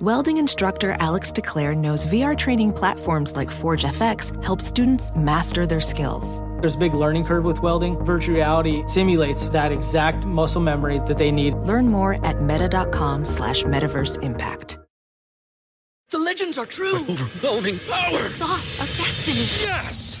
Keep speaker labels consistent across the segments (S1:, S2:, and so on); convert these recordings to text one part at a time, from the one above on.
S1: welding instructor Alex DeClaire knows VR training platforms like Forge FX help students master their skills.
S2: There's a big learning curve with welding. Virtual reality simulates that exact muscle memory that they need.
S1: Learn more at meta.com slash metaverse impact.
S3: The legends are true.
S4: overwhelming power!
S3: Sauce of destiny.
S4: Yes!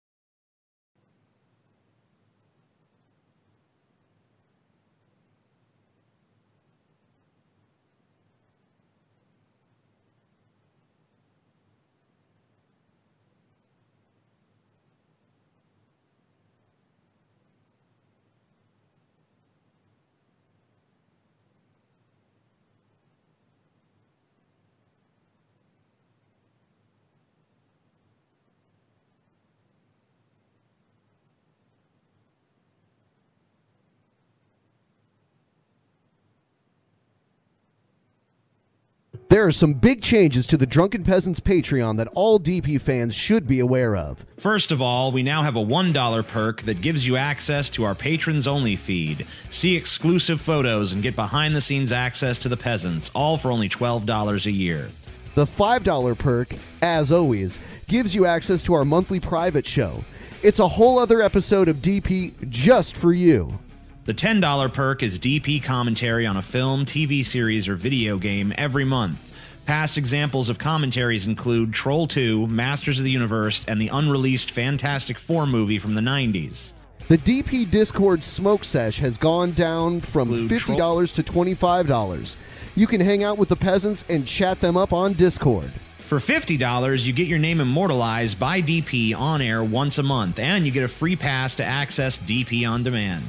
S5: There are some big changes to the Drunken Peasants Patreon that all DP fans should be aware of.
S6: First of all, we now have a $1 perk that gives you access to our patrons only feed. See exclusive photos and get behind the scenes access to the peasants, all for only $12 a year.
S5: The $5 perk, as always, gives you access to our monthly private show. It's a whole other episode of DP just for you.
S6: The $10 perk is DP commentary on a film, TV series, or video game every month. Past examples of commentaries include Troll 2, Masters of the Universe, and the unreleased Fantastic Four movie from the 90s.
S5: The DP Discord smoke sesh has gone down from $50 to $25. You can hang out with the peasants and chat them up on Discord.
S6: For $50, you get your name immortalized by DP on air once a month, and you get a free pass to access DP on demand.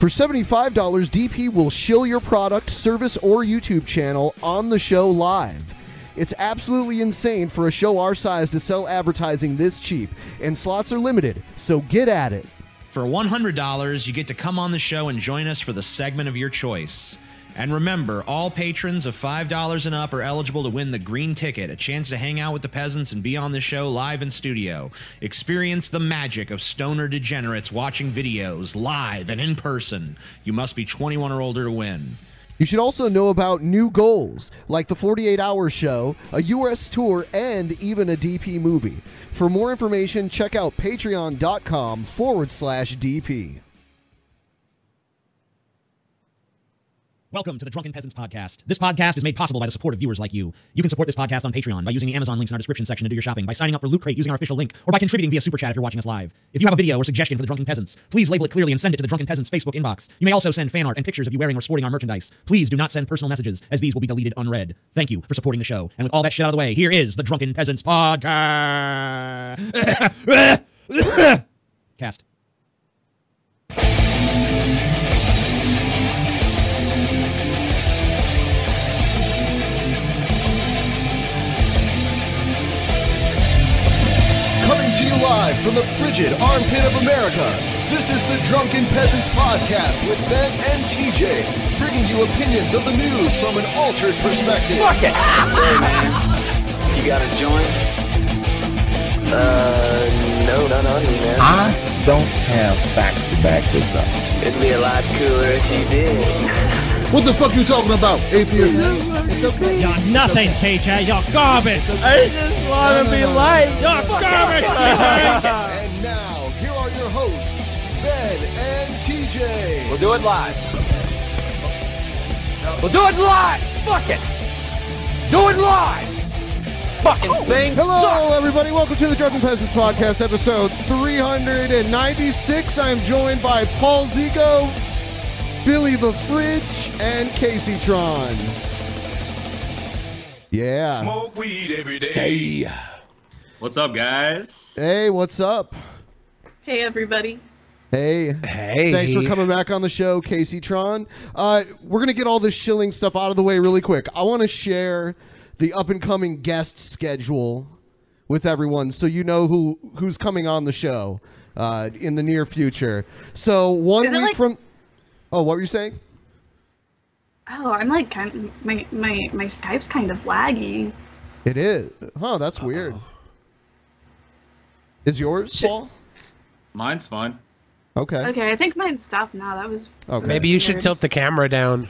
S5: For $75, DP will shill your product, service, or YouTube channel on the show live. It's absolutely insane for a show our size to sell advertising this cheap, and slots are limited, so get at it.
S6: For $100, you get to come on the show and join us for the segment of your choice. And remember, all patrons of $5 and up are eligible to win the green ticket, a chance to hang out with the peasants and be on the show live in studio. Experience the magic of stoner degenerates watching videos live and in person. You must be 21 or older to win.
S5: You should also know about new goals, like the 48 Hour Show, a US tour, and even a DP movie. For more information, check out patreon.com forward slash DP.
S7: Welcome to the Drunken Peasants Podcast. This podcast is made possible by the support of viewers like you. You can support this podcast on Patreon by using the Amazon links in our description section to do your shopping, by signing up for Loot Crate using our official link, or by contributing via Super Chat if you're watching us live. If you have a video or suggestion for the Drunken Peasants, please label it clearly and send it to the Drunken Peasants Facebook inbox. You may also send fan art and pictures of you wearing or sporting our merchandise. Please do not send personal messages, as these will be deleted unread. Thank you for supporting the show. And with all that shit out of the way, here is the Drunken Peasants Podcast. Cast.
S5: Coming to you live from the frigid armpit of America, this is the Drunken Peasants Podcast with Ben and TJ, bringing you opinions of the news from an altered perspective. Fuck it!
S8: You got a joint? Uh, no, not on me, man.
S9: I don't have facts to back this up.
S8: It'd be a lot cooler if you did.
S5: What the fuck you talking about, atheism? It's okay.
S10: You're nothing, TJ. You're garbage.
S8: I just want to be liked.
S10: You're garbage. TJ.
S5: and now, here are your hosts, Ben and TJ.
S8: We'll do it live. We'll do it live. Fuck it. Do it live. Fucking thing.
S5: Hello, everybody. Welcome to the Drunken Peasants Podcast, episode 396. I'm joined by Paul Zico, Billy the Fridge, and Casey Tron. Yeah.
S4: Smoke weed every day.
S11: What's up, guys?
S5: Hey, what's up?
S12: Hey, everybody.
S5: Hey.
S9: Hey.
S5: Thanks for coming back on the show, Casey Tron. Uh, we're going to get all this shilling stuff out of the way really quick. I want to share the up and coming guest schedule with everyone, so you know who who's coming on the show uh, in the near future. So one
S12: Is it
S5: week
S12: like-
S5: from. Oh, what were you saying?
S12: Oh, I'm like kind my my my Skype's kind of laggy.
S5: It is. Huh, that's weird. Is yours, Paul?
S13: Mine's fine.
S5: Okay.
S12: Okay, I think mine stopped now. That was
S5: Okay.
S14: Maybe you should tilt the camera down.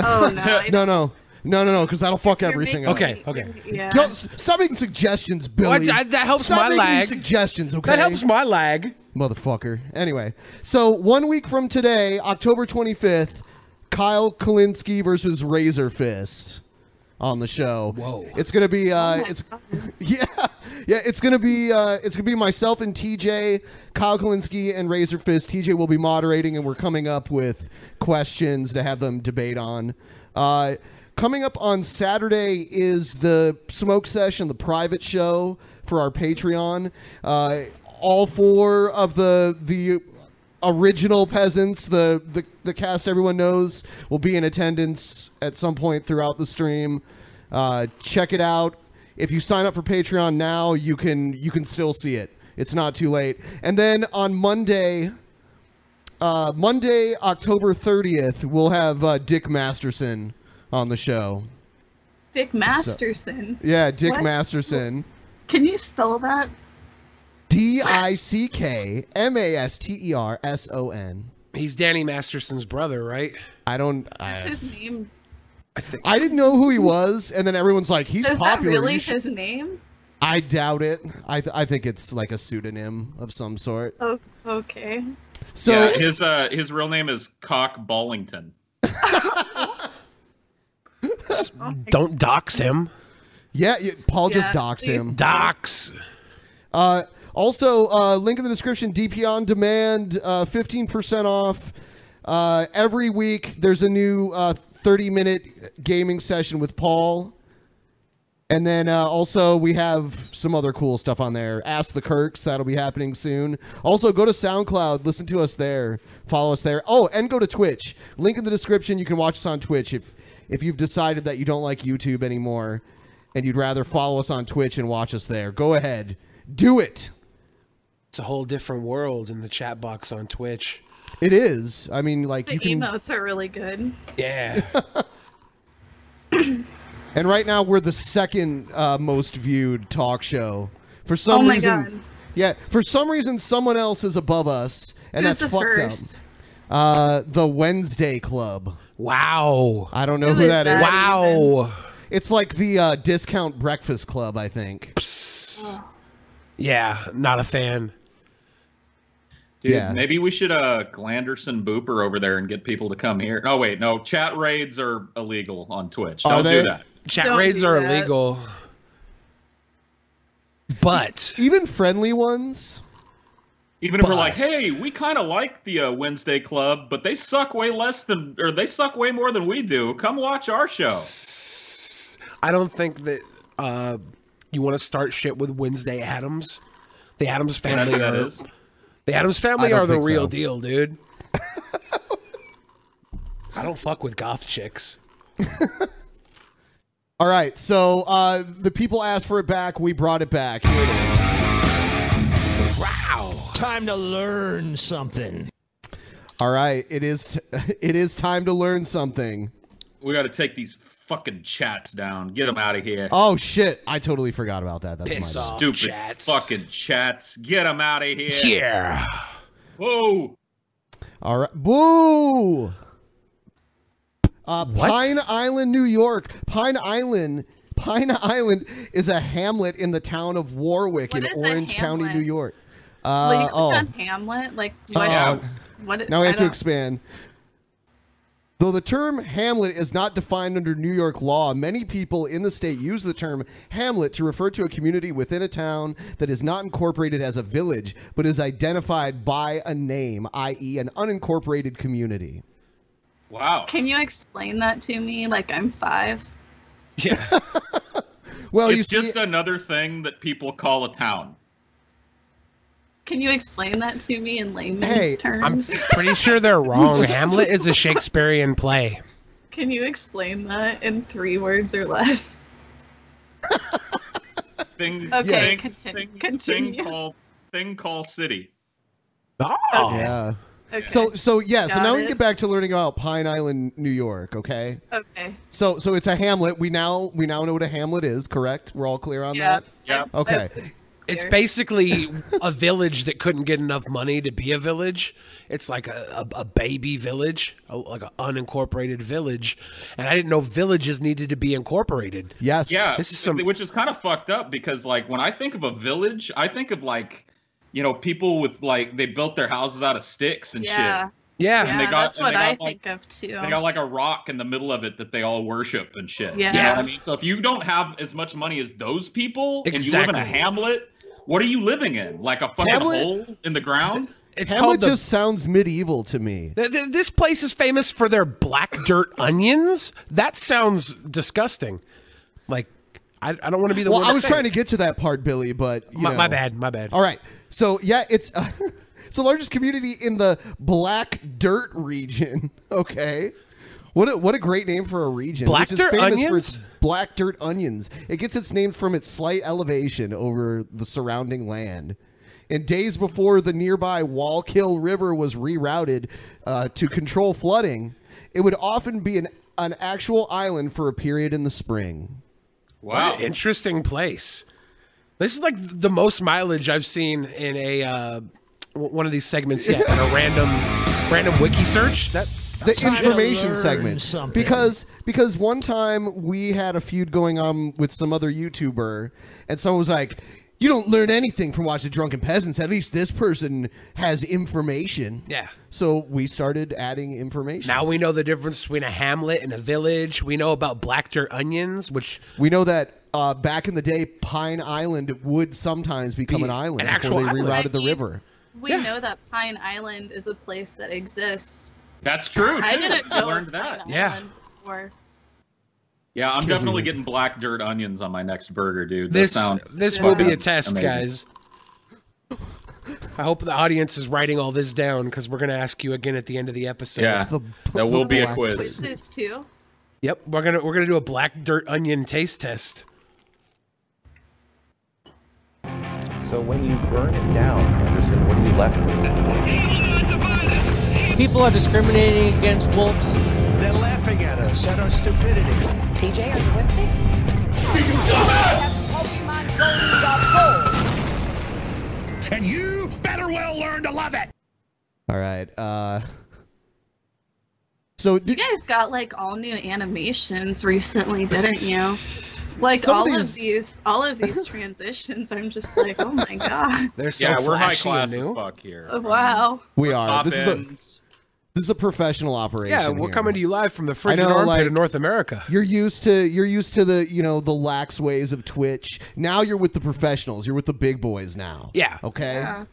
S12: Oh no. I-
S5: no, no. No, no, no, because that'll fuck everything up.
S14: Okay, okay.
S12: yeah.
S5: Don't, s- stop making suggestions, Billy.
S14: Well, I- that helps
S5: stop
S14: my
S5: making me
S14: lag.
S5: suggestions, okay?
S14: That helps
S5: my lag. Motherfucker. Anyway, so one week from today, October 25th, Kyle Kalinske versus Razor Fist on the show. Whoa. It's going to be, uh, it's, yeah, yeah, it's going to be, uh, it's going to be myself and TJ, Kyle Kalinske and Razor Fist. TJ will be moderating and we're coming up with questions to have them debate on. Uh, Coming up on Saturday is the smoke session, the private show for our Patreon. Uh, all four of the the original peasants, the, the the cast everyone knows, will be in attendance at some point throughout the stream. Uh, check it out. If you sign up for Patreon now, you can you can still see it. It's not too late. And then on Monday, uh, Monday, October 30th, we'll have uh, Dick Masterson on the show.
S12: Dick Masterson.
S5: Yeah, Dick
S12: What?
S5: Masterson.
S12: Can you spell that?
S5: D I C K M A S T E R S O N.
S14: He's Danny Masterson's brother, right?
S5: I don't.
S12: That's
S5: I,
S12: his name.
S5: I didn't know who he was, and then everyone's like, he's
S12: Is that
S5: popular. you
S12: really
S5: should-
S12: his name?
S5: I doubt it. I, th- I think it's like a pseudonym of some sort.
S12: Oh, okay.
S5: So
S13: yeah, his uh his real name is Cock Ballington.
S14: Don't dox him.
S5: Yeah, you, Paul just
S14: Yeah,
S5: doxed
S14: please.
S5: him.
S14: Dox.
S5: Uh, also, uh, link in the description. DP on demand, uh, fifteen percent off. Uh, every week, there's a new uh, thirty-minute gaming session with Paul, and then uh, also we have some other cool stuff on there. Ask the Kirks that'll be happening soon. Also, go to SoundCloud, listen to us there, follow us there. Oh, and go to Twitch. Link in the description. You can watch us on Twitch if if you've decided that you don't like YouTube anymore and you'd rather follow us on Twitch and watch us there. Go ahead. Do it.
S14: It's a whole different world in the chat box on Twitch.
S5: It is. I mean, like
S12: The
S5: you can.
S12: emotes are really good.
S14: Yeah.
S5: And right now we're the second uh, most viewed talk show. For some
S12: Oh my
S5: reason,
S12: God.
S5: yeah. For some reason, someone else is above us, and
S12: Who's
S5: that's
S12: the
S5: fucked
S12: first?
S5: up. Uh, the Wednesday Club.
S14: Wow.
S5: I don't know
S14: Who
S5: who,
S14: is
S5: that is.
S14: that Wow. even?
S5: It's like the uh, Discount Breakfast Club, I think.
S14: yeah, not a fan.
S13: Dude,
S5: Yeah.
S13: maybe we should uh Glanderson Booper over there and get people to come here. Oh wait, no, chat raids are illegal on Twitch. Don't do that.
S14: Chat raids are illegal. But
S5: even friendly ones.
S13: Even if we're like, hey, we kind of like the uh, Wednesday Club, but they suck way less than, or they suck way more than we do. Come watch our show.
S14: I don't think that uh, you want to start shit with Wednesday Adams. The Adams
S13: Is that who
S14: family
S13: that
S14: are
S13: is?
S14: the Adams
S13: I
S14: family
S13: don't
S14: are the
S13: think
S14: real
S13: so.
S14: deal, dude. I don't fuck with goth chicks.
S5: All right, so uh, the people asked for it back. We brought it back. Here it
S14: Wow.
S10: Time to learn something.
S5: is. All right, it is. T- it is time to learn something.
S13: We got to take these fucking chats down. Get them out of here.
S5: Oh shit! I totally forgot about that. That's
S13: Piss
S5: my bad.
S13: off, stupid fucking chats. Get them out of here.
S5: Yeah.
S13: Whoa.
S5: All right. Boo. Uh,
S13: What?
S5: Pine Island, New York. Pine Island. Pine Island is a hamlet in the town of Warwick
S12: What
S5: in
S12: is a
S5: Orange County,
S12: hamlet?
S5: New York.
S12: like,
S5: Uh,
S12: you click
S5: oh.
S12: on Hamlet, like what?
S5: Uh,
S12: what
S5: Now we have
S12: I
S5: to
S12: don't-
S5: expand. Though the term hamlet is not defined under New York law, many people in the state use the term hamlet to refer to a community within a town that is not incorporated as a village, but is identified by a name, i.e., an unincorporated community.
S13: Wow.
S12: Can you explain that to me? Like I'm five.
S5: Well,
S13: it's just another thing that people call a town.
S12: Can you explain that to me in layman's
S14: I'm
S12: terms?
S14: pretty sure they're wrong. Hamlet is a Shakespearean play.
S12: Can you explain that in three words or less?
S13: Thing.
S12: Okay,
S13: thing,
S12: continue.
S13: Thing,
S12: continue.
S13: thing called thing call city.
S14: Oh.
S5: Yeah.
S12: Okay.
S5: So so yeah, so
S12: Got
S5: now we
S12: it.
S5: can get back to learning about Pine Island, New York, okay?
S12: Okay.
S5: So so it's a hamlet. We now we now know what a hamlet is, correct? We're all clear on
S12: Yeah.
S5: that?
S13: Yeah.
S5: Okay.
S14: It's basically a village that couldn't get enough money to be a village. It's like a, a, a baby village, a, like an unincorporated village. And I didn't know villages needed to be incorporated.
S5: Yes.
S13: Yeah. which is kind of fucked up because like when I think of a village, I think of like you know people with like they built their houses out of sticks and
S12: Yeah.
S13: shit.
S14: Yeah.
S13: And they got-
S12: that's
S13: and
S12: what
S13: they got,
S12: I
S13: like-
S12: think of too.
S13: They got like a rock in the middle of it that they all worship and shit. You know
S12: Yeah.
S13: what I mean, so if you don't have as much money as those people and you live in
S14: Exactly.
S13: a hamlet, what are you living in? Like a fucking
S5: Hamlet-
S13: hole in the ground?
S14: It's
S5: hamlet just sounds medieval to me.
S14: Th- th- This place is famous for their black dirt onions. That sounds disgusting. Like, I, I don't want to be the
S5: well,
S14: one.
S5: I was
S14: say
S5: trying
S14: it.
S5: to get to that part, Billy, but you
S14: My-
S5: know.
S14: my bad, my bad.
S5: All right. So yeah, it's uh, it's the largest community in the Black Dirt region. Okay. What a, what a great name for a region.
S14: Black
S5: which is
S14: dirt
S5: famous for
S14: onions?
S5: its black dirt onions. It gets its name from its slight elevation over the surrounding land. In days before the nearby Wallkill River was rerouted uh, to control flooding, it would often be an an actual island for a period in the spring.
S14: Wow, interesting place. This is like the most mileage I've seen in a uh, w- one of these segments yet. in a random, random wiki search. That
S5: the
S14: trying to
S5: information
S14: learn
S5: segment
S14: something.
S5: because because one time we had a feud going on with some other YouTuber, and someone was like, "You don't learn anything from watching Drunken Peasants. At least this person has information."
S14: Yeah.
S5: So we started adding information.
S14: now we know the difference between a hamlet and a village. We know about black dirt onions, which
S5: We know that uh, back in the day, Pine Island would sometimes become
S14: Be
S5: an island
S14: an
S5: before
S14: actual
S5: they
S14: island.
S5: rerouted the river.
S12: we know that Pine Island is a place that exists.
S13: That's true.
S12: I
S13: too.
S12: didn't
S13: I
S12: know
S13: learned
S12: of
S13: that.
S12: Pine
S14: Yeah.
S12: Island before.
S13: Yeah, I'm
S14: Can't
S13: definitely
S14: believe
S13: getting black dirt onions on my next burger, dude.
S14: this
S13: Those sound
S14: this
S13: those
S14: will be a
S13: sound
S14: test,
S13: amazing.
S14: guys. I hope the audience is writing all this down because we're going to ask you again at the end of the episode.
S13: Yeah, that will be a quiz.
S12: Quizzes too.
S14: Yep, we're gonna we're gonna do a black dirt onion taste test.
S15: So when you burn it down, Anderson, what are you left with?
S9: People are discriminating against wolves.
S16: They're laughing at us, at our stupidity.
S17: TJ, are you with me?
S4: And you better well learn to love it.
S5: All right. Uh, so
S12: You guys got like all new animations recently, didn't you? Like
S5: Some of
S12: all of
S5: these-
S12: these... all of these transitions, I'm just like, oh my god,
S14: They're
S13: yeah, we're high class as fuck here.
S12: wow.
S5: we are.
S13: top
S5: This is a
S13: ends.
S5: this is a professional operation.
S14: Yeah, we're
S5: here.
S14: coming to you live from the
S5: I
S14: frigid
S5: know,
S14: armpit
S5: like-
S14: of North America.
S5: You're used to you're used to the you know the lax ways of Twitch. Now you're with the professionals. You're with the big boys now.
S14: Yeah.
S5: Okay.
S12: Yeah.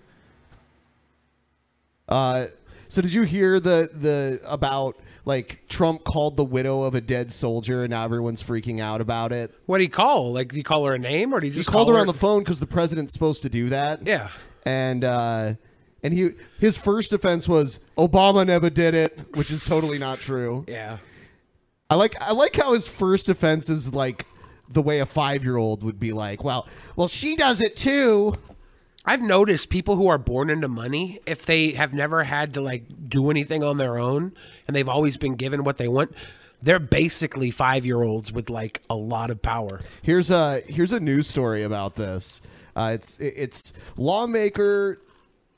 S5: Uh, so did you hear the the about like Trump called the widow of a dead soldier and now everyone's freaking out about it?
S14: What do you call? Like, do you call her a name, or do you
S5: He
S14: just
S5: called her, on the phone because the president's supposed to do that.
S14: Yeah.
S5: And uh, and he his first defense was Obama never did it, which is totally not true.
S14: Yeah.
S5: I like I like how his first offense is like the way a five year old would be like, well, well she does it too.
S14: I've noticed people who are born into money, if they have never had to like do anything on their own, and they've always been given what they want, they're basically five year olds with like a lot of power.
S5: Here's a here's a news story about this. Uh, it's it's lawmaker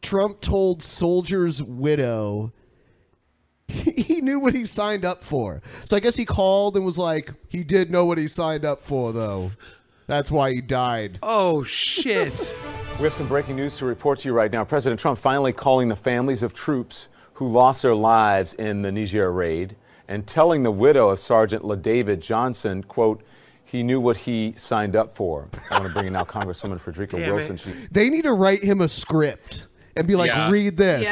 S5: Trump told soldier's widow he knew what he signed up for. So I guess he called and was like, he did know what he signed up for though. That's why he died.
S14: Oh shit.
S18: We have some breaking news to report to you right now. President Trump finally calling the families of troops who lost their lives in the Niger raid and telling the widow of Sergeant LaDavid Johnson, quote, he knew what he signed up for. I want to bring in now Congresswoman Frederica
S14: Damn it.
S18: Wilson. She
S5: They need to write him a script and be like,
S14: Yeah.
S5: read this.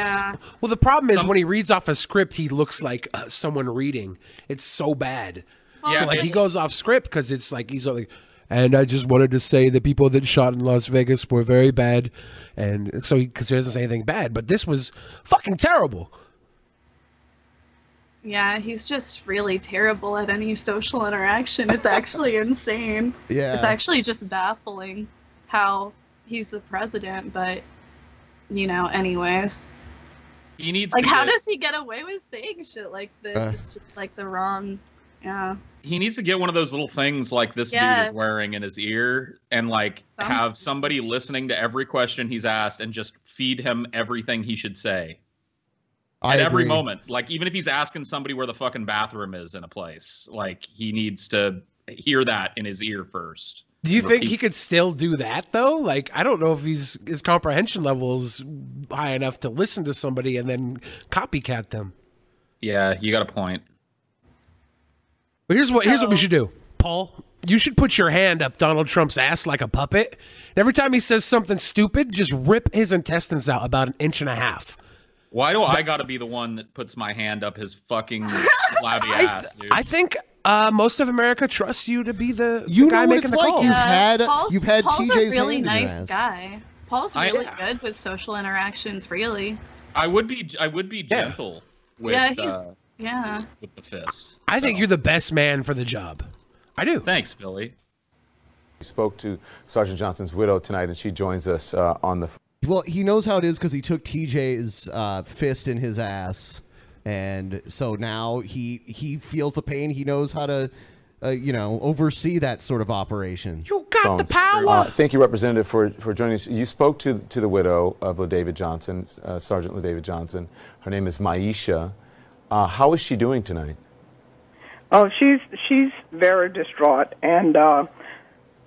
S14: Well, the problem is when he reads off a script, he looks like uh, someone reading. It's so bad.
S13: Yeah,
S14: so like
S13: but-
S14: he goes off script because it's like he's like. And I just wanted to say the people that shot in Las Vegas were very bad, and so because he, doesn't say anything bad, but this was fucking terrible.
S12: Yeah, he's just really terrible at any social interaction. It's actually insane.
S5: Yeah.
S12: It's actually just baffling. how he's the president, but you know, anyways.
S13: He needs
S12: Like,
S13: to
S12: how
S13: get,
S12: does he get away with saying shit like this?
S13: Uh.
S12: it's just like the wrong, yeah.
S13: he needs to get one of those little things like this dude
S12: Yes.
S13: is wearing in his ear and like
S12: Some-
S13: have somebody listening to every question he's asked and just feed him everything he should say.
S5: I
S13: At every
S5: agree.
S13: moment. Like even if he's asking somebody where the fucking bathroom is in a place, like he needs to hear that in his ear first.
S14: Do you think
S13: Repeat.
S14: he could still do that though? Like, I don't know if he's his comprehension level is high enough to listen to somebody and then copycat them.
S13: Yeah, you got a point.
S14: But here's what here's what we should do, Paul. You should put your hand up Donald Trump's ass like a puppet. And every time he says something stupid, just rip his intestines out about an inch and a half.
S13: Why do I gotta be the one that puts my hand up his fucking flabby
S14: I,
S13: ass, dude?
S14: I think uh, most of America trusts you to be the, the
S5: You
S14: guy
S5: know what
S14: making
S5: it's
S14: the
S5: like.
S14: call.
S5: You've had
S12: Uh, Paul's,
S5: you've had
S12: Paul's
S5: TJ's
S12: a really
S5: hand
S12: nice
S5: in your ass.
S12: guy. Paul's
S13: I-
S12: really good with social interactions, really.
S13: I would be I would be gentle with
S12: yeah, he's
S13: uh,
S12: yeah.
S13: with the fist.
S14: I think you're the best man for the job. I do.
S13: Thanks, Billy.
S18: He spoke to Sergeant Johnson's widow tonight, and she joins us uh, on the. ph-
S5: Well, he knows how it is because he took TJ's uh, fist in his ass, and so now he he feels the pain. He knows how to, uh, you know, oversee that sort of operation.
S14: You
S18: phones. Uh, thank you, Representative, for, for joining us. You spoke to to the widow of LaDavid Johnson, uh, Sergeant LaDavid Johnson. Her name is Maisha. Uh, how is she doing tonight?
S19: Oh, she's she's very distraught, and uh,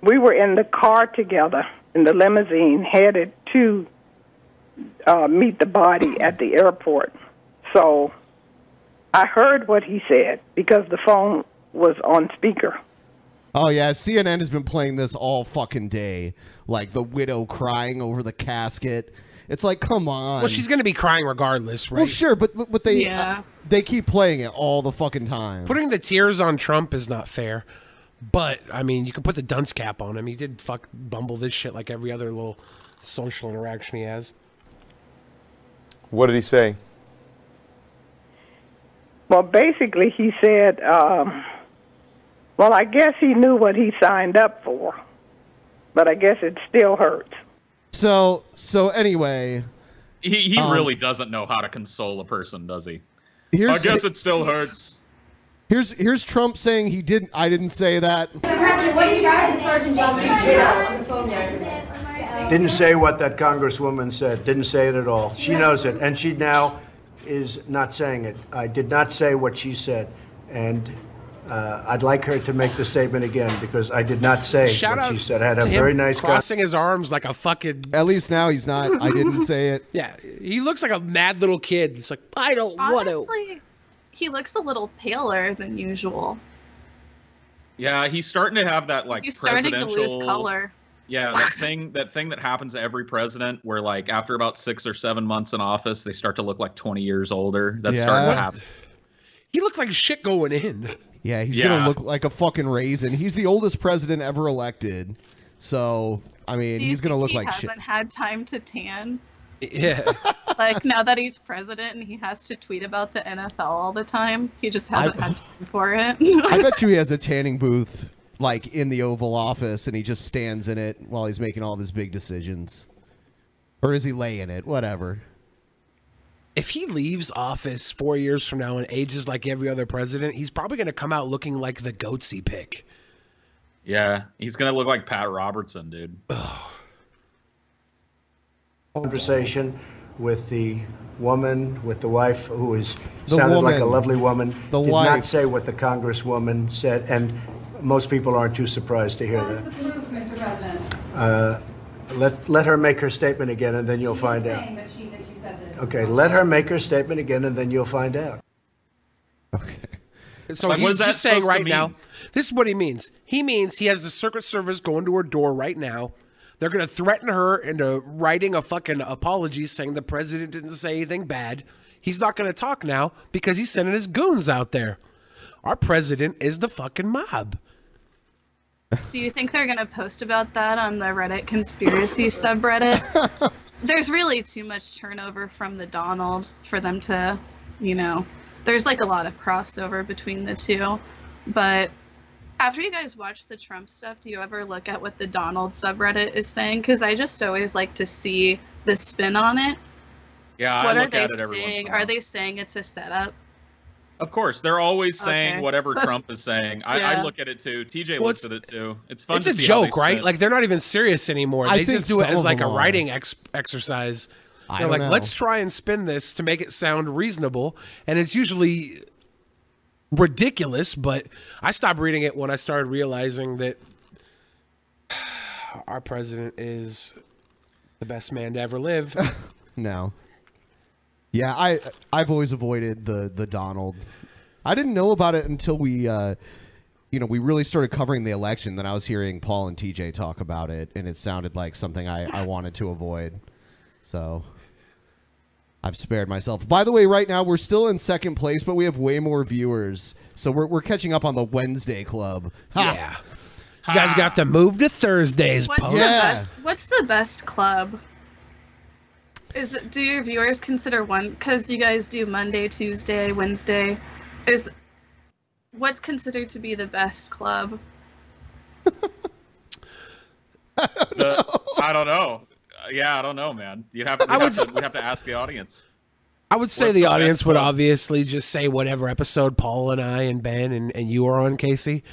S19: we were in the car together in the limousine, headed to uh, meet the body at the airport. So I heard what he said because the phone was on speaker.
S5: Oh yeah, CNN has been playing this all fucking day. Like the widow crying over the casket. It's like, come on.
S14: Well, she's going to be crying regardless, right?
S5: Well, sure, but but, but they uh,
S14: Yeah.
S5: they keep playing it all the fucking time.
S14: Putting the tears on Trump is not fair, but I mean, you can put the dunce cap on him. He did fuck bumble this shit like every other little social interaction he has.
S18: What did he say?
S19: Well, basically, he said, um, "Well, I guess he knew what he signed up for, but I guess it still hurts."
S5: So Oh, so anyway,
S13: He he
S5: Um,
S13: really doesn't know how to console a person, does he? I
S5: Here's-
S13: guess it still hurts.
S5: here's here's Trump saying he didn't. I didn't say that.
S20: Apparently, what do you got is Sergeant Johnson's widow on the phone
S16: Didn't say what that congresswoman said. Didn't say it at all. She knows it, and she now is not saying it. I did not say what she said, and uh, I'd like her to make the statement again because I did not say
S14: Shout
S5: out
S16: what she said. I had a
S14: to him
S16: very nice con-
S14: crossing his arms like a fucking.
S5: At least now he's not. I didn't say it.
S14: Yeah, he looks like a mad little kid. It's like I don't want to.
S12: Honestly, he looks a little paler than usual.
S13: Yeah, he's starting to have that like
S12: He's starting to
S13: presidential
S12: lose color.
S13: Yeah, that thing that thing that happens to every president where like after about 6 or 7 months in office, they start to look like 20 years older. That's starting
S5: Yeah.
S13: to happen.
S14: He looked like shit going in.
S5: Yeah, he's
S13: Yeah.
S5: gonna look like a fucking raisin. He's the oldest president ever elected. So I mean,
S12: Do you
S5: he's gonna
S12: think
S5: look
S12: he
S5: like shit.
S12: hasn't had time to tan.
S14: Yeah.
S12: like now that he's president and he has to tweet about the NFL all the time, he just hasn't had time for it.
S5: I bet you he has a tanning booth like in the Oval Office, and he just stands in it while he's making all of his big decisions, or is he laying it? Whatever.
S14: If he leaves office four years from now and ages like every other president, he's probably going to come out looking like the goats he pick.
S13: Yeah, he's going to look like Pat Robertson, dude.
S16: conversation with the woman, with the wife, who is
S5: The
S16: sounded like a
S5: woman.
S16: lovely woman.
S5: The
S16: did
S5: wife.
S16: not say what the congresswoman said, and most people aren't too surprised to hear that.
S20: Proof, Mr. President.
S16: Uh, let let her make her statement again, and then you'll find out.
S20: Saying that she, that you said this.
S16: Okay, let her make her statement again, and then you'll find out.
S14: So
S16: Like, what
S14: he's
S16: is that
S14: just saying
S16: supposed to
S14: right now.
S16: mean?
S14: This is what he means. He means he has the Secret Service going to her door right now. They're going to threaten her into writing a fucking apology saying the president didn't say anything bad. He's not going to talk now because he's sending his goons out there. Our president is the fucking mob.
S12: Do you think they're gonna post about that on the Reddit conspiracy subreddit? There's really too much turnover from the Donald for them to, you know, there's like a lot of crossover between the two, but After you guys watch the Trump stuff, do you ever look at what the Donald subreddit is saying? Because I just always like to see the spin on it.
S13: Yeah,
S12: what
S13: I
S12: are
S13: look
S12: they
S13: at it every once in
S12: saying?
S13: a while.
S12: Are they saying it's a setup?
S13: Of course, they're always saying
S12: Okay.
S13: whatever
S12: That's-
S13: Trump is saying. I,
S12: Yeah.
S13: I look at it too. TJ
S14: Well,
S13: looks at it too. It's fun.
S14: it's
S13: to
S14: a
S13: see how they
S14: joke, right?
S13: spin.
S14: Like they're not even serious anymore.
S13: I
S14: they
S13: think
S14: just do it
S13: some
S14: as
S13: of
S14: like a
S13: them are.
S14: writing ex- exercise.
S13: I
S14: They're
S13: don't
S14: like,
S13: know.
S14: let's try and spin this to make it sound reasonable, and it's usually ridiculous. But I stopped reading it when I started realizing that our president is the best man to ever live.
S5: No. Yeah, I I've always avoided the the Donald. I didn't know about it until we uh you know, we really started covering the election then I was hearing Paul and TJ talk about it and it sounded like something I I wanted to avoid. So I've spared myself. By the way, right now we're still in second place, but we have way more viewers. So we're we're catching up on the Wednesday club.
S14: Yeah. You guys got to move to Thursdays,
S12: What's
S14: Poe.
S12: the best? What's the best club? Is it, do your viewers consider one? Because you guys do Monday, Tuesday, Wednesday. Is what's considered to be the best club?
S13: The- I don't know. Uh, Yeah, I don't know, man. You'd have to. We
S14: I
S13: have
S14: would-
S13: to, we'd have to ask the audience.
S14: I would say
S13: What's
S14: the,
S13: the
S14: audience
S13: best
S14: would
S13: one?
S14: obviously just say whatever episode Paul and I and Ben and, and you are on, Casey.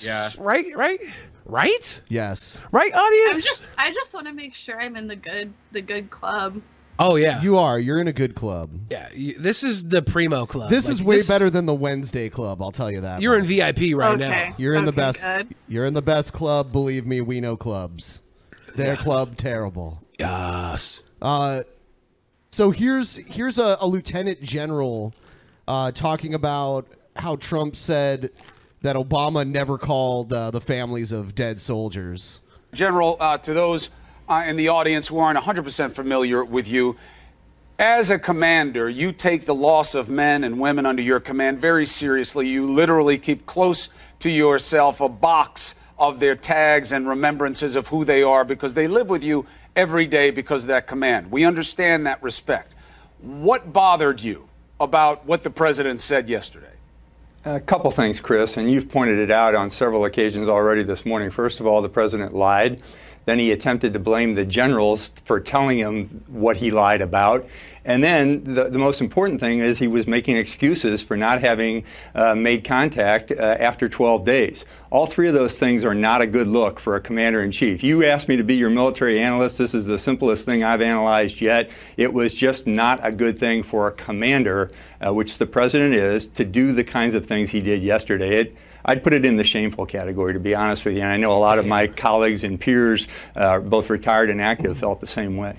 S13: Yeah.
S14: Right, right, right,
S5: Yes.
S14: right,
S12: I'm
S14: audience.
S12: just I just want to make sure I'm in the good the good club.
S14: Oh yeah.
S5: You are. You're in a good club.
S14: Yeah, you, this is the primo club.
S5: This
S14: Uh, Like,
S5: is way better than the Wednesday club, I'll tell you that.
S14: You're in VIP right
S12: Okay.
S14: now.
S5: You're in the
S12: Okay,
S5: best.
S12: good.
S5: You're in the best club. Believe me, we know clubs. Their
S14: Yes.
S5: club terrible.
S14: Yes.
S5: Uh, so here's here's a, a lieutenant general uh, talking about how Trump said that Obama never called uh, the families of dead soldiers.
S17: General, uh, to those uh, in the audience who aren't 100% familiar with you, as a commander, you take the loss of men and women under your command very seriously. You literally keep close to yourself a box of their tags and remembrances of who they are because they live with you every day because of that command. We understand that respect. What bothered you about what the president said yesterday?
S21: A couple things, Chris, and you've pointed it out on several occasions already this morning. First of all, the president lied. Then he attempted to blame the generals for telling him what he lied about. And then the, the most important thing is he was making excuses for not having uh, made contact uh, after 12 days. All three of those things are not a good look for a commander in chief. You asked me to be your military analyst. This is the simplest thing I've analyzed yet. It was just not a good thing for a commander, uh, which the president is, to do the kinds of things he did yesterday. It, I'd put it in the shameful category, to be honest with you. And I know a lot of my colleagues and peers, uh, both retired and active, felt the same way.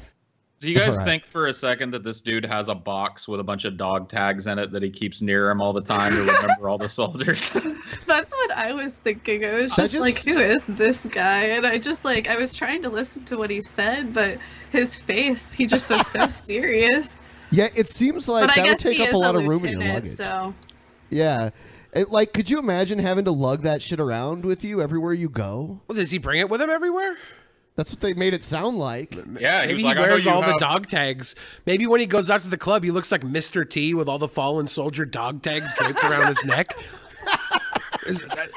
S13: Do you guys
S21: Right.
S13: think for a second that this dude has a box with a bunch of dog tags in it that he keeps near him all the time to remember all the soldiers?
S12: That's what I was thinking. I was
S13: That
S12: just, like,
S13: just-
S12: who is this guy? And I just like I was trying to listen to what he said, but his face, he just was so serious.
S5: Yeah, it seems like
S12: but I
S5: that would
S12: guess
S5: take
S12: he
S5: up
S12: is
S5: a lot of room in your
S12: lieutenant,
S5: luggage.
S12: So
S5: Yeah. It, like, could you imagine having to lug that shit around with you everywhere you go?
S14: Well, does he bring it with him everywhere?
S5: That's what they made it sound like.
S13: Yeah,
S14: maybe
S13: he was
S14: he
S13: like, I know
S14: wears
S13: you
S14: all the
S13: have-
S14: dog tags. Maybe when he goes out to the club, he looks like Mr. T with all the fallen soldier dog tags draped around his neck. Is that-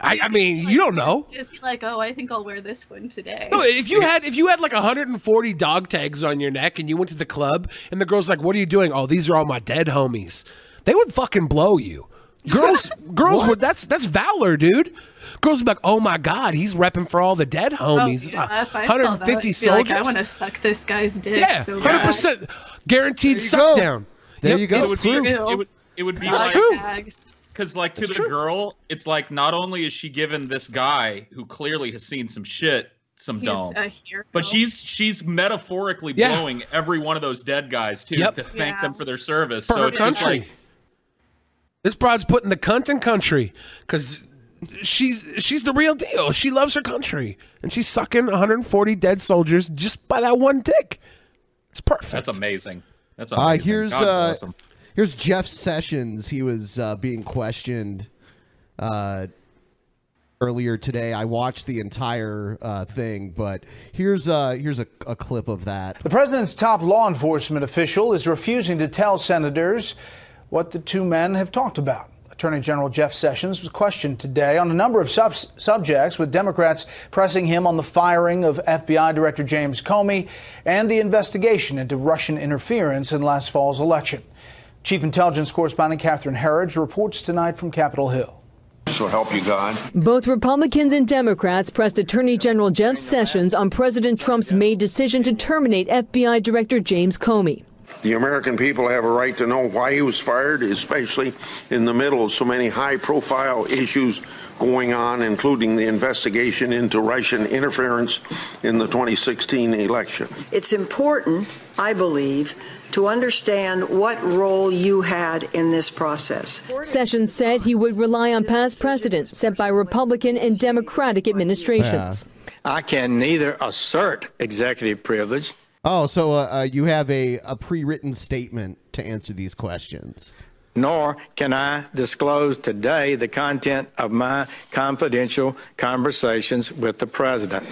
S14: I, I mean, you don't know.
S12: is he like, oh, I think I'll wear this one today?
S14: No, if you had if you had like 140 dog tags on your neck and you went to the club and the girl's like, "What are you doing?" Oh, these are all my dead homies. They would fucking blow you. Girls, girls would. That's that's valor, dude. Girls would be like, "Oh my god, he's repping for all the dead homies."
S12: Oh, yeah, if I saw that,
S14: 150
S12: I'd be like, I
S14: soldiers.
S12: want to suck this guy's dick.
S14: yeah,
S12: so
S14: hundred
S12: bad."
S14: percent guaranteed suck down. Yep,
S13: It would, be, it would, it would be
S12: Dog
S13: like
S12: tags.
S13: Because like to the girl, it's like not only is she given this guy who clearly has seen some shit, some
S12: He's
S13: dome,
S12: a hero.
S9: Oh.
S13: but she's she's metaphorically
S14: Yeah.
S13: blowing every one of those dead guys too
S14: Yep.
S13: to thank
S12: Yeah.
S13: them for their service.
S14: for
S13: so
S14: her
S13: it's just
S14: country.
S13: like
S14: this broad's putting the cunt in country because she's she's the real deal. She loves her country, and she's sucking 140 dead soldiers just by that one dick. It's perfect.
S13: that's amazing. That's amazing.
S5: Uh, here's
S13: God bless
S5: uh,
S13: him.
S5: here's Jeff Sessions. He was uh, being questioned uh, earlier today. I watched the entire uh, thing, but here's uh, here's a, a clip of that.
S2: The president's top law enforcement official is refusing to tell senators what the two men have talked about. Attorney General Jeff Sessions was questioned today on a number of sub- subjects, with Democrats pressing him on the firing of FBI Director James Comey and the investigation into Russian interference in last fall's election. Chief Intelligence Correspondent Catherine Herridge reports tonight from Capitol Hill.
S22: So help you God.
S3: Both Republicans and Democrats pressed Attorney General Jeff Sessions on President Trump's May decision to terminate FBI Director James Comey.
S22: The American people have a right to know why he was fired, especially in the middle of so many high profile issues going on, including the investigation into Russian interference in the 2016 election.
S23: It's important, I believe, to understand what role you had in this process.
S3: Sessions said he would rely on past precedents set by Republican and Democratic administrations.
S24: I can neither assert executive privilege
S5: Oh, so uh, uh, you have a, a pre written statement to answer these questions.
S24: nor can I disclose today the content of my confidential conversations with the president.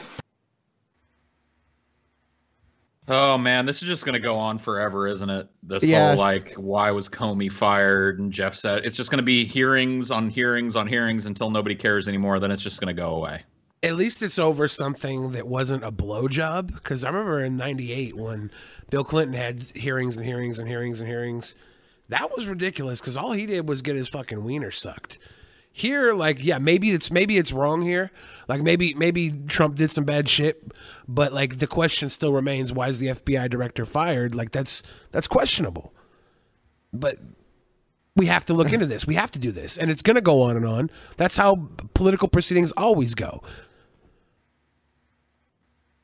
S13: Oh man, this is just gonna go on forever, isn't it? This
S5: Yeah.
S13: whole like, why was Comey fired? And Jeff said it's just gonna be hearings on hearings on hearings until nobody cares anymore. Then it's just gonna go away.
S14: At least it's over something that wasn't a blowjob. Because I remember in '98 when Bill Clinton had hearings and hearings and hearings and hearings. That was ridiculous because all he did was get his fucking wiener sucked. Here, like, yeah, maybe it's maybe it's wrong here. Like, maybe maybe Trump did some bad shit, but like the question still remains: Why is the FBI director fired? Like, that's that's questionable. But we have to look into this. We have to do this, and it's going to go on and on. That's how political proceedings always go.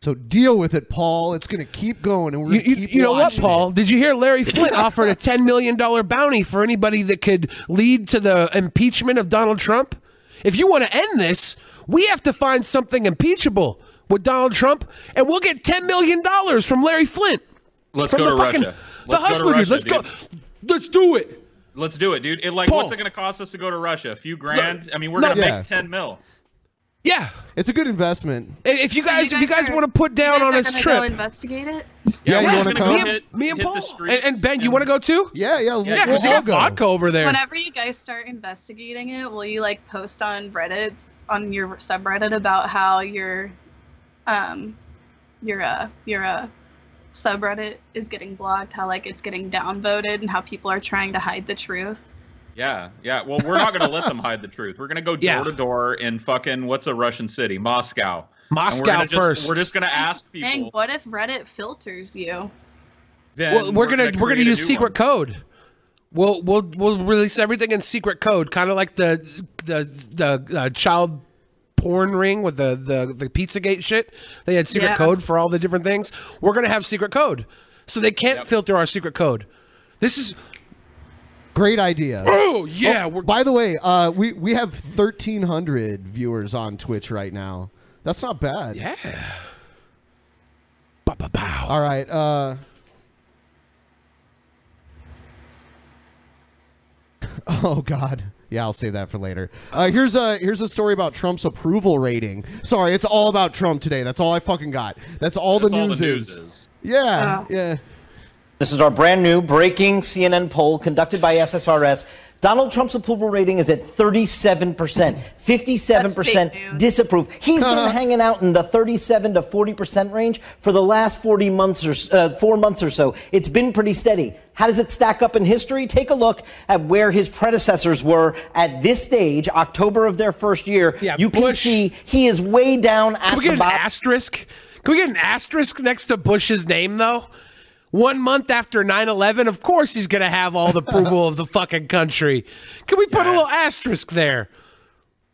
S5: So deal with it, Paul. It's going to keep going, and we're
S14: You,
S5: going to
S14: you,
S5: keep
S14: you know what,
S5: watching it.
S14: Paul? Did you hear Larry Flint offered a $10 million bounty for anybody that could lead to the impeachment of Donald Trump? If you want to end this, we have to find something impeachable with Donald Trump, and we'll get $10 million from Larry Flint.
S13: Let's
S14: From
S13: go
S14: the
S13: to
S14: fucking-
S13: Russia.
S14: The
S13: Let's go to
S14: hustler, dude.
S13: Russia,
S14: Let's go. Let's do it.
S13: Let's do it, dude. It like what's it gonna cost us to go to Russia? A few grand? I mean, we're
S5: no.
S13: gonna
S5: Yeah.
S13: make ten mil.
S14: Yeah,
S5: it's a good investment.
S14: If you guys, if you guys
S12: are-
S14: want to put down
S12: you guys
S14: on
S12: are
S14: this
S12: gonna
S14: trip,
S12: Go investigate it.
S5: Yeah, you want to come?
S14: Me and, me and Paul, and, and Ben, you want to go too?
S5: Yeah, yeah,
S14: yeah. Because
S5: we'll
S14: you
S5: all
S14: got
S5: go.
S14: vodka over there.
S12: Whenever you guys start investigating it, will you like post on Reddit on your subreddit about how your um your uh your uh subreddit is getting blocked, how like it's getting downvoted and how people are trying to hide the truth?
S13: Yeah, yeah. Well, we're not gonna let them hide the truth. We're gonna go door to door in fucking what's a Russian city? Moscow. And we're
S14: Moscow
S13: gonna just-
S14: first.
S13: We're just gonna ask people.
S12: Dang, what if Reddit filters you?
S13: Then
S14: Well, we're, gonna, we're gonna
S13: create a
S14: use
S13: new
S14: secret
S13: one.
S14: code. We'll we'll we'll release everything in secret code, kind of like the the the uh, child porn ring with the the the PizzaGate shit. They had secret
S13: Yeah.
S14: code for all the different things. We're gonna have secret code, so they can't filter our secret code. This is
S5: Great idea.
S14: Oh, yeah,
S5: by the way, uh, we we have thirteen hundred viewers on Twitch right now. That's not bad.
S14: Yeah.
S5: All right. Uh, oh God. Yeah, I'll save that for later. Uh, here's a here's a story about Trump's approval rating. Sorry, it's all about Trump today. That's all I fucking got. That's all, the,
S25: That's all the
S5: news
S25: news
S5: is. Yeah, yeah.
S25: This is our brand new breaking CNN poll conducted by SSRS. Donald Trump's approval rating is at 37%. 57% disapprove. He's been hanging out in the 37 to 40% range for the last 40 months or s- uh, 4 months or so. It's been pretty steady. How does it stack up in history? Take a look at where his predecessors were at this stage, October of their first year. you can see he is way down at
S14: Can we get
S25: the
S14: an
S25: bottom.
S14: asterisk? Can we get an asterisk next to Bush's name, though? One month after 9 11, of course he's going to have all the approval of the fucking country. Can we put a little asterisk there?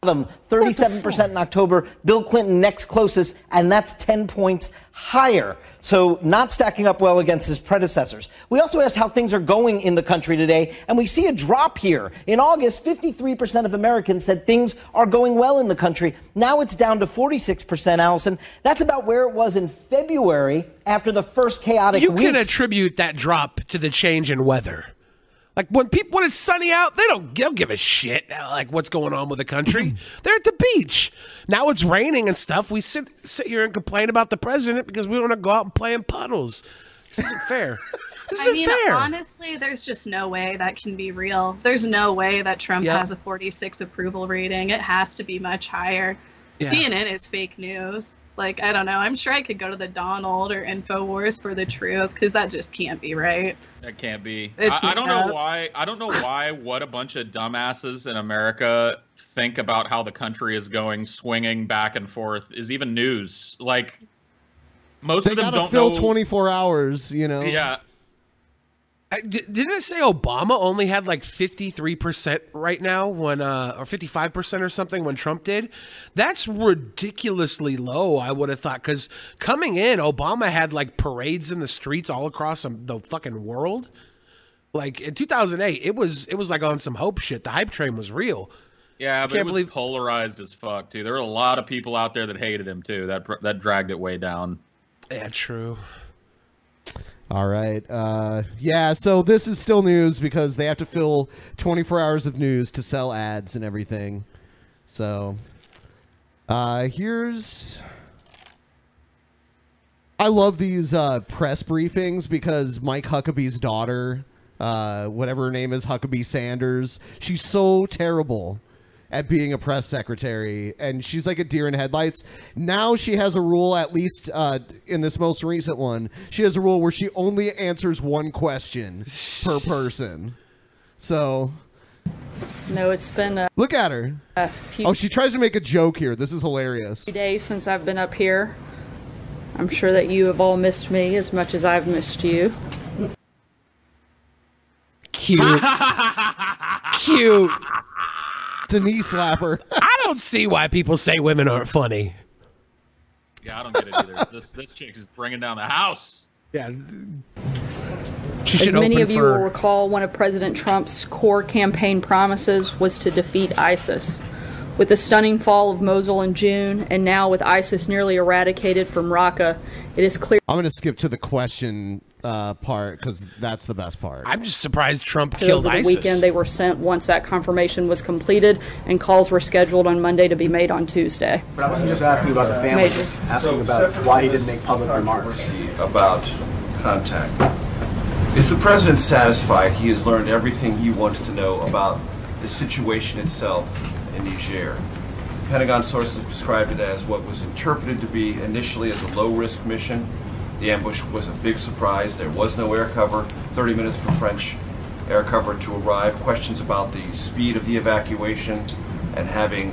S25: bottom, 37% in October. Bill Clinton next closest, and that's 10 points higher. So not stacking up well against his predecessors. We also asked how things are going in the country today, and we see a drop here. In August, 53% of Americans said things are going well in the country. Now it's down to 46%, Allison. That's about where it was in February after the first chaotic
S14: You
S25: weeks.
S14: can attribute that drop to the change in weather. Like when people when it's sunny out, they don't, they don't give a shit uh, like what's going on with the country. They're at the beach. Now it's raining and stuff. We sit sit here and complain about the president because we want to go out and play in puddles. This isn't fair. This
S12: I
S14: isn't
S12: mean,
S14: fair.
S12: honestly, there's just no way that can be real. There's no way that Trump
S14: Yeah.
S12: has a 46 approval rating. It has to be much higher.
S14: Yeah.
S12: CNN is fake news. Like, I don't know. I'm sure I could go to the Donald or InfoWars for the truth because that just can't be right.
S13: That can't be.
S12: It's
S13: I, I don't
S12: made
S13: know
S12: up.
S13: why. I don't know why. What a bunch of dumbasses in America think about how the country is going, swinging back and forth, is even news. Like most
S5: They
S13: of them
S5: gotta
S13: don't
S5: fill
S13: know.
S5: 24 hours, you know?
S13: Yeah.
S14: I, di- didn't it say Obama only had like 53% right now when uh or 55% or something when Trump did? That's ridiculously low, I would have thought cuz coming in Obama had like parades in the streets all across um, the fucking world. Like in 2008, it was it was like on some hope shit. The hype train was real.
S13: Yeah, but
S14: can't
S13: it was polarized as fuck too. There were a lot of people out there that hated him too. That pr- that dragged it way down.
S14: Yeah, true.
S5: All right. Uh, yeah, so this is still news because they have to fill 24 hours of news to sell ads and everything. So uh, here's. I love these uh, press briefings because Mike Huckabee's daughter, uh, whatever her name is, Huckabee Sanders, she's so terrible at being a press secretary, and she's like a deer in headlights. Now she has a rule, at least uh, in this most recent one, she has a rule where she only answers one question per person. So
S26: No, it's been a,
S5: look at her.
S26: a few
S5: Oh, she tries to make a joke here. This is hilarious.
S26: days since I've been up here. I'm sure that you have all missed me as much as I've missed you.
S14: Cute. Cute.
S5: It's a knee slapper.
S14: I don't see why people say women aren't funny.
S13: Yeah, I don't get it either. this this chick is bringing down the house.
S14: Yeah.
S26: as many of you will recall, one of President Trump's core campaign promises was to defeat ISIS. With the stunning fall of Mosul in June, and now with ISIS nearly eradicated from Raqqa, it is clear.
S5: I'm going to skip to the question uh, part because that's the best part.
S14: I'm just surprised Trump
S26: that
S14: killed
S26: over the
S14: ISIS.
S26: weekend they were sent once that confirmation was completed, and calls were scheduled on Monday to be made on Tuesday.
S27: But I wasn't just asking about the family,
S26: Major.
S27: asking about why he didn't make public remarks.
S15: about contact. Is the president satisfied he has learned everything he wants to know about the situation itself in Niger? Pentagon sources described it as what was interpreted to be initially as a low-risk mission. The ambush was a big surprise. There was no air cover. 30 minutes for French air cover to arrive. Questions about the speed of the evacuation and having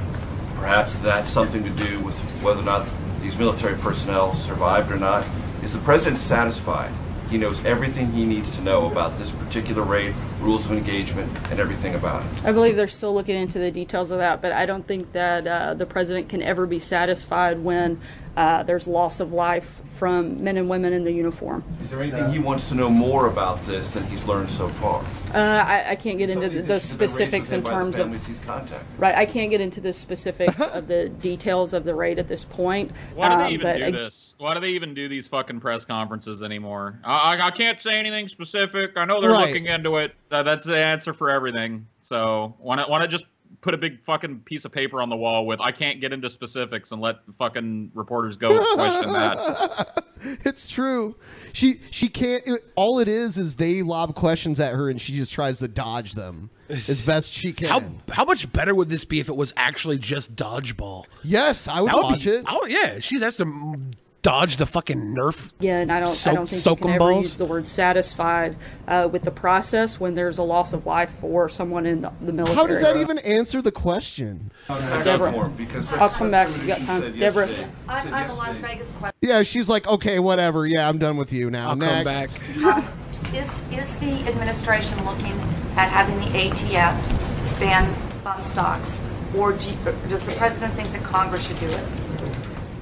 S15: perhaps that's something to do with whether or not these military personnel survived or not. Is the president satisfied? He knows everything he needs to know about this particular raid, rules of engagement, and everything about it.
S26: I believe they're still looking into the details of that, but I don't think that uh, the president can ever be satisfied when uh, there's loss of life from men and women in the uniform.
S15: Is there anything he wants to know more about this than he's learned so far?
S26: Uh, I, I can't get
S15: Some
S26: into
S15: of these
S26: the, those
S15: issues have been raised
S26: specifics
S15: with him
S26: in
S15: by the
S26: terms
S15: families he's
S26: of.
S15: contacted.
S26: Right, I can't get into the specifics of the details of the raid at this point.
S13: Why do
S26: um,
S13: they even
S26: but
S13: do
S26: ag-
S13: this? Why do they even do these fucking press conferences anymore? I, I, I can't say anything specific. I know they're
S5: Right.
S13: looking into it. Tha- that's the answer for everything. So why not? Why not just put a big fucking piece of paper on the wall with "I can't get into specifics" and let fucking reporters go question that?
S5: it's true. She she can't. it- all it is is they lob questions at her and she just tries to dodge them as best she can.
S14: How how much better would this be if it was actually just dodgeball?
S5: yes, I would
S14: That would
S5: watch
S14: be-
S5: it.
S14: Oh yeah, she has to mm, dodge the fucking Nerf.
S26: Yeah, and I don't, I
S14: soak-
S26: don't think you
S14: soak
S26: can
S14: 'em
S26: ever
S14: balls.
S26: use the word satisfied uh, with the process when there's a loss of life for someone in the, the military.
S5: How does that even answer the question?
S15: Form, because
S26: I'll come back. You got
S15: Secretary
S26: time.
S15: Mnuchin said
S26: Deborah.
S15: yesterday-
S1: I I have a Las Vegas question.
S5: Yeah, she's like, okay, whatever. Yeah, I'm done with you
S14: I'll
S5: now.
S14: come
S5: Next.
S14: back.
S1: Uh, Is, is the administration looking at having the ATF ban bump stocks? Or do, you- does the president think that Congress should do it?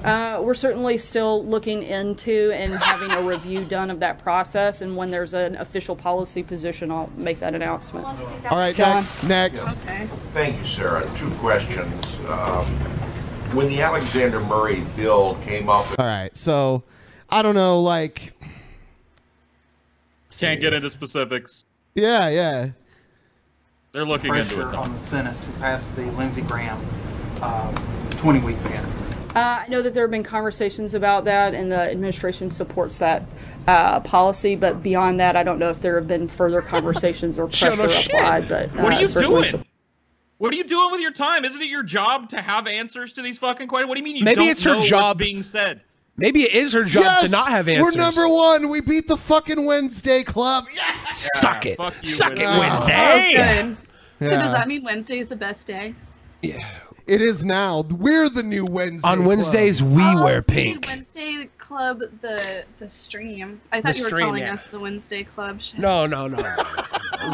S26: Uh, we're certainly still looking into and having a review done of that process. And when there's an official policy position, I'll make that announcement.
S5: All right,
S26: John.
S5: next. Next.
S28: Thank you, Sarah. Two questions. Um, when the Alexander Murray bill came up,
S5: All right. So, I don't know. Like,
S13: Can't get into specifics.
S5: yeah, yeah.
S13: They're looking into
S27: Pressure
S13: it.
S27: on the Senate to pass the Lindsey Graham um, 20-week ban.
S26: Uh, I know that there have been conversations about that, and the administration supports that uh, policy. But beyond that, I don't know if there have been further conversations or
S13: Shut
S26: pressure
S13: up, shit.
S26: applied. But
S13: What
S26: uh,
S13: are you
S26: certainly
S13: doing? What are you doing with your time? Isn't it your job to have answers to these fucking questions? What do you mean you
S14: Maybe
S13: don't
S14: it's her
S13: know what's
S14: job-
S13: being said?
S14: Maybe it is her job
S5: yes,
S14: to not have
S5: We're
S14: answers.
S5: number one. We beat the fucking Wednesday Club. Yeah.
S14: Suck it.
S13: fuck you,
S14: Suck it,
S5: Wednesday.
S14: Wednesday.
S5: Oh,
S12: So
S5: Yeah.
S12: does that mean Wednesday is the best day?
S5: It is now. We're the new Wednesday.
S14: On
S5: Club.
S14: Wednesdays, we wear pink.
S12: Wednesday Club, the the stream. I thought
S14: The
S12: you were
S14: stream,
S12: calling
S14: yeah.
S12: us the Wednesday Club. Shit.
S14: No, no, no.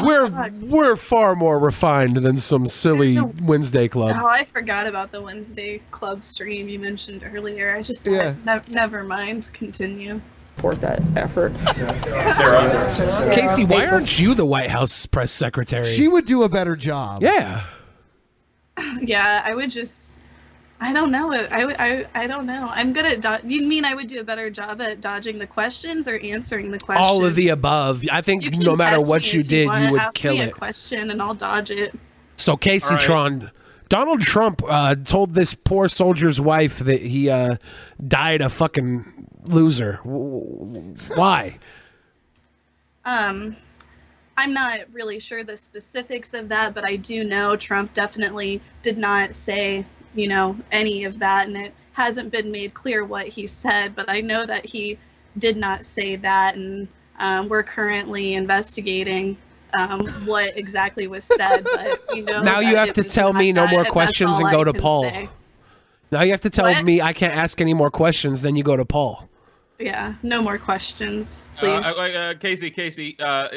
S14: we're we're far more refined than some silly Wednesday club.
S12: Oh, I forgot about the Wednesday Club stream you mentioned earlier. I just thought,
S14: Yeah.
S12: nev- never mind. Continue.
S26: support that effort.
S14: Casey, why aren't you the White House press secretary?
S5: She would do a better job.
S14: yeah.
S12: yeah, I would just. I don't know. I, would- I, I don't know. I'm good at. Do- you mean I would do a better job at dodging the questions or answering the questions?
S14: All of the above. I think no matter
S12: Ask
S14: what
S12: me
S14: you
S12: if
S14: did, you,
S12: want.
S14: would
S12: Ask
S14: kill
S12: me
S14: it.
S12: A question and I'll dodge it.
S14: So Casey
S12: All right.
S14: Tron, Donald Trump uh, told this poor soldier's wife that he uh, died a fucking loser. W- w- Why?
S12: Um, I'm not really sure the specifics of that, but I do know Trump definitely did not say, you know, any of that, and it hasn't been made clear what he said. But I know that he did not say that, and um, we're currently investigating um, what exactly was said. But you know,
S14: now you
S12: that
S14: have
S12: it
S14: to
S12: was
S14: tell
S12: not
S14: me no
S12: that,
S14: more
S12: that's
S14: questions
S12: all
S14: and
S12: I
S14: go to
S12: can
S14: Paul.
S12: say.
S14: Now you have to tell
S12: What?
S14: me I can't ask any more questions. Then you go to Paul.
S12: Yeah, no more questions,
S13: Uh,
S12: please.
S13: uh, uh, Casey, Casey, uh,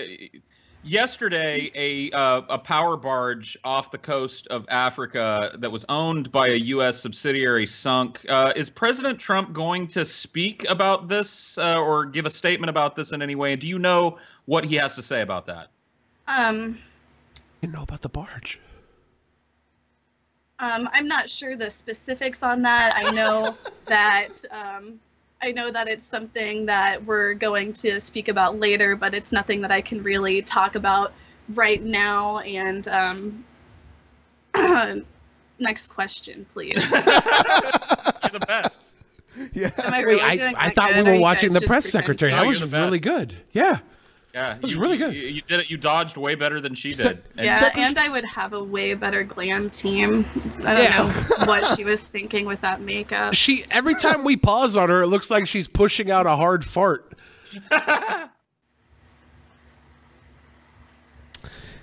S13: yesterday a uh, a power barge off the coast of Africa that was owned by a U.S. subsidiary sunk. Uh, is President Trump going to speak about this uh, or give a statement about this in any way? And do you know what he has to say about that?
S12: um.
S14: You know about the barge.
S12: Um, I'm not sure the specifics on that. I know that um, I know that it's something that we're going to speak about later, but it's nothing that I can really talk about right now. And um, next question, please.
S13: You're the best.
S5: Yeah.
S12: Am I
S14: Wait,
S12: really
S14: I,
S12: doing
S14: I
S12: that
S14: thought
S12: good?
S14: we
S12: Are
S14: were
S12: you
S14: watching
S12: guys
S14: the
S12: just
S14: press
S12: pretending?
S14: secretary.
S13: No,
S14: that
S13: you're
S14: was
S13: the best.
S14: really good. Yeah.
S13: Yeah, it
S14: was really good.
S13: You, you did it. You dodged way better than she did. And-
S12: Yeah, and I would have a way better glam team. I don't
S14: Yeah.
S12: know what she was thinking with that makeup.
S14: She every time we pause on her, it looks like she's pushing out a hard fart.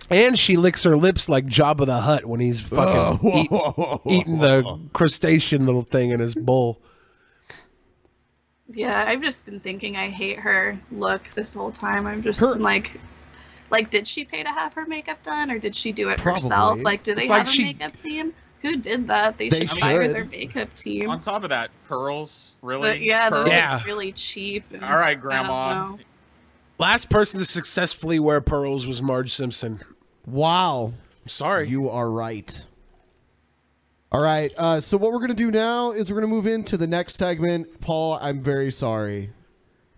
S14: and she licks her lips like Jabba the Hutt when he's fucking
S5: Oh, whoa,
S14: eat-
S5: whoa, whoa, whoa,
S14: eating
S5: whoa.
S14: the crustacean little thing in his bowl.
S12: Yeah, I've just been thinking I hate her look this whole time. I've just been like, like, did she pay to have her makeup done, or did she do it herself?
S13: Probably.
S12: Like, do they
S13: It's like
S12: have a
S13: she-
S12: makeup team? Who did that? They,
S13: They
S12: should, hire
S13: should.
S12: their makeup team.
S13: on top of that, pearls. Really?
S12: But yeah, those
S13: Pearls?
S12: look really cheap. and
S13: All right,
S12: I don't
S13: Grandma.
S12: know.
S14: Last person to successfully wear pearls was Marge Simpson.
S5: Wow.
S14: Sorry.
S5: You are right. All right. Uh, so what we're gonna do now is we're gonna move into the next segment. Paul, I'm very sorry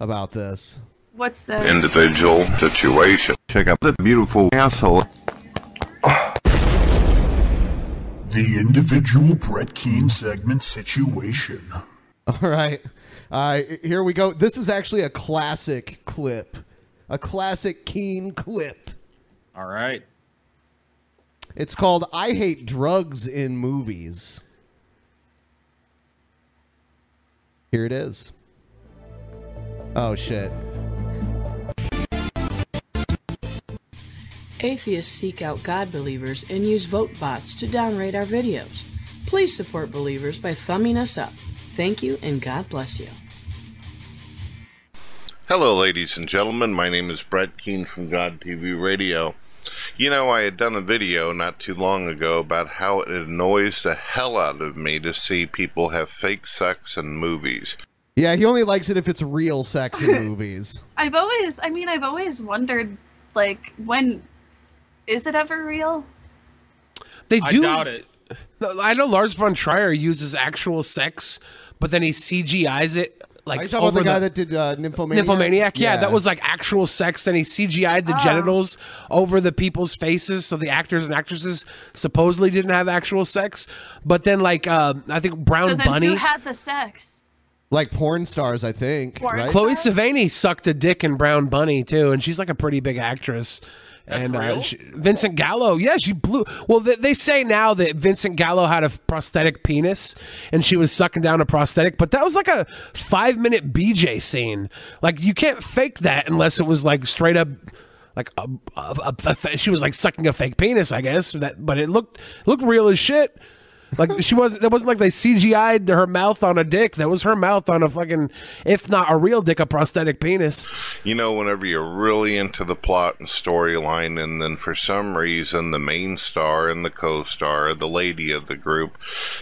S5: about this.
S12: What's the
S28: individual situation. Check out the beautiful asshole.
S15: The individual Brett Keen segment situation.
S5: All right. Uh, here we go. This is actually a classic clip, a classic Keen clip.
S13: All right.
S5: It's called "I Hate Drugs in Movies." Here it is. Oh shit.
S4: Atheists seek out God believers and use vote bots to downrate our videos. Please support believers by thumbing us up. Thank you and God bless you.
S28: Hello, ladies and gentlemen. My name is Brett Keene from God TV Radio. You know, I had done a video not too long ago about how it annoys the hell out of me to see people have fake sex in movies.
S5: Yeah, he only likes it if it's real sex in movies.
S12: I've always, I mean, I've always wondered, like, when is it ever real?
S14: They
S13: I
S14: do.
S13: doubt it.
S14: No, I know Lars von Trier uses actual sex, but then he CGI's it
S5: Are
S14: like
S5: you talking about
S14: over
S5: the guy that did uh, Nymphomaniac?
S14: Nymphomaniac. Yeah, that was like actual sex, and he CGI'd the
S5: Ah.
S14: genitals over the people's faces, so the actors and actresses supposedly didn't have actual sex. But then, like, um, I think Brown
S12: So then
S14: Bunny,
S12: who had the sex?
S5: like porn stars, I think.
S12: Porn
S5: right?
S14: Chloe Savini sucked a dick in Brown Bunny too, and she's like a pretty big actress. and Uh, she, Vincent Gallo, yeah, she blew. Well, they, they say now that Vincent Gallo had a prosthetic penis, and she was sucking down a prosthetic. But that was like a five-minute BJ scene. Like you can't fake that unless it was like straight up, like a, a, a- a- she was like sucking a fake penis, I guess. That, but it looked looked real as shit. Like she wasn't. That wasn't like they CGI'd her mouth on a dick. That was her mouth on a fucking, if not a real dick, a prosthetic penis.
S28: You know, whenever you're really into the plot and storyline, and then for some reason the main star and the co star, the lady of the group,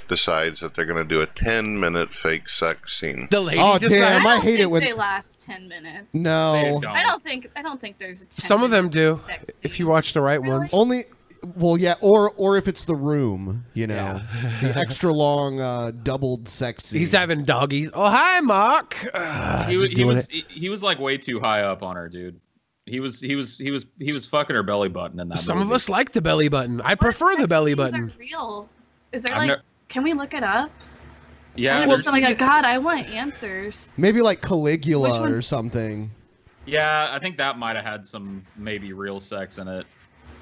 S28: decides that they're going to do a 10 minute fake sex scene.
S14: The
S5: Oh damn! I,
S12: don't
S5: hate
S12: think
S5: it when
S12: they last ten minutes.
S5: no.
S12: I don't think I don't think there's a ten.
S14: Some of them do, if you watch the right ones.
S5: Only, well, yeah, or or if it's the room, you know, the extra long uh, doubled sex scene.
S14: He's having doggies. Oh hi, Mark.
S13: he, was-
S5: just
S13: he
S5: doing
S13: was he, he was like way too high up on her, dude. He was he was he was he was fucking her belly button in that.
S14: Some
S13: movie.
S14: of us like the belly button. I prefer the belly button.
S12: Real? Is there
S14: I've
S12: like?
S14: never-
S12: Can we look it up?
S13: Yeah,
S12: I'm
S5: well,
S12: just like, oh God, I want answers.
S5: Maybe like Caligula or something.
S13: Yeah, I think that might have had some maybe real sex in it.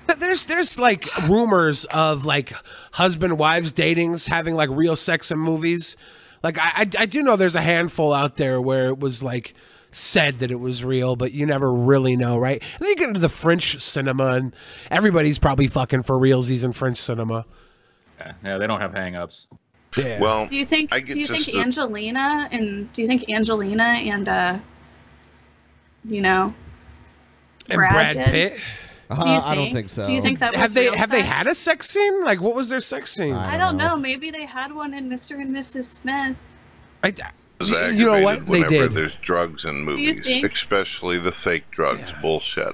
S14: Th- There's there's like rumors of like husband wives datings having like real sex in movies. Like I, I I do know there's a handful out there where it was like said that it was real, but you never really know, right? And then you get into the French cinema and everybody's probably fucking for realsies in French cinema.
S13: Yeah, yeah they don't have hang-ups.
S14: Yeah.
S28: Well,
S12: Do you think?
S28: Oh, I get
S12: Do you think
S28: just the-
S12: Angelina and do you think Angelina and uh, you know,
S14: And Brad,
S12: did?
S14: Pitt.
S12: Uh, Do you I don't think? think so. Do you think that
S14: have
S12: was
S14: they
S12: real
S14: have they
S12: sex?
S14: had a sex scene? Like what was their sex scene?
S12: I don't know. Maybe they had one in Mr. and Mrs. Smith.
S28: It's
S14: you know what?
S28: aggravated
S14: They
S28: Whenever
S14: did.
S28: there's drugs in
S12: you
S28: movies,
S12: think-
S28: especially the fake drugs bullshit.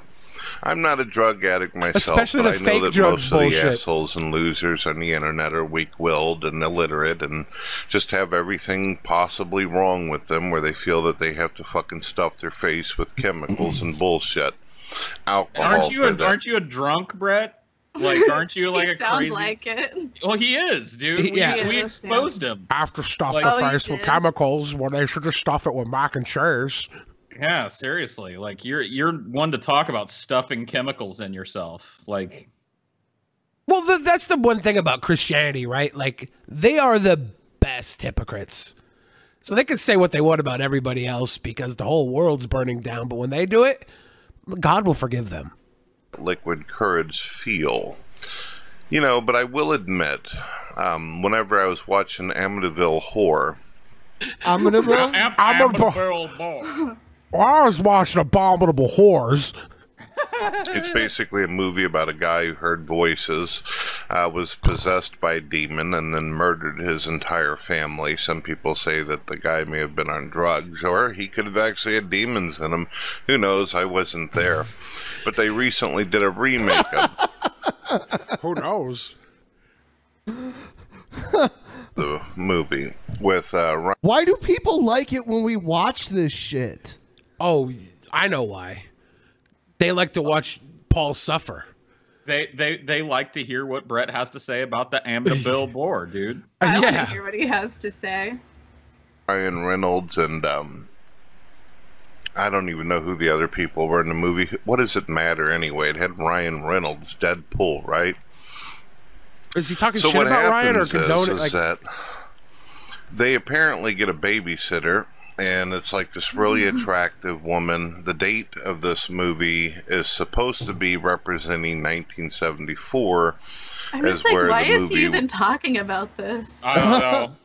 S28: I'm not a drug addict myself,
S14: Especially
S28: but
S14: the
S28: I know
S14: fake
S28: that
S14: drugs
S28: most of the
S14: bullshit.
S28: assholes and losers on the internet are weak-willed and illiterate, and just have everything possibly wrong with them, where they feel that they have to fucking stuff their face with chemicals and bullshit, alcohol.
S13: Aren't you
S28: for
S13: a,
S28: that.
S13: aren't you a drunk, Brett? Like, aren't you like
S12: he
S13: a
S12: sounds
S13: crazy?
S12: like it.
S13: Well, he is, dude.
S14: He-
S13: We,
S14: yeah.
S13: we exposed him.
S14: After stuff
S13: Like-
S14: the
S13: Oh, you
S14: face with
S13: did?
S14: chemicals, well they should just stuff it with mac and cheese.
S13: Yeah, seriously. Like you're you're one to talk about stuffing chemicals in yourself. Like
S14: Well, th that's the one thing about Christianity, right? Like they are the best hypocrites. So they can say what they want about everybody else because the whole world's burning down, but when they do it, God will forgive them.
S28: liquid courage feel. You know, but I will admit, um, whenever I was watching Amityville Horror,
S5: I'm gonna.
S14: I'm a Well, I was watching Abominable Whores.
S28: it's basically a movie about a guy who heard voices, uh, was possessed by a demon, and then murdered his entire family. Some people say that the guy may have been on drugs, or he could have actually had demons in him. Who knows? I wasn't there. But they recently did a remake of
S14: Who knows?
S28: the movie with uh, Ryan.
S5: Why do people like it when we watch this shit?
S14: Oh, I know why. They like to watch Paul suffer.
S13: they they they like to hear what Brett has to say about the Amityville Boar, dude.
S14: Uh,
S12: I want to hear what he has to say.
S28: Ryan Reynolds and um, I don't even know who the other people were in the movie. What does it matter anyway? It had Ryan Reynolds, Deadpool, right?
S14: Is he talking
S28: so
S14: shit
S28: what
S14: about Ryan or
S28: happens is,
S14: condoning? Like,
S28: is that they apparently get a babysitter, and it's like this really
S14: Mm-hmm.
S28: attractive woman. The date of this movie is supposed to be representing 1974,
S12: I'm
S28: as
S12: just like,
S28: where
S12: why
S28: the
S12: is
S28: movie
S12: he even talking about this?
S13: I don't know.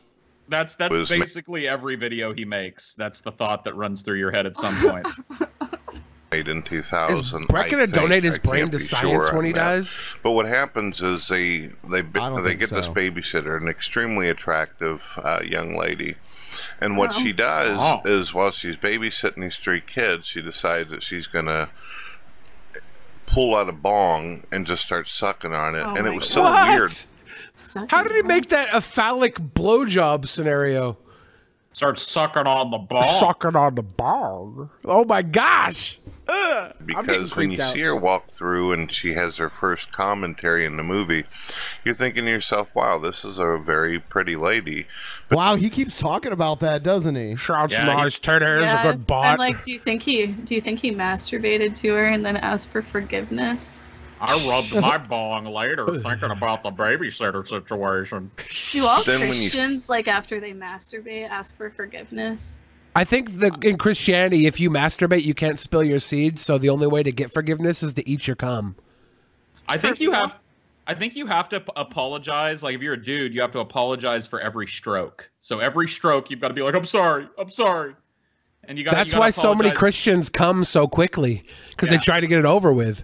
S13: That's
S28: Was
S13: that's
S28: ma-
S13: basically every video he makes. That's the thought that runs through your head at some point.
S28: made in 2000.
S13: Brett
S28: I
S13: gonna
S28: think.
S13: donate his
S28: I can't
S13: brain to
S28: be
S13: science
S28: sure
S13: when he
S28: on that.
S13: dies?
S28: But what happens is they they they
S13: think
S28: get this
S13: so.
S28: babysitter, an extremely attractive uh, young lady, and what
S13: Oh.
S28: she does
S13: Oh.
S28: is while she's babysitting these three kids, she decides that she's gonna pull out a bong and just start sucking on it,
S14: Oh
S28: and it
S14: my
S28: was so
S14: God.
S28: weird.
S14: How did he make that a phallic blowjob scenario?
S13: Start sucking on the ball.
S14: Sucking on the ball. Oh my gosh. Ugh. I'm getting
S28: Because when you
S14: creeped out.
S28: see her walk through and she has her first commentary in the movie, you're thinking to yourself, wow, this is a very pretty lady.
S5: Wow, he keeps talking about that, doesn't he?
S14: Shroud's nice. Turner is a good
S12: I'm
S14: bot.
S12: like, do you think he do you think he masturbated to her and then asked for forgiveness?
S13: I rubbed my bong later thinking about the babysitter situation.
S12: Do all
S13: Then when you-
S12: Christians like after they masturbate ask for forgiveness?
S14: I think the, in Christianity, if you masturbate, you can't spill your seeds. So the only way to get forgiveness is to eat your cum.
S13: I think you have. I think you have to p- apologize. Like if you're a dude, you have to apologize for every stroke. So every stroke, you've got to be like, "I'm sorry, I'm sorry," and you got.
S14: That's why so many Christians come so quickly because they try to get it over with.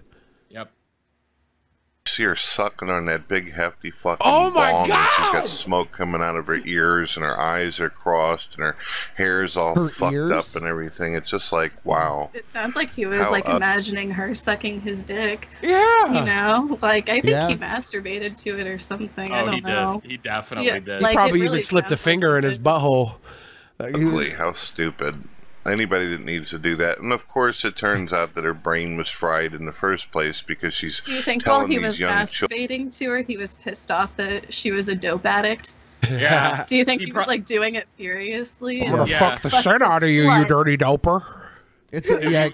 S28: You see her sucking on that big, hefty fucking
S14: Oh my
S28: bong, and she's got smoke coming out of her ears, and her eyes are crossed, and her hair's all
S12: Her
S28: fucked
S12: ears?
S28: up and everything. It's just like, wow.
S12: It sounds like he was
S28: How
S12: like
S28: up-
S12: imagining her sucking his dick.
S14: Yeah.
S12: You know, like I think
S14: Yeah.
S12: he masturbated to it or something. I
S13: Oh,
S12: don't
S13: he
S12: know.
S13: did. He definitely
S12: Yeah,
S13: did.
S14: He
S12: Like, it
S14: probably
S12: really
S14: even slipped a finger in his butthole. Like, he-
S28: Ugly, how stupid. Anybody that needs to do that. And of course, it turns out that her brain was fried in the first place because she's
S12: Do you think
S28: telling
S12: while he
S28: these
S12: was
S28: young children.
S12: masturbating to her, he was pissed off that she was a dope addict?
S14: Yeah.
S12: Do you think he, was like doing it furiously?
S14: I'm
S12: and-
S14: gonna fuck the shit out of you, you
S12: Slut.
S14: dirty doper.
S5: It's
S13: yeah.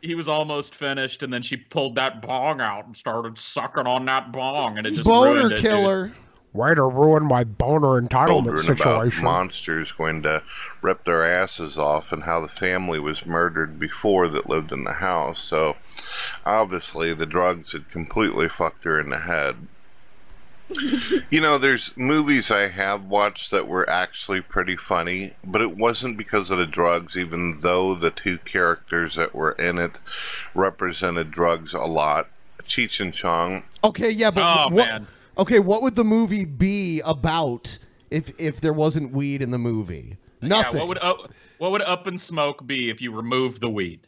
S13: He was almost finished, and then she pulled that bong out and started sucking on that bong, and it just ruined it, dude.
S14: Way to ruin my boner entitlement
S28: children about
S14: situation.
S28: monsters going to rip their asses off and how the family was murdered before that lived in the house. So obviously the drugs had completely fucked her in the head. you know, there's movies I have watched that were actually pretty funny, but it wasn't because of the drugs, even though the two characters that were in it represented drugs a lot. Cheech and Chong
S5: Okay, yeah, but
S28: Oh,
S5: what?
S28: man.
S5: Okay, what would the movie be about if if there wasn't weed in the movie? Nothing.
S13: Yeah, what would up, what would up and smoke be if you removed the weed?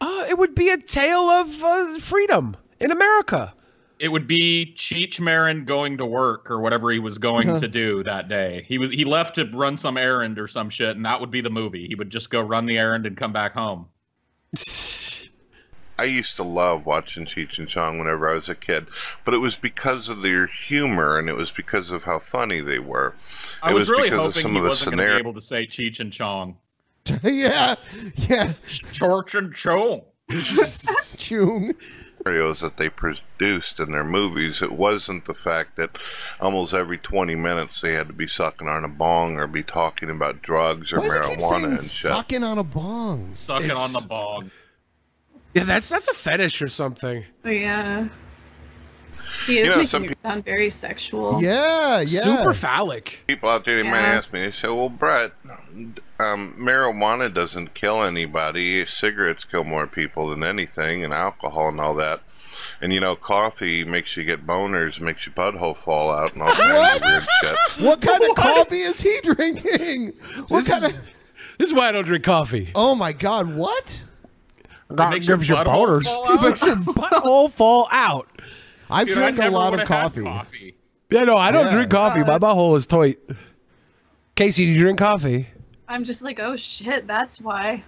S14: Uh, it would be a tale of uh, freedom in America.
S13: It would be Cheech Marin going to work or whatever he was going
S5: Uh-huh.
S14: Huh.
S13: to do that day. He was he left to run some errand or some shit, and that would be the movie. He would just go run the errand and come back home.
S28: I used to love watching Cheech and Chong whenever I was a kid, but it was because of their humor and it was because of how funny they were.
S13: I
S28: it
S13: was, really
S28: because
S13: hoping
S28: of some
S13: he
S28: of the
S13: wasn't going to be
S28: scenario.
S13: able to say Cheech and Chong.
S5: yeah, yeah.
S13: Chorch and Chong.
S5: Chung.
S28: scenarios that they produced in their movies. It wasn't the fact that almost every 20 minutes they had to be sucking on a bong or be talking about drugs or
S5: Why does he keep
S28: marijuana
S5: saying
S28: and shit.
S5: sucking on a bong?
S13: Sucking on the bog.
S14: Yeah, that's that's a fetish or something.
S12: Oh, Yeah. He
S28: You
S12: is
S28: know, some
S12: making it sound very sexual.
S14: Super phallic.
S28: People out there, they might
S12: Yeah.
S28: ask me, they say, well, Brett, um, marijuana doesn't kill anybody. Cigarettes kill more people than anything, and alcohol and all that. And, you know, coffee makes you get boners, makes your butthole fall out, and all kinds of weird shit.
S5: What kind of coffee is he drinking? What kind of?
S14: This is why I don't drink coffee.
S5: Oh my God! What?
S14: God
S5: makes
S14: gives
S5: your
S14: your
S5: butthole
S14: boners.
S5: fall
S14: It
S5: out?
S14: makes your butthole fall out.
S5: I've
S14: Dude, I
S5: drank a
S14: never
S5: lot
S14: would've
S5: of
S14: had
S5: coffee.
S14: Yeah, no, I don't
S5: Yeah.
S14: drink coffee. My butthole is tight. Casey, do you drink coffee?
S12: I'm just like, oh shit, that's why.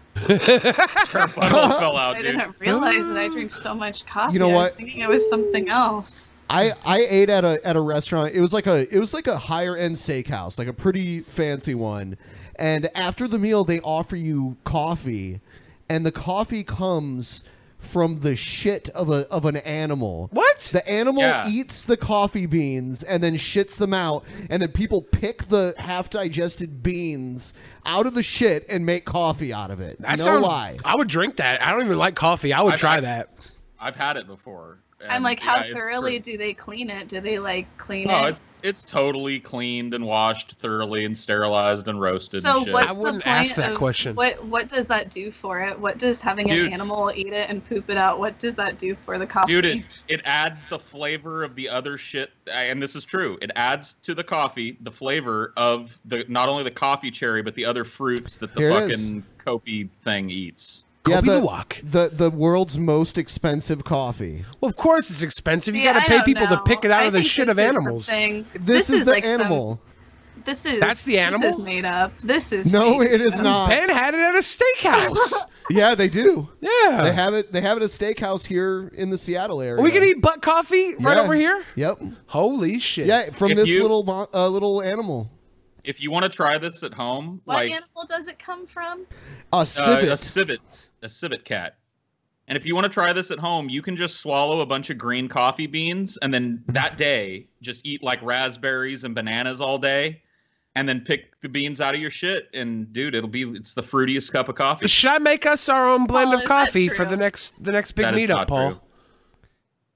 S13: fell out,
S12: I
S13: dude.
S12: didn't realize that I drink so much coffee.
S5: You know
S12: I was
S5: what?
S12: thinking it was something else.
S5: I, I ate at a at a restaurant. It was like a it was like a higher end steakhouse, like a pretty fancy one. And after the meal, they offer you coffee, and the coffee comes from the shit of a of an animal.
S14: What?
S5: The animal
S14: Yeah.
S5: eats the coffee beans and then shits them out, and then people pick the half digested beans out of the shit and make coffee out of it.
S14: That
S5: no
S14: sounds-
S5: lie.
S14: I would drink that. I don't even like coffee. I would
S13: I've-
S14: try
S13: I've-
S14: that.
S13: I've had it before.
S12: I'm
S13: and
S12: like, how
S13: yeah, it's
S12: thoroughly
S13: true.
S12: do they clean it? Do they like clean
S13: Oh,
S12: it?
S13: it's it's totally cleaned and washed thoroughly and sterilized and roasted.
S12: So
S13: and shit.
S12: what's the point of what what does that do for it? What does having
S13: Dude.
S12: an animal eat it and poop it out? What does that do for the coffee?
S13: Dude, it, it adds the flavor of the other shit, and this is true. It adds to the coffee the flavor of the not only the coffee cherry but the other fruits that the
S5: Here it is.
S13: fucking kopi thing eats.
S5: yeah, the, the the world's most expensive coffee.
S14: Well, of course it's expensive. You
S12: Yeah,
S14: got
S12: I
S14: to pay
S12: don't
S14: people to
S12: know.
S14: pick it out
S12: I
S14: of the
S12: think
S14: shit
S12: this
S14: of
S12: is
S14: animals.
S12: something-
S5: This, is, the
S12: like some-
S5: animal.
S12: This is
S14: That's the animal?
S12: This is made up. This is
S5: No,
S12: made
S5: it is
S12: up.
S5: not.
S14: Ben had it at a steakhouse.
S5: yeah, they do.
S14: Yeah.
S5: They have it they have it at a steakhouse here in the Seattle area.
S14: we can eat butt coffee right
S5: Yeah.
S14: over here.
S5: Yep.
S14: Holy shit.
S5: Yeah, from
S13: If
S5: this
S13: you-
S5: little mo- uh, little animal.
S13: If you want to try this at home,
S12: What
S13: like
S12: animal does it come from?
S5: A civet.
S13: Uh, a civet, a civet cat. And if you want to try this at home, you can just swallow a bunch of green coffee beans and then that day just eat like raspberries and bananas all day and then pick the beans out of your shit and dude, it'll be it's the fruitiest cup of coffee.
S14: Should I make us our own blend
S12: Paul,
S14: of
S12: is that
S14: coffee for
S12: true?
S14: the next the next big
S13: That is
S14: meetup,
S13: not
S14: Paul?
S13: true.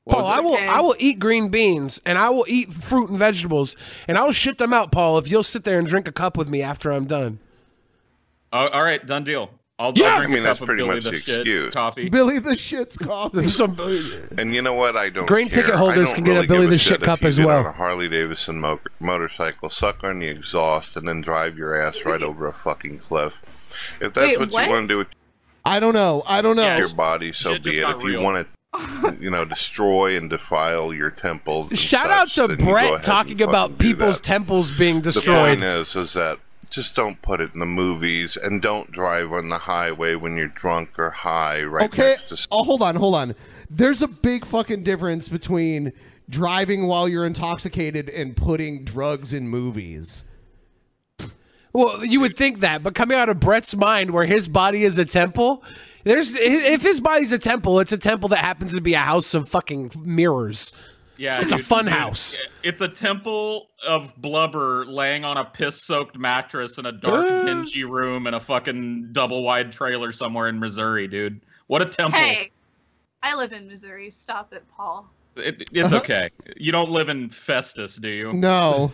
S13: What
S14: Paul,
S13: was it?
S14: I will
S12: Okay.
S14: I will eat green beans and I will eat fruit and vegetables and I'll shit them out, Paul, if you'll sit there and drink a cup with me after I'm done.
S13: Oh, all right, done deal. I'll, I'll
S14: Yeah!
S13: drink
S28: I mean,
S13: a
S28: that's
S13: cup of
S28: pretty
S13: Billy
S28: much
S13: the
S28: the
S13: Shit
S28: excuse.
S13: Coffee.
S5: Billy the shit's coffee.
S14: Some
S28: And you know what? I don't.
S14: Green
S28: care.
S14: ticket holders
S28: I don't
S14: can get a
S28: really
S14: Billy
S28: give
S14: the
S28: shit
S14: Shit
S28: if
S14: cup
S28: you
S14: as
S28: get
S14: well.
S28: On a Harley Davidson mo- motorcycle, suck on the exhaust, and then drive your ass right over a fucking cliff. If that's
S12: Wait,
S28: what,
S12: what?
S28: you want to do with
S5: I don't know. I don't know.
S28: your body, so
S13: Shit
S28: be
S13: just
S28: it.
S13: got
S28: If
S13: real.
S28: you want to, you know, destroy and defile your temples. and
S14: Shout
S28: such,
S14: out
S28: then
S14: to
S28: you go ahead
S14: Brett
S28: and
S14: talking
S28: fucking
S14: about
S28: do
S14: people's
S28: that.
S14: temples being
S28: The
S14: destroyed.
S28: point is, is that just don't put it in the movies and don't drive on the highway when you're drunk or high right
S5: Okay.
S28: next to.
S5: Oh, hold on, hold on. There's a big fucking difference between driving while you're intoxicated and putting drugs in movies.
S14: Well, you would think that, but coming out of Brett's mind, where his body is a temple, there's i- if his body's a temple, it's a temple that happens to be a house of fucking mirrors.
S13: Yeah,
S14: It's a
S13: dude,
S14: fun
S13: dude,
S14: house.
S13: It's a temple of blubber laying on a piss-soaked mattress in a dark,
S5: Uh.
S14: Ah.
S13: dingy room in a fucking double-wide trailer somewhere in Missouri, dude. What a temple!
S12: Hey, I live in Missouri. Stop it, Paul.
S13: It- it's okay. You don't live in Festus, do you?
S5: Uh-huh. No.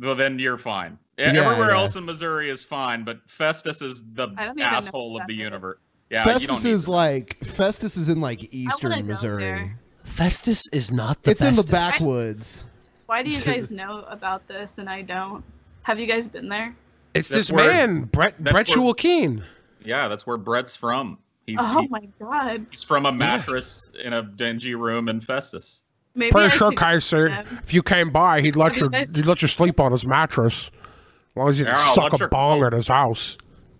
S13: Well, then you're fine. E-
S5: Yeah,
S13: Everywhere
S5: yeah.
S13: else in Missouri is fine, but Festus is the
S12: I don't even know
S13: asshole of
S12: that
S13: the
S12: is.
S13: universe. Yeah, you don't
S5: Festus
S13: need
S5: is like Festus is in like
S12: wanna
S5: eastern
S12: go
S5: Missouri.
S12: there.
S14: Festus is not the
S5: It's in the
S14: bestest.
S5: backwoods.
S12: Why do you guys know about this and I don't? Have you guys been there?
S14: It's
S13: That's
S14: this
S13: where-
S14: man, Brett
S13: that's
S14: Brett
S13: where-
S14: Jewel Keen.
S13: Yeah, that's where Brett's from. He's,
S12: Oh
S13: he-
S12: my god.
S13: he's from a mattress in a dingy room in Festus.
S12: Maybe I
S14: Pretty sure,
S12: should-
S14: Kaiser,
S12: Um,
S14: if you came by, he'd let
S12: Have
S14: you
S12: you guys-
S14: he'd let you sleep on his mattress. As long as you
S13: Yeah, I'll
S14: suck
S13: let
S14: a
S13: your-
S14: bong at his house.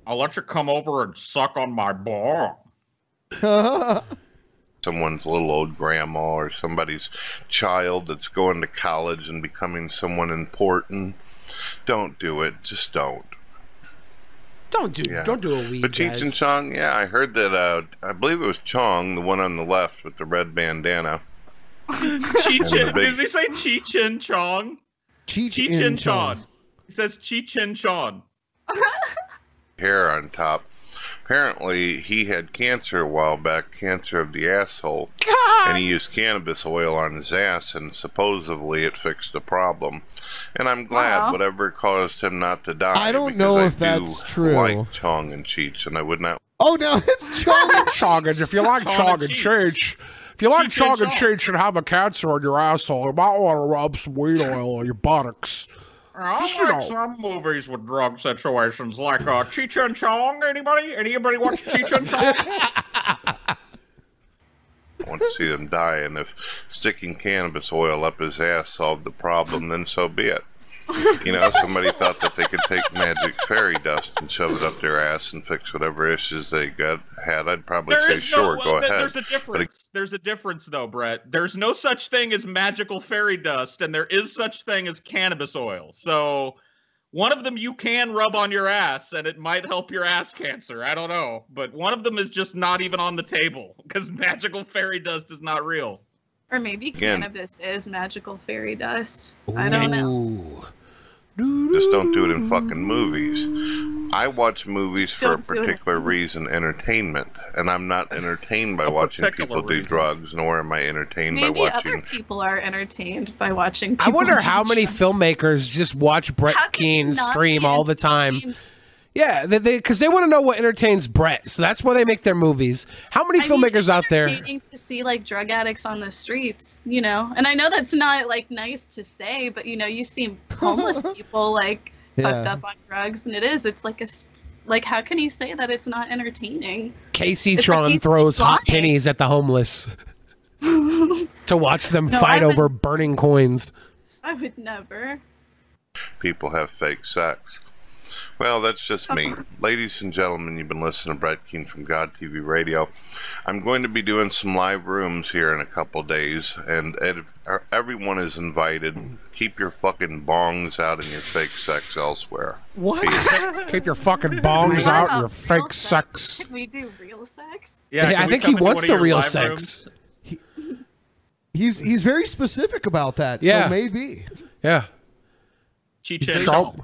S13: I'll let you come over and suck on my bong.
S28: someone's little old grandma or somebody's child that's going to college and becoming someone important. Don't do it. Just don't.
S14: Don't do
S28: Yeah.
S14: don't do a weed.
S28: But Cheech and Chong, yeah, I heard that. Uh, I believe it was Chong, the one on the left with the red bandana.
S13: Cheech
S28: And the
S13: and-
S28: big-
S13: does he say Cheech and Chong?
S5: Cheech,
S13: Cheech
S5: in
S13: and Chong. He says Cheech and Chong.
S28: hair on top. Apparently, he had cancer a while back, cancer of the asshole, and he used cannabis oil on his ass, and supposedly it fixed the problem. And I'm glad
S12: Wow.
S28: whatever caused him not to die.
S5: I don't
S28: because
S5: know
S28: I
S5: if
S28: do
S5: that's true.
S28: Like Chong and Cheech, and I would not
S5: Oh no, it's Chong.
S14: Choggins, if you like
S13: Chong
S14: Choggin
S13: and
S14: Cheech, if you like
S13: Cheech and
S14: Choggin
S13: Chong.
S14: Cheech and have a cancer on your asshole, you might want to rub some weed oil on your buttocks.
S13: I
S14: Just, you
S13: like
S14: know.
S13: some movies with drug situations, like uh, Cheech and Chong. Anybody? Anybody watch Cheech and Chong?
S28: want to see them die. And if sticking cannabis oil up his ass solved the problem, then so be it. You know, somebody thought that they could take magic fairy dust and shove it up their ass and fix whatever issues they got had. I'd probably
S13: There
S28: say,
S13: is no-
S28: sure,
S13: well,
S28: go
S13: there-
S28: ahead.
S13: There's a difference. There's a difference, though, Brett. There's no such thing as magical fairy dust, and there is such thing as cannabis oil. So, one of them you can rub on your ass, and it might help your ass cancer. I don't know, but one of them is just not even on the table because magical fairy dust is not real.
S12: Or maybe
S28: Again.
S12: cannabis is magical fairy dust. I don't know.
S28: Just don't do it in fucking movies. I watch movies for a
S12: Don't do it.
S28: particular reason, entertainment, and I'm not entertained by
S13: A
S28: watching
S13: particular
S28: people do
S13: reason.
S28: drugs, nor am I entertained by
S12: Maybe other
S28: watching
S12: people are entertained by watching.
S14: I wonder
S12: people
S14: how
S12: do
S14: many
S12: drugs.
S14: filmmakers just watch Brett
S12: How can you
S14: Keane
S12: not
S14: stream
S12: be
S14: all the time.
S12: entertained?
S14: Yeah, because they, 'cause they want to know what entertains Brett, so that's why they make their movies. How many
S12: I mean,
S14: filmmakers
S12: it's
S14: out there?
S12: entertaining to see like drug addicts on the streets, you know. And I know that's not like nice to say, but you know, you see homeless people like fucked
S5: Yeah.
S12: up on drugs, and it is. It's like a s- like how can you say that it's not entertaining?
S14: Casey
S12: It's like
S14: Tron
S12: he's
S14: throws hot
S12: lying.
S14: pennies at the homeless to watch them
S12: No,
S14: fight
S12: I would-
S14: over burning coins.
S12: I would never.
S28: people have fake sex. Well, that's just me. Ladies and gentlemen, you've been listening to Brett Keene from God TV Radio. I'm going to be doing some live rooms here in a couple days, and ed- er, everyone is invited. Keep your fucking bongs out and your fake sex elsewhere.
S14: What? Keep your fucking bongs out and your fake sex.
S12: Can we do real sex?
S14: Yeah,
S5: can
S14: I
S5: we
S14: think
S5: come
S14: he
S5: into
S14: wants
S5: one of
S14: the
S5: your
S14: real
S5: live
S14: sex.
S5: rooms? He's he's very specific about that.
S14: Yeah.
S5: So maybe.
S14: Yeah.
S13: She
S14: Show,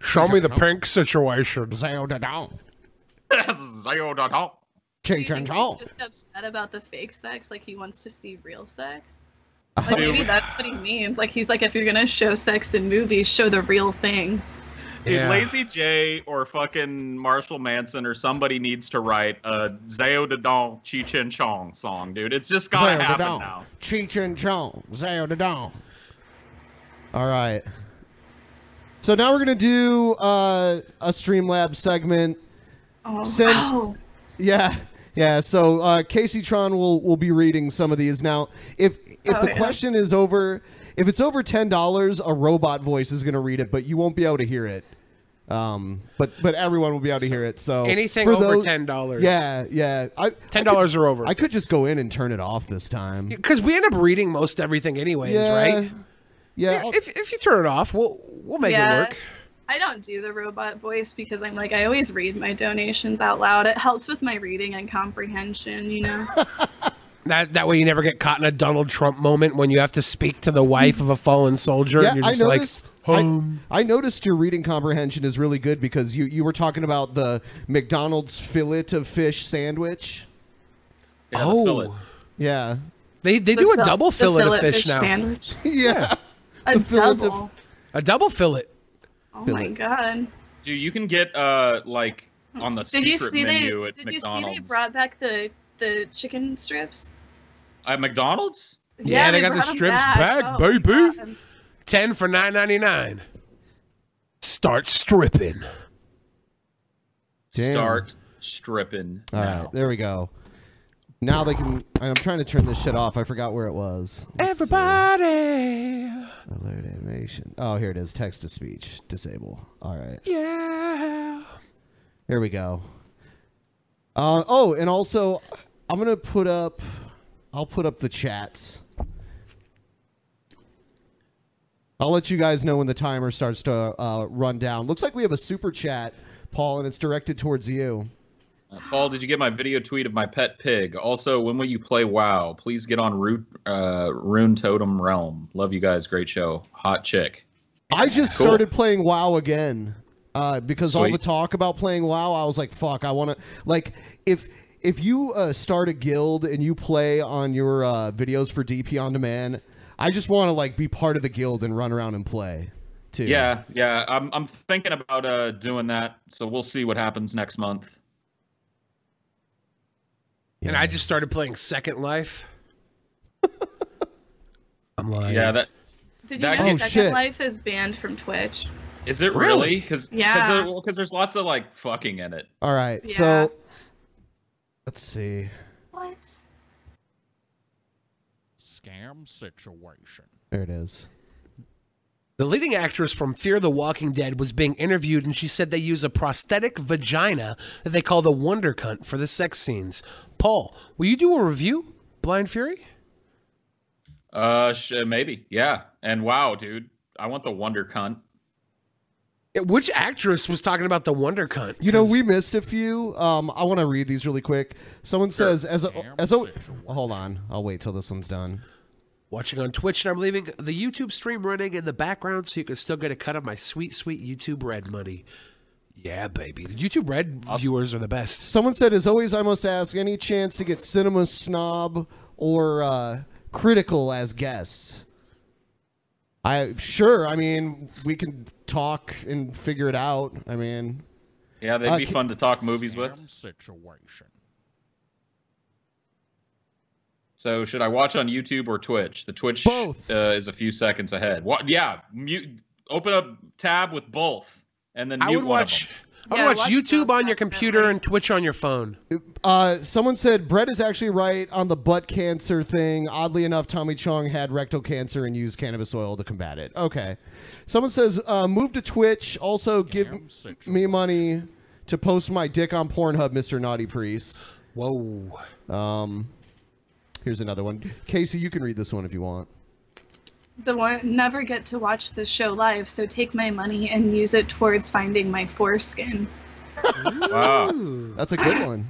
S14: show me the pink situation.
S12: Like, he's just upset about the fake sex, like he wants to see real sex. Like
S13: Dude.
S12: maybe that's what he means. Like he's like, if you're gonna show sex in movies, show the real thing.
S13: Dude,
S12: Yeah.
S13: Lazy J or fucking Marshall Manson or somebody needs to write a Zao Dadong Chi Chin Chong song, dude. It's just gotta
S5: Zao
S13: happen
S5: Dadong.
S13: now.
S5: Cheech and Chong. Zao da dong. All right. So now we're gonna do uh, a Streamlab segment.
S12: Oh,
S5: Send-
S12: wow.
S5: Yeah, yeah. So uh, Casey Tron will will be reading some of these now. If if
S12: Oh,
S5: the
S12: yeah.
S5: question is over, if it's over ten dollars, a robot voice is gonna read it, but you won't be able to hear it. Um, but but everyone will be able to hear it. So
S14: Anything
S5: for
S14: over
S5: those-
S14: $10.
S5: Yeah, yeah. I, ten
S14: $10 or over.
S5: I could just go in and turn it off this time.
S14: Because we end up reading most everything anyways,
S5: Yeah.
S14: right?
S5: Yeah.
S14: If, if you turn it off, we'll we'll make
S12: Yeah.
S14: it work.
S12: I don't do the robot voice because I'm like I always read my donations out loud. It helps with my reading and comprehension, you know.
S14: That that way you never get caught in a Donald Trump moment when you have to speak to the wife of a fallen soldier.
S5: Yeah,
S14: and you're
S5: I
S14: just
S5: noticed.
S14: Like,
S5: I, I noticed your reading comprehension is really good because you, you were talking about the McDonald's fillet of fish sandwich.
S14: oh,
S5: yeah.
S14: They they
S5: The
S14: do a
S5: fil-
S14: double
S5: the
S14: fillet,
S5: fillet
S14: of fish,
S5: fish
S14: now.
S12: sandwich?
S5: Yeah.
S12: A double.
S14: A double fillet.
S12: oh my god.
S13: Dude, you can get uh like on the
S12: Did
S13: secret
S12: you see they?
S13: menu at
S12: Did you see
S13: McDonald's.
S12: they brought back the the chicken strips?
S13: At McDonald's?
S14: Yeah, they, got the
S12: brought 'em
S14: strips
S12: back.
S14: back,
S12: Oh,
S14: baby. Ten for nine ninety nine. Start stripping.
S5: Damn.
S13: Start stripping.
S5: All right, there we go. Now they can. I'm trying to turn this shit off. I forgot where it was.
S14: Everybody.
S5: Alert animation. Oh, here it is. Text to speech. Disable. All right.
S14: Yeah.
S5: Here we go. Uh, oh, and also, I'm gonna put up. I'll put up the chats. I'll let you guys know when the timer starts to uh, run down. Looks like we have a super chat, Paul, and it's directed towards you.
S13: Uh, Paul, did you get my video tweet of my pet pig? Also, when will you play WoW? Please get on Root, uh, Rune Totem Realm. Love you guys. Great show. Hot chick.
S5: I just
S13: Cool.
S5: started playing WoW again uh, because all the
S13: Sweet.
S5: talk about playing WoW, I was like, "Fuck, I want to." Like, if if you uh, start a guild and you play on your uh, videos for DP on demand, I just want to like be part of the guild and run around and play too.
S13: Yeah, yeah. I'm, I'm thinking about uh, doing that. So we'll see what happens next month.
S14: And I just started playing Second Life. I'm lying.
S13: Yeah, that
S12: Did you
S13: That
S12: know
S13: gets-
S12: Second
S13: Oh, shit.
S12: Life is banned from Twitch?
S13: is it
S14: Really?
S13: really? Because
S12: Yeah.
S13: there's lots of like fucking in it.
S14: Uh,
S5: All right, so let's see.
S12: What?
S14: Scam situation.
S5: There it is.
S14: The leading actress from Fear the Walking Dead was being interviewed, and she said they use a prosthetic vagina that they call the Wonder Cunt for the sex scenes. Paul, will you do a review? Blind Fury?
S13: Uh, sh- maybe. Yeah. And wow, dude, I want the Wonder Cunt.
S14: Yeah, Which actress was talking about the Wonder Cunt?
S5: You know, we missed a few. Um, I want to read these really quick. Someone says, "As a, as a, Uh, hold on, I'll wait till this one's done."
S14: Watching on Twitch, and I'm leaving the YouTube stream running in the background so you can still get a cut of my sweet, sweet YouTube Red money. Yeah, baby. The YouTube Red viewers are the best.
S5: Someone said, as always, I must ask any chance to get cinema snob or uh, critical as guests. I sure. I mean, we can talk and figure it out. I mean,
S13: Yeah, they'd
S5: Uh,
S13: be
S5: ca-
S13: fun to talk movies with.
S14: Situation.
S13: So should I watch on YouTube or Twitch? The Twitch Uh, is a few seconds ahead. What? Yeah, mute. Open a tab with both, and then
S14: I
S13: mute
S14: would
S13: one
S14: watch.
S13: of them.
S14: I
S5: Yeah,
S14: watch
S5: watch
S14: YouTube on your computer and Twitch on your phone.
S5: Uh, someone said Brett is actually right on the butt cancer thing. Oddly enough, Tommy Chong had rectal cancer and used cannabis oil to combat it. Okay. Someone says uh, move to Twitch. Also, give me money to post my dick on Pornhub, Mister Naughty Priest.
S14: Whoa.
S5: Um, here's another one. Casey, you can read this one if you want.
S12: The one never get to watch this show live, so take my money and use it towards finding my foreskin.
S13: Wow.
S5: That's a good one.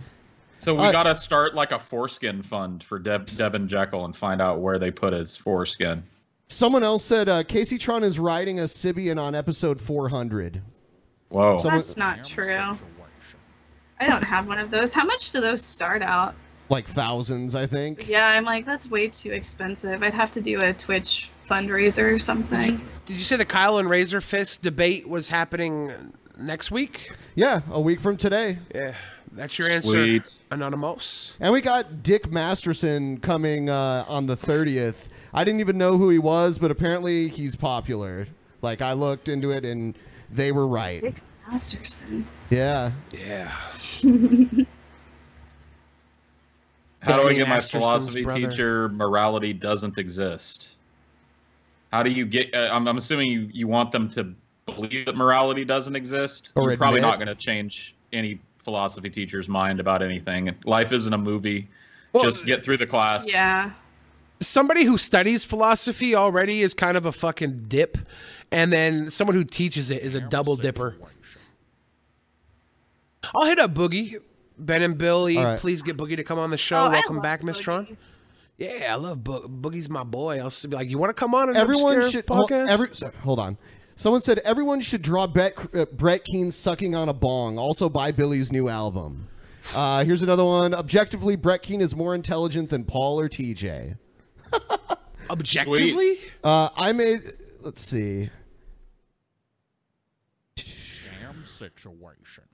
S13: So we
S5: Uh,
S13: gotta start like a foreskin fund for Deb, Devin Jekyll and find out where they put his foreskin.
S5: Someone else said uh, Casey Tron is riding a Sibian on episode 400.
S13: Whoa.
S5: Someone-
S12: That's not true. I don't have one of those. How much do those start out?
S5: Like thousands, I think.
S12: Yeah, I'm like, that's way too expensive. I'd have to do a Twitch fundraiser or something.
S14: Did you say the Kyle and Razor Fist debate was happening next week?
S5: Yeah, a week from today.
S14: Yeah. That's your answer,
S5: Sweet.
S14: Anonymous.
S5: And we got Dick Masterson coming uh, on the 30th. I didn't even know who he was, but apparently he's popular. Like, I looked into it and they were right.
S12: Masterson. Oh,
S5: Yeah.
S14: Yeah.
S13: How do I
S14: Barney
S13: get my
S14: Masterson's
S13: philosophy
S14: brother.
S13: teacher morality doesn't exist? How do you get? Uh, I'm, I'm assuming you, you want them to believe that morality doesn't exist.
S5: Or
S13: You're probably
S5: admit.
S13: not going to change any philosophy teacher's mind about anything. Life isn't a movie. Just get through the class.
S12: Yeah.
S14: Somebody who studies philosophy already is kind of a fucking dip, and then someone who teaches it is a double dipper. I'll hit up Boogie, Ben and Billy.
S5: All right.
S14: Please get Boogie to come on the
S5: Oh,
S14: show.
S5: I
S14: Welcome
S5: love
S14: back, Miss Tron. Yeah, I love Bo- Boogie's my boy. I'll s- be like, you want to come on? An
S5: Everyone
S14: obscure
S5: should. Hold,
S14: podcast.
S5: every, sorry, hold on. Someone said everyone should draw Brett, uh, Brett Keane sucking on a bong. Also, buy Billy's new album. Uh, here's another one. Objectively, Brett Keane is more intelligent than Paul or TJ.
S14: Objectively,
S5: Uh, I made. Let's see.
S14: situation.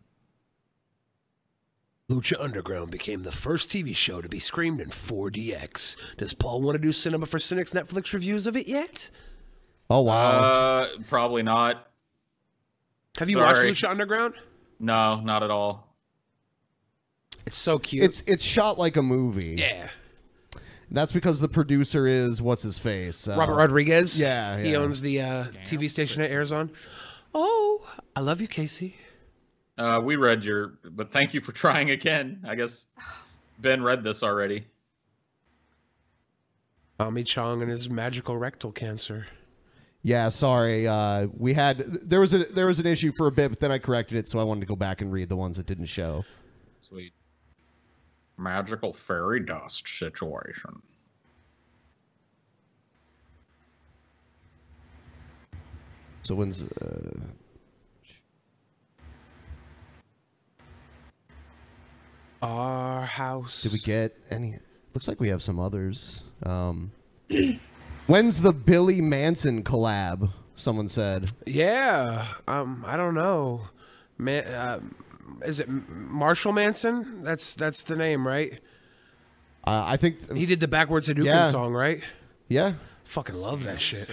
S14: Lucha Underground became the first TV show to be streamed in 4DX. Does Paul want to do Cinema for Cynics Netflix reviews of it yet?
S5: Oh wow.
S13: Uh, probably not.
S14: Have you
S13: Sorry.
S14: watched Lucha Underground?
S13: No, not at all.
S14: It's so cute.
S5: It's it's shot like a movie.
S14: Yeah.
S5: That's because the producer is what's his face uh,
S14: Robert Rodriguez.
S5: Yeah,
S14: He
S5: yeah.
S14: owns the uh, TV station that airs on. Oh, I love you, Casey.
S13: Uh, we read your, but thank you for trying again. I guess Ben read this already.
S14: Tommy Chong and his magical rectal cancer.
S5: Yeah, sorry. Uh, we had there was a there was an issue for a bit, but then I corrected it, so I wanted to go back and read the ones that didn't show.
S13: Sweet. Magical fairy dust situation.
S5: So when's uh,
S14: Our house.
S5: did we get any? Looks like we have some others. Um, when's the Billy Manson collab? Someone said.
S14: Yeah. Um, I don't know. Man, uh, is it M- Marshall Manson? That's that's the name, right?
S5: Uh, I think
S14: He did the backwards Hadouken
S5: Yeah.
S14: song, right?
S5: Yeah.
S14: Fucking love that shit.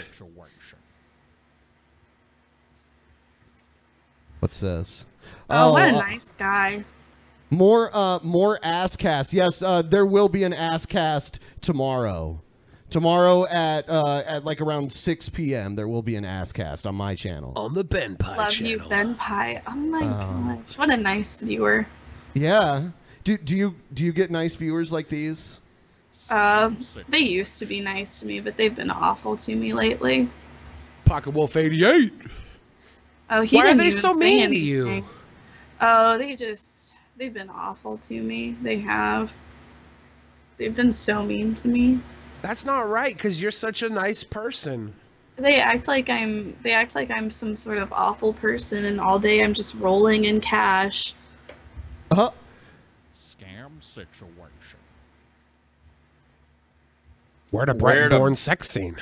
S5: What's this?
S12: Oh, what a
S5: uh,
S12: nice guy.
S5: More uh more ass cast. Yes, uh there will be an ass cast tomorrow. Tomorrow at uh at like around 6 p.m. there will be an ass cast on my channel.
S14: On the Ben Pie Uh,
S12: Love you, Ben Pie. Oh my
S5: Um,
S12: gosh. What a nice viewer.
S5: Yeah. Do do you do you get nice viewers like these?
S12: Uh, they used to be nice to me, but they've been awful to me lately.
S14: Pocket Wolf 88.
S12: Oh, he
S14: Why are
S12: didn't
S14: they
S12: even
S14: so
S12: say
S14: mean to
S12: anything.
S14: you?
S12: Oh, they just they've been awful to me. They have. They've been so mean to me.
S14: That's not right because you're such a nice person.
S12: They act like I'm they act like I'm some sort of awful person and all day I'm just rolling in cash.
S5: Uh-huh.
S14: Scam situation. Where to
S13: Where
S14: Brett
S13: to-
S14: Born sex scene?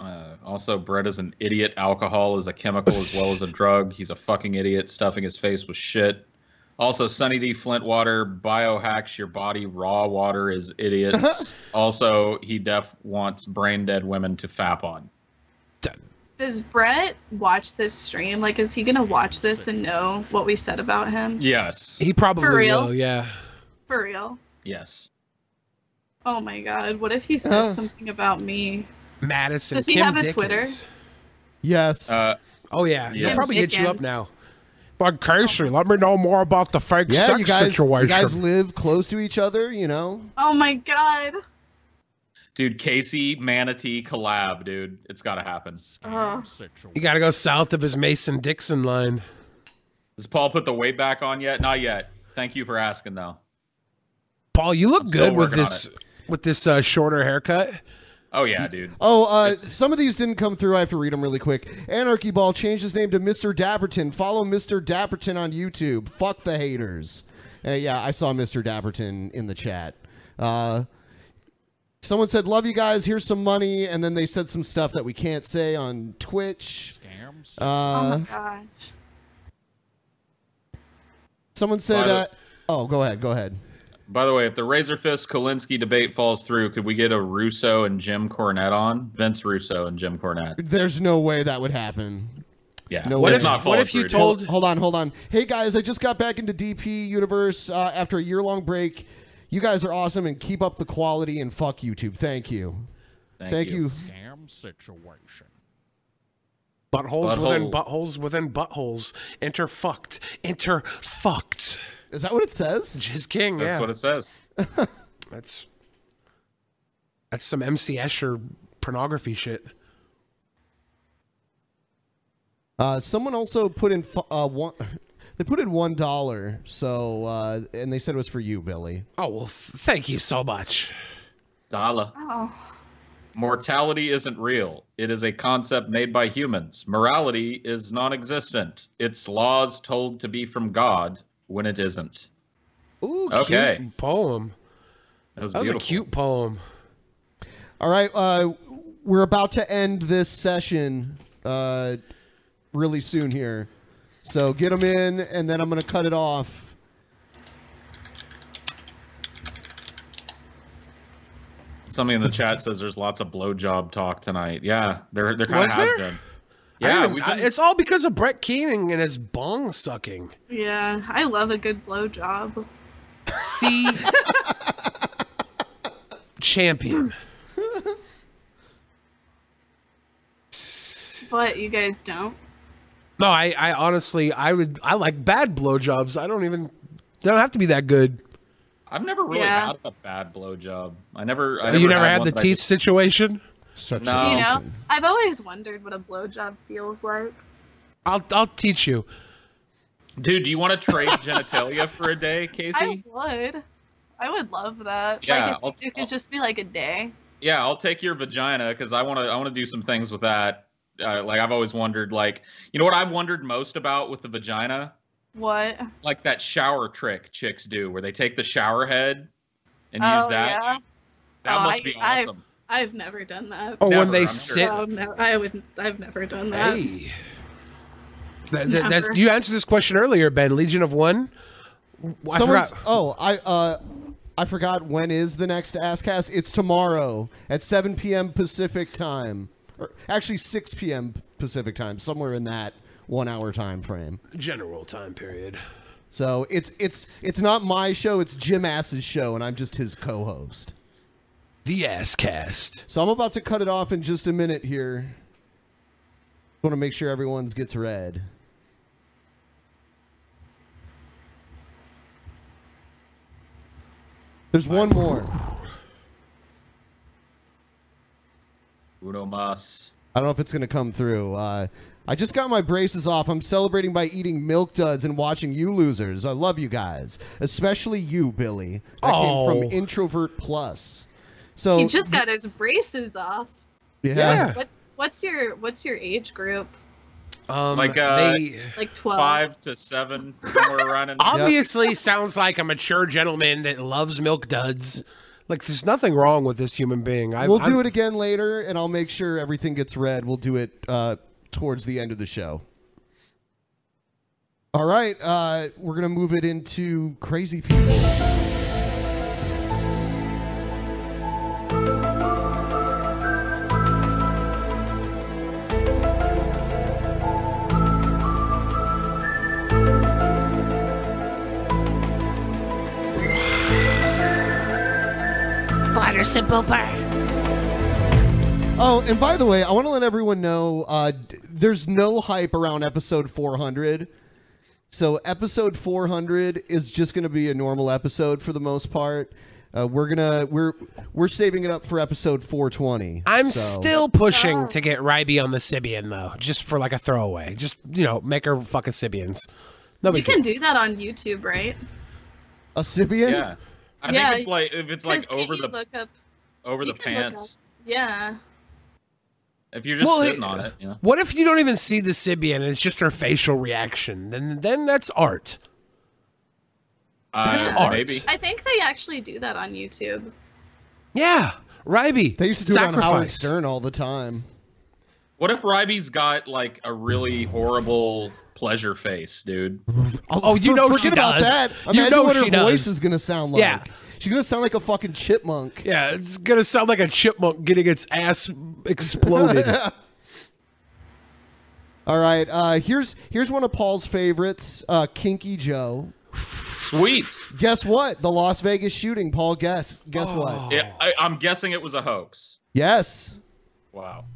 S13: Uh, also, Brett is an idiot. Alcohol is a chemical as well as a drug. He's a fucking idiot, stuffing his face with shit. Also, Sunny D. Flintwater biohacks your body. Raw water is idiots. also, he def wants brain dead women to fap on.
S12: Does Brett watch this stream? Like, is he gonna watch this and know what we said about him?
S13: Yes.
S14: He probably
S12: For real?
S14: will, yeah.
S12: For real?
S13: Yes.
S12: Oh my god! What if he says
S14: Uh.
S12: something about me?
S14: Madison.
S12: Does he
S14: Kim
S12: have a
S14: Dickens.
S12: Twitter?
S5: Yes.
S13: Uh,
S14: oh yeah,
S13: yeah.
S14: he'll probably hit you up
S12: Dickens.
S14: now. But Casey, let me know more about the fake
S5: Yeah,
S14: sex
S5: you guys,
S14: situation.
S5: you guys live close to each other, you know.
S12: Oh my god!
S13: Dude, Casey Manatee collab, dude. It's got to happen.
S14: Uh,
S12: Oh.
S14: you got to go south of his Mason Dixon line.
S13: Has Paul put the weight back on yet? Not yet. Thank you for asking, though.
S14: Paul, you look
S13: I'm still
S14: good with
S13: working on
S14: this with this uh, shorter haircut.
S13: Oh yeah, dude.
S5: Oh, uh, some of these didn't come through. I have to read them really quick. Anarchy Ball changed his name to Mr. Dapperton. Follow Mr. Dapperton on YouTube. Fuck the haters. Uh, yeah, I saw Mr. Dapperton in the chat. Uh, someone said, "Love you guys. Here's some money," and then they said some stuff that we can't say on Twitch. Scams.
S12: oh
S5: Uh,
S12: my gosh.
S5: someone said,
S13: By the-
S5: uh, "Oh, go ahead. Go ahead."
S13: By the way, if the Razor Fist Kolinsky debate falls through, could we get a Russo and Jim Cornette on? Vince Russo and Jim Cornette.
S5: There's no way that would happen.
S13: Yeah.
S5: No
S13: What
S5: way.
S13: if- It's not what if falling you through,
S14: told-
S5: Hold, hold on, hold on. Hey guys, I just got back into DP Universe uh, after a year long break. You guys are awesome and keep up the quality and fuck YouTube. Thank you.
S13: Thank
S5: you.
S14: Scam situation. Buttholes within buttholes within buttholes. Enter fucked. Enter fucked.
S5: Is that what it says?
S14: Jizz King.
S13: That's
S14: yeah.
S13: what it says.
S14: That's that's some MC Escher pornography shit.
S5: Uh, someone also put in fu- uh, one. They put in one dollar. So uh, and they said it was for you, Billy.
S14: Oh well, f- thank you so much.
S13: Dala.
S12: Oh.
S13: Mortality isn't real. It is a concept made by humans. Morality is non existent. It's laws told to be from God when it isn't.
S14: Ooh,
S13: Okay.
S14: cute poem.
S13: That was,
S14: That was a
S13: beautiful.
S14: cute poem.
S5: All right, uh, we're about to end this session uh, really soon here. So get them in, and then I'm going to cut it off.
S13: Somebody in the chat says there's lots of blowjob talk tonight. Yeah, there, there kind of
S14: Was
S13: has
S14: there?
S13: been.
S14: I
S13: Yeah,
S14: didn't-
S13: we've
S14: I-
S13: been-
S14: it's all because of Brett Keening and his bong sucking.
S12: Yeah, I love a good blowjob.
S14: See, champion.
S12: but you guys don't.
S14: No, I, I honestly, I would, I like bad blowjobs. I don't even, they don't have to be that good.
S13: I've never really
S12: Yeah.
S13: had a bad blowjob. I never. I
S14: you never had,
S13: one
S14: the
S13: that I
S14: teeth
S13: just-
S14: situation.
S5: Such
S13: No.
S12: You know, I've always wondered what a blowjob feels like.
S14: I'll, I'll teach you.
S13: Dude, do you want to trade genitalia for a day,
S12: I
S13: Casey?
S12: would. I would love that.
S13: Yeah,
S12: like, if
S13: I'll-
S12: it could just be like a day.
S13: Yeah, I'll take your vagina because I want to. I want to do some things with that. Uh, like I've always wondered. Like you know what I wondered most about with the vagina,
S12: What?
S13: like that shower trick chicks do, where they take the shower head and
S12: oh,
S13: use that.
S12: Yeah?
S13: That
S12: Oh,
S13: must
S12: I-
S13: be
S12: I've-
S13: awesome.
S12: I've never done that.
S14: Or when
S13: Never,
S14: they
S13: I'm sure.
S14: sit.
S12: Oh, no, I would. I've never done that.
S14: Hey. That- that- that's-
S12: Never.
S14: you answered this question earlier, Ben. Legion of One. I
S5: Someone's-
S14: forgot.
S5: Oh, I uh, I forgot when is the next AskCast? It's tomorrow at 7 p.m. Pacific time, or actually 6 p.m. Pacific time, somewhere in that one hour time frame.
S14: General time period.
S5: So it's it's it's not my show. It's Jim Ass's show, and I'm just his co-host.
S14: The ass cast.
S5: So I'm about to cut it off in just a minute here. Want to make sure everyone's gets read. There's one more.
S13: Uno mas.
S5: I don't know if it's going to come through. Uh, I just got my braces off. I'm celebrating by eating milk duds and watching you losers. I love you guys, especially you, Billy. That
S14: Oh.
S5: came from Introvert Plus. So
S12: he just got his braces off.
S5: yeah.
S12: What's what's your what's your age group?
S14: Um,
S13: Like, uh,
S14: they-
S12: Like twelve.
S13: Five to seven, somewhere around. in-
S14: obviously sounds like a mature gentleman that loves milk duds. Like, there's nothing wrong with this human being. I,
S5: we'll
S14: I'm-
S5: do it again later, and I'll make sure everything gets read. We'll do it uh, towards the end of the show. All right, uh, we're gonna move it into crazy people.
S10: water, simple pie.
S5: Oh, and by the way, I want to let everyone know uh, d- there's no hype around episode 400. So episode 400 is just going to be a normal episode for the most part. Uh, we're gonna we're we're saving it up for episode 420.
S14: I'm
S5: So-
S14: still pushing to get Ryby on the Sibian though, just for like a throwaway. Just you know, make her fuck a Sibians. No
S12: you
S14: big
S12: can do that on YouTube, right?
S5: A Sibian?
S14: Yeah.
S13: I
S12: Yeah,
S13: think it's like if it's like
S12: 'Cause can't
S13: over
S12: you
S13: the
S12: look up,
S13: over the
S12: you can look
S13: pants.
S12: up- Yeah.
S13: If you're just
S14: Well,
S13: sitting
S14: it-
S13: on it, you know.
S14: What if you don't even see the Sibian and it's just her facial reaction? Then then that's art. That's
S13: Uh,
S14: art.
S13: maybe.
S12: I think they actually do that on YouTube.
S14: Yeah. Ryby.
S5: They used to do it on Howard
S13: sacrifice.
S5: Stern all the time.
S13: What if Ryby's got like a really horrible pleasure face, dude?
S14: Oh, you know
S5: forget
S14: she
S5: about
S14: does.
S5: that.
S14: You
S5: Imagine
S14: know
S5: what her
S14: she does.
S5: voice is gonna sound like.
S14: Yeah.
S5: She's gonna sound like a fucking chipmunk.
S14: Yeah, it's gonna sound like a chipmunk getting its ass exploded.
S5: All right. Uh, here's here's one of Paul's favorites, uh, Kinky Joe.
S13: Sweet.
S5: Guess what? The Las Vegas shooting. Paul, guess. Guess
S14: Oh.
S5: what?
S13: Yeah, I, I'm guessing it was a hoax.
S5: Yes.
S13: Wow.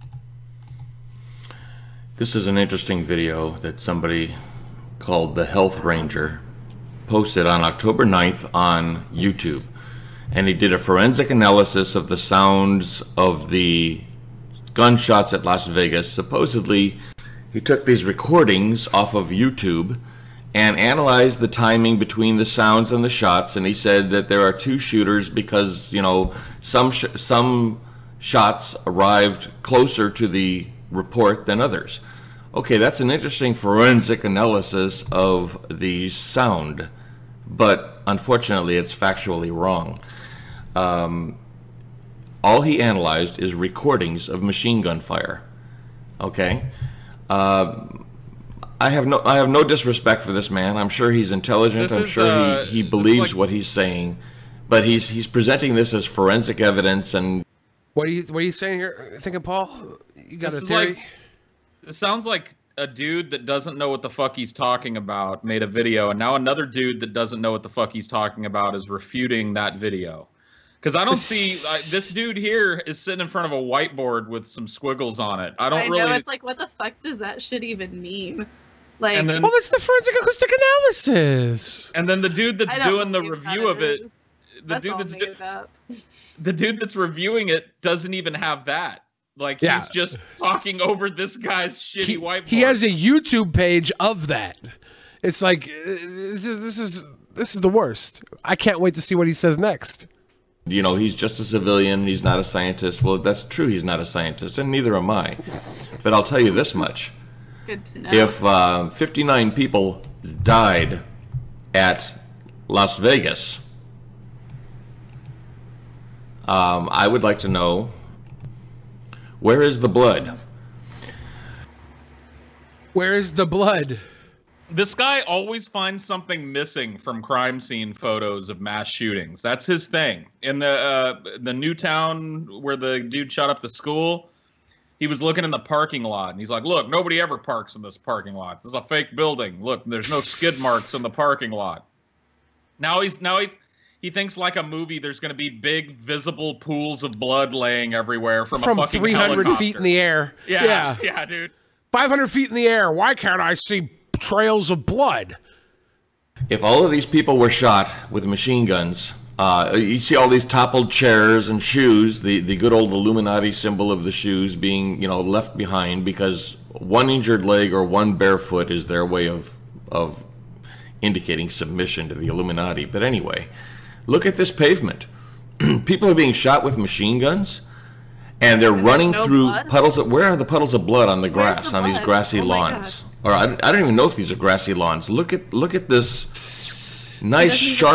S9: This is an interesting video that somebody called the Health Ranger posted on October 9th on YouTube. And he did a forensic analysis of the sounds of the gunshots at Las Vegas. Supposedly, he took these recordings off of YouTube and analyzed the timing between the sounds and the shots. And he said that there are two shooters because, you know, some, sh- some shots arrived closer to the report than others. Okay, that's an interesting forensic analysis of the sound, but unfortunately, it's factually wrong. Um, all he analyzed is recordings of machine gun fire. Okay, uh, I have no I have no disrespect for this man. I'm sure he's intelligent.
S13: This
S9: I'm
S13: is,
S9: sure
S13: uh,
S9: he, he believes what he's saying, but he's he's presenting this as forensic evidence and
S14: what are you what are you saying here? Thinking Paul? You got
S13: This
S14: a
S13: is
S14: theory?
S13: like it sounds like a dude that doesn't know what the fuck he's talking about made a video, and now another dude that doesn't know what the fuck he's talking about is refuting that video. Because I don't see I, this dude here is sitting in front of a whiteboard with some squiggles on it. I don't
S12: know
S13: really.
S12: it's like what the fuck does that shit even mean? Like
S13: and then
S14: well, it's the forensic acoustic analysis.
S13: and then the dude that's
S12: I don't
S13: doing the
S12: believe that
S13: review of it,
S12: is.
S13: the
S12: That's
S13: dude
S12: all
S13: that's
S12: made
S13: do-
S12: up.
S13: the dude that's reviewing it doesn't even have that. Like
S14: Yeah.
S13: he's just talking over this guy's shitty whiteboard.
S14: He has a YouTube page of that. It's like uh, this is this is this is the worst. I can't wait to see what he says next.
S9: you know, he's just a civilian, he's not a scientist. Well, that's true, he's not a scientist, and neither am I. But I'll tell you this much
S12: Good to know.
S9: if uh, 59 people died at Las Vegas, um, I would like to know where is the blood?
S14: Where is the blood?
S13: This guy always finds something missing from crime scene photos of mass shootings. That's his thing. In the uh, the new town where the dude shot up the school, he was looking in the parking lot and he's like, "Look, nobody ever parks in this parking lot. This is a fake building. Look, there's no skid marks in the parking lot." Now he's now he he thinks like a movie. There's going to be big visible pools of blood laying everywhere from,
S14: From
S13: a fucking
S14: 300
S13: helicopter.
S14: feet in the air.
S13: Yeah,
S14: Yeah.
S13: yeah, dude.
S14: 500 feet in the air. Why can't I see trails of blood?
S9: If all of these people were shot with machine guns, uh, you see all these toppled chairs and shoes, the, the good old Illuminati symbol of the shoes being, you know, left behind because one injured leg or one barefoot is their way of, of indicating submission to the Illuminati. But anyway, look at this pavement. people are being shot with machine guns and they're running
S12: no
S9: through
S12: blood?
S9: puddles of, where are the puddles of blood on the
S12: Where's
S9: grass
S12: the
S9: on these
S12: blood?
S9: grassy
S12: Oh my
S9: lawns or I, I don't even know if these are grassy lawns look at look at this nice
S12: doesn't even know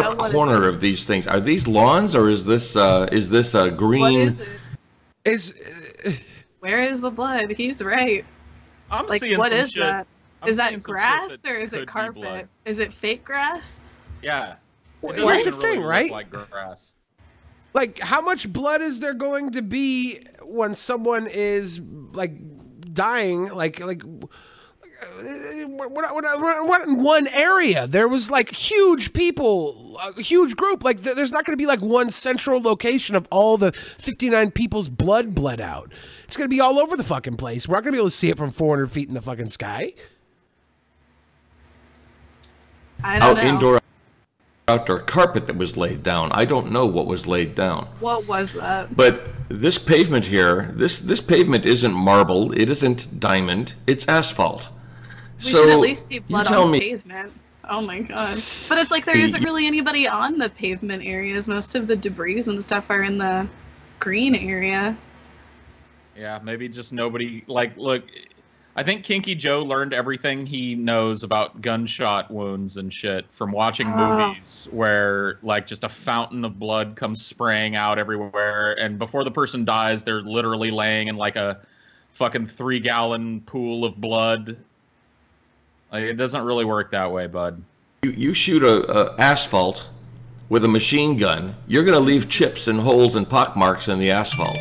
S9: sharp
S12: what it
S9: corner of these things are these lawns or is this uh is this uh green
S14: Is
S12: Where is the blood? He's right.
S13: I'm
S12: like,
S13: seeing
S12: what
S13: some
S12: is
S13: shit-
S12: that?
S13: I'm
S12: Is
S13: seeing
S12: that
S13: some shit
S12: grass
S13: that
S12: or is
S13: could be
S12: it
S13: blood.
S12: carpet? Is it fake grass?
S13: Yeah. It
S14: Well, that's
S13: doesn't
S14: the
S13: really
S14: thing,
S13: look
S14: right?
S13: Like grass.
S14: Like, how much blood is there going to be when someone is like dying? Like, like we're not, we're not, we're not in one area. There was like huge people, a huge group. Like th- there's not going to be like one central location of all the 59 people's blood bled out. It's going to be all over the fucking place. We're not going to be able to see it from 400 feet in the fucking sky.
S12: I
S9: Out
S12: don't know.
S9: indoor, outdoor carpet that was laid down. I don't know what was laid down.
S12: What was that?
S9: But this pavement here, this this pavement isn't marble. It isn't diamond. It's asphalt.
S12: We
S9: so
S12: should at least see blood
S9: you tell
S12: on the
S9: me,
S12: pavement. Oh my god. But it's like there isn't really anybody on the pavement areas. Most of the debris and stuff are in the green area.
S13: Yeah, maybe just nobody like look. I think Kinky Joe learned everything he knows about gunshot wounds and shit from watching
S14: Ah.
S12: Oh.
S13: movies where like just a fountain of blood comes spraying out everywhere and before the person dies they're literally laying in like a fucking 3 gallon pool of blood. Like, it doesn't really work that way, bud.
S9: you, you shoot a, a asphalt with a machine gun, you're going to leave chips and holes and pock marks in the asphalt.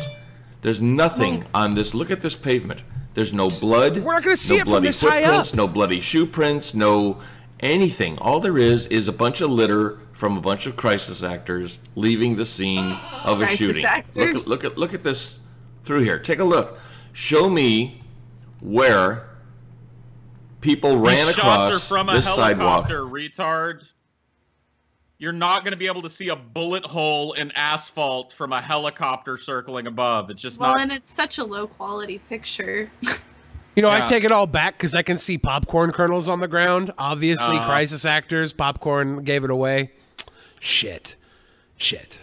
S9: There's nothing on this. Look at this pavement. There's no blood.
S14: We're not gonna see
S9: no
S14: it from
S9: bloody
S14: this high up.
S9: footprints, No bloody shoe prints. No anything. All there is is a bunch of litter from a bunch of crisis actors leaving the scene of a
S29: Crisis
S9: shooting. Look
S29: actors.
S9: at, look at look at this through here. Take a look. Show me where people
S13: These
S9: ran
S13: shots
S9: across
S13: are from a
S9: this sidewalk.
S13: helicopter, retard. You're not going to be able to see a bullet hole in asphalt from a helicopter circling above. It's just
S12: Well,
S13: not.
S12: and it's such a low quality picture.
S14: You know,
S13: Yeah.
S14: I take it all back because I can see popcorn kernels on the ground. Obviously,
S13: Uh-huh.
S14: crisis actors, popcorn gave it away. Shit. Shit.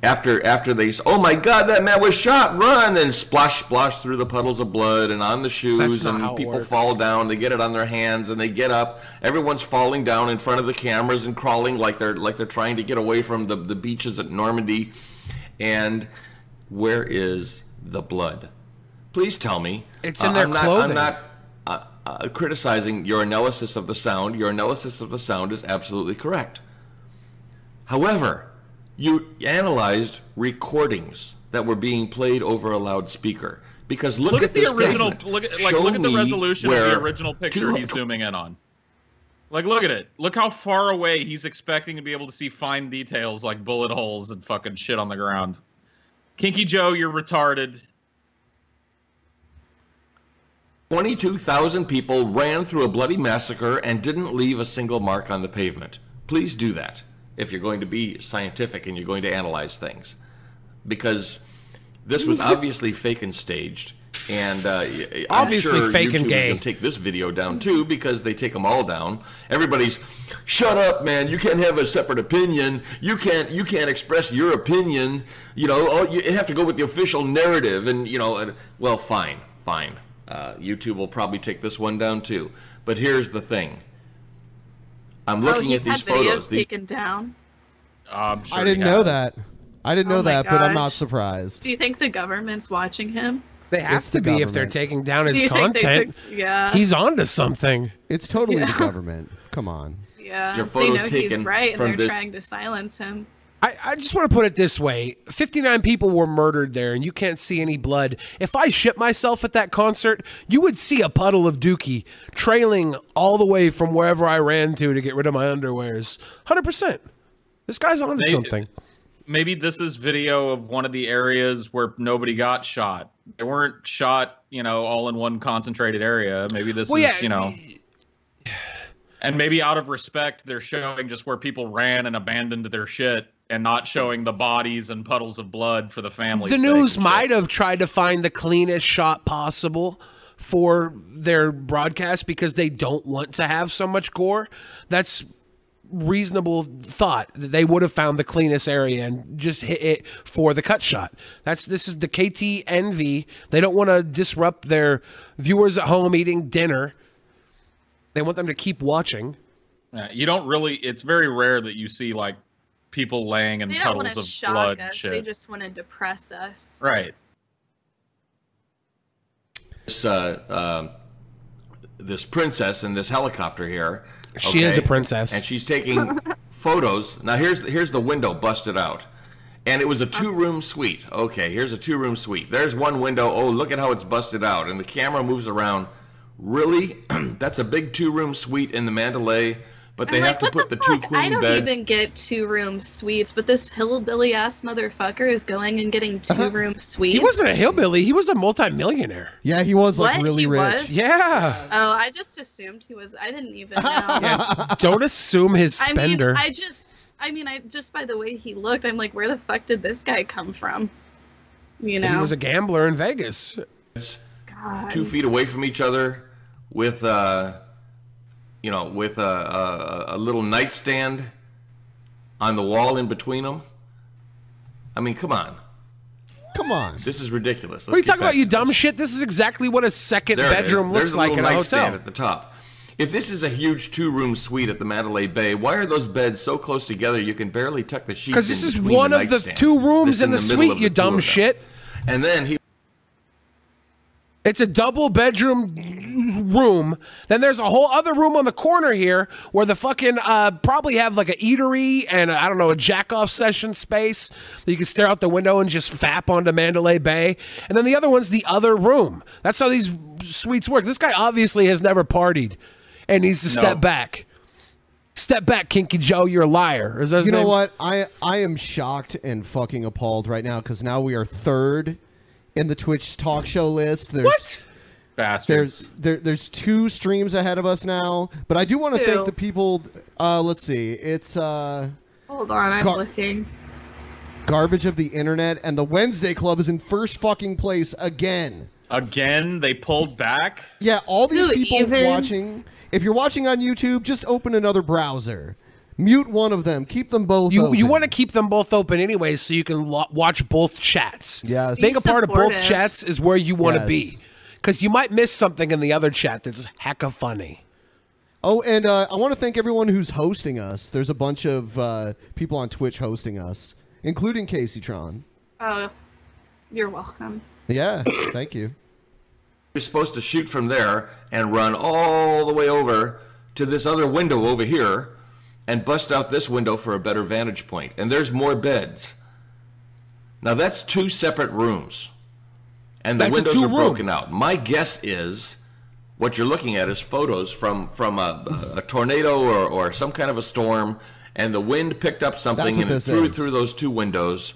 S9: after after they s- oh my god that man was shot run and splash splash through the puddles of blood and on the shoes
S14: That's not how
S9: and
S14: it
S9: people
S14: works.
S9: fall down they get it on their hands and they get up everyone's falling down in front of the cameras and crawling like they're like they're trying to get away from the, the beaches at normandy and where is the blood please tell me
S14: It's in their
S9: I'm not,
S14: clothing.
S9: i'm not uh, uh, criticizing your analysis of the sound your analysis of the sound is absolutely correct However, you analyzed recordings that were being played over a loudspeaker. Because look,
S13: look at the
S9: this
S13: original.
S9: pavement.
S13: Look at like
S9: Show
S13: look at the
S9: me
S13: resolution of
S9: where
S13: the original picture he's zooming in on. Like look at it. Look how far away he's expecting to be able to see fine details like bullet holes and fucking shit on the ground. Kinky Joe, you're retarded.
S9: 22,000 people ran through a bloody massacre and didn't leave a single mark on the pavement. Please do that if you're going to be scientific and you're going to analyze things. Because this was obviously fake and staged. And uh, y- I'm
S14: Obviously
S9: sure
S14: fake and
S9: YouTube is
S14: gay.
S9: gonna take this video down too because they take them all down. Everybody's, shut up, man! You can't have a separate opinion. You can't you can't express your opinion. You know, oh, you have to go with the official narrative. And you know, and, well, fine, fine. Uh, YouTube will probably take this one down too. But here's the thing. I'm looking
S12: oh,
S9: at
S12: he's
S9: these
S12: had videos
S9: photos. These,
S12: taken down.
S13: I'm sure
S5: I
S13: he
S5: didn't know
S13: has.
S5: that. I didn't
S12: Oh
S5: know
S12: my
S5: that, but I'm not
S12: gosh.
S5: surprised.
S12: Do you think the government's watching him?
S14: They have
S5: It's
S14: to
S5: the
S14: be if they're
S5: government.
S14: taking down
S12: Do you
S14: his
S12: think they
S14: content.
S12: took- yeah.
S14: He's onto something.
S5: It's totally
S12: Yeah.
S5: the government. Come on.
S12: Yeah,
S14: Their
S12: they
S14: photos
S12: know he's
S14: taken
S12: right, and
S14: from
S12: they're
S14: the-
S12: trying to silence him.
S14: I, I just want to put it this way 59 people were murdered there, and you can't see any blood. If I shit myself at that concert, you would see a puddle of dookie trailing all the way from wherever I ran to to get rid of my underwears. 100%. This guy's onto
S13: They-
S14: something.
S13: maybe this is video of one of the areas where nobody got shot. They weren't shot, you know, all in one concentrated area. Maybe this
S14: Well,
S13: is,
S14: yeah,
S13: you know. And maybe out of respect, they're showing just where people ran and abandoned their shit and not showing the bodies and puddles of blood for the family.
S14: The news might have tried to find the cleanest shot possible for their broadcast because they don't want to have so much gore. That's reasonable thought that they would have found the cleanest area and just hit it for the cut shot. That's this is the KTNV. They don't want to disrupt their viewers at home eating dinner. They want them to keep watching.
S13: Yeah, you don't really, it's very rare that you see like people laying in
S12: They don't want
S13: puddles
S12: to
S13: of
S12: shock
S13: blood
S12: us. They
S13: shit.
S12: just want to depress us.
S13: Right.
S9: this uh, um this princess in this helicopter here.
S14: She is a princess.
S9: and she's taking photos. Now here's here's the window busted out, and it was a two room suite. Oh, Okay, here's a two room suite. There's one window. Oh, look at how it's busted out, and the camera moves around. Really? That's a big two room suite in the Mandalay, but they
S12: I'm
S9: have
S12: like,
S9: to put
S12: what
S9: the,
S12: the,
S9: two
S12: fuck?
S9: queen
S12: I don't
S9: bed.
S12: even get two room suites, but this hillbilly ass motherfucker is going and getting two room suites.
S14: He wasn't a hillbilly. He was a multimillionaire.
S5: Yeah, he was
S12: like, What? really He rich. was?
S14: Yeah.
S12: Oh, I just assumed he was. I didn't even know.
S14: Don't assume his
S12: I mean,
S14: spender.
S12: I just, I mean, I just by the way he looked, I'm like, where the fuck did this guy come from? You know,
S14: He was a gambler in Vegas.
S12: God.
S9: two feet away from each other with uh you know with a, a, a little nightstand on the wall in between them i mean come on
S5: come on
S9: this is ridiculous
S14: What are you
S9: Let's get
S14: talking
S9: back
S14: about, you dumb shit? This is exactly what a second
S9: there it is.
S14: bedroom
S9: There's
S14: looks like
S9: a
S14: in
S9: little
S14: a
S9: nightstand
S14: hotel.
S9: at the top if this is a huge two-room suite at the Mandalay Bay, why are those beds so close together you can barely tuck the sheets?
S14: Because
S9: in
S14: this is
S9: between
S14: one
S9: the
S14: of the
S9: nightstand
S14: two rooms
S9: that's
S14: in the,
S9: middle
S14: suite,
S9: of
S14: you
S9: the two of
S14: dumb
S9: them.
S14: shit.
S9: And then he
S14: It's a double bedroom room. Then there's a whole other room on the corner here where the fucking uh, probably have like a eatery and I I don't know a jack off session space that you can stare out the window and just fap onto Mandalay Bay. And then the other one's the other room. That's how these suites work. This guy obviously has never partied and needs to
S5: No.
S14: step back. Step back, Kinky Joe. You're a liar. Is that his
S5: you know
S14: name?
S5: what? I I am shocked and fucking appalled right now because now we are third in the Twitch talk show list. There's, what?
S13: Bastards.
S5: There's there, there's two streams ahead of us now, but I do want to
S12: Two.
S5: thank the people. Uh, let's see, it's uh,
S12: Hold on, I'm
S5: Gar-
S12: looking.
S5: garbage of the internet, and the Wednesday Club is in first fucking place again.
S13: Again, they pulled back.
S5: Yeah, all these
S13: Dude,
S5: people
S13: even-
S5: watching. If you're watching on YouTube, just open another browser. Mute one of them. Keep them both.
S14: You,
S5: open.
S14: you want to keep them both open anyway, so you can lo- watch both chats.
S5: Yes.
S14: being a part of both
S5: Supportive.
S14: chats is where you want to
S5: Yes.
S14: be, because you might miss something in the other chat that's hecka funny.
S5: Oh, and uh, I want to thank everyone who's hosting us. There's a bunch of uh, people on Twitch hosting us, including Caseytron.
S12: Oh, you're welcome.
S5: Yeah, thank you.
S9: You're supposed to shoot from there and run all the way over to this other window over here and bust out this window for a better vantage point. And there's more beds. Now that's two separate rooms. And the
S14: That's a
S9: windows are
S14: two-room.
S9: broken out. My guess is what you're looking at is photos from, from a, a tornado or, or some kind of a storm, and the wind picked up
S5: That's
S9: something
S5: what
S9: and it
S5: this
S9: threw it
S5: is.
S9: through those two windows.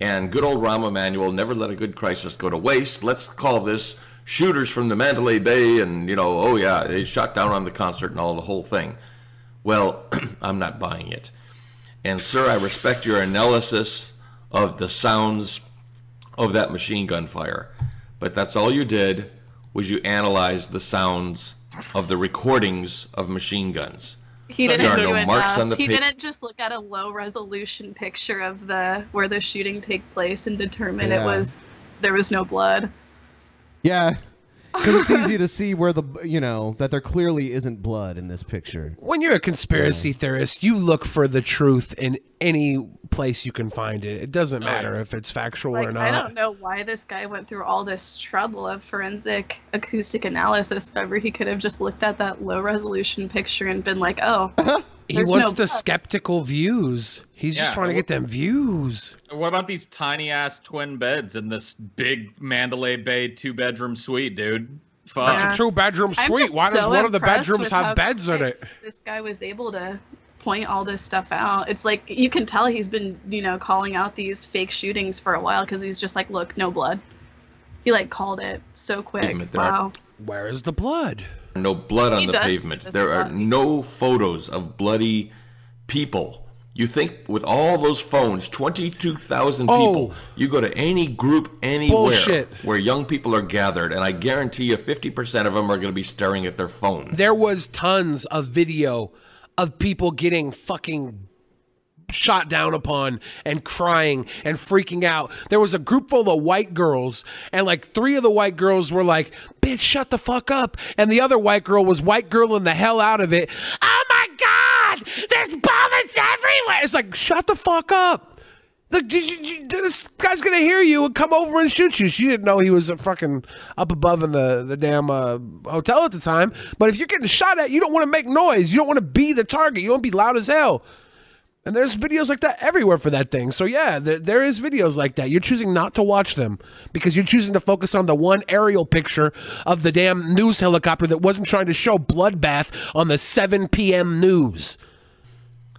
S9: And good old Rahm Emanuel never let a good crisis go to waste. Let's call this shooters from the Mandalay Bay, and you know, oh yeah, they shot down on the concert and all the whole thing. Well, I'm not buying it. And sir, I respect your analysis of the sounds of that machine gun fire, but that's all you did was you analyzed the sounds of the recordings of machine guns.
S12: He
S9: There
S12: didn't
S9: are
S12: do
S9: no
S12: enough.
S9: marks on the
S12: he
S9: pa-
S12: didn't just look at a low resolution picture of the where the shooting take place and determine
S5: Yeah.
S12: it was there was no blood.
S5: Yeah, because it's easy to see where the you know that there clearly isn't blood in this picture.
S14: When you're a conspiracy theorist, you look for the truth in any place you can find it. It doesn't matter if it's factual or
S12: Oh, Like
S14: not.
S12: I don't know why this guy went through all this trouble of forensic acoustic analysis. However, he could have just looked at that low resolution picture and been like, "Oh,
S14: He
S12: there's
S14: wants
S12: no
S14: the skeptical views. He's
S13: Yeah,
S14: just trying to
S13: I
S14: get them views.
S13: What about these tiny ass twin beds in this big Mandalay Bay two bedroom suite, dude? Fuck.
S14: That's a true bedroom
S12: I'm
S14: suite.
S12: just
S14: Why does
S12: so
S14: one of the
S12: impressed
S14: bedrooms
S12: with
S14: have
S12: how
S14: beds in
S12: quick
S14: it?
S12: This guy was able to point all this stuff out. It's like you can tell he's been, you know, calling out these fake shootings for a while because he's just like, look, no blood. He like called it so quick.
S9: Admit there are-
S12: Wow.
S14: Where is the blood?
S9: No blood on
S12: He
S9: the
S12: does
S9: pavement.
S12: this
S9: There are no photos of bloody people. You think with all those phones, 22,000 people, you go to any group anywhere
S14: Bullshit.
S9: where young people are gathered, and I guarantee you 50% of them are going to be staring at their phone.
S14: There was tons of video of people getting fucking shot down upon and crying and freaking out. There was a group full of white girls, and like three of the white girls were like, Bitch, shut the fuck up. And the other white girl was white girling the hell out of it. Oh my God, there's bullets everywhere. It's like, Shut the fuck up. Look, did you, you- this guy's gonna hear you and come over and shoot you. She didn't know he was uh, fucking up above in the the damn uh, hotel at the time. But if you're getting shot at, you don't want to make noise. You don't want to be the target. You want to be loud as hell. And there's videos like that everywhere for that thing. So yeah, there, there is videos like that. You're choosing not to watch them because you're choosing to focus on the one aerial picture of the damn news helicopter that wasn't trying to show bloodbath on the 7 p.m. news.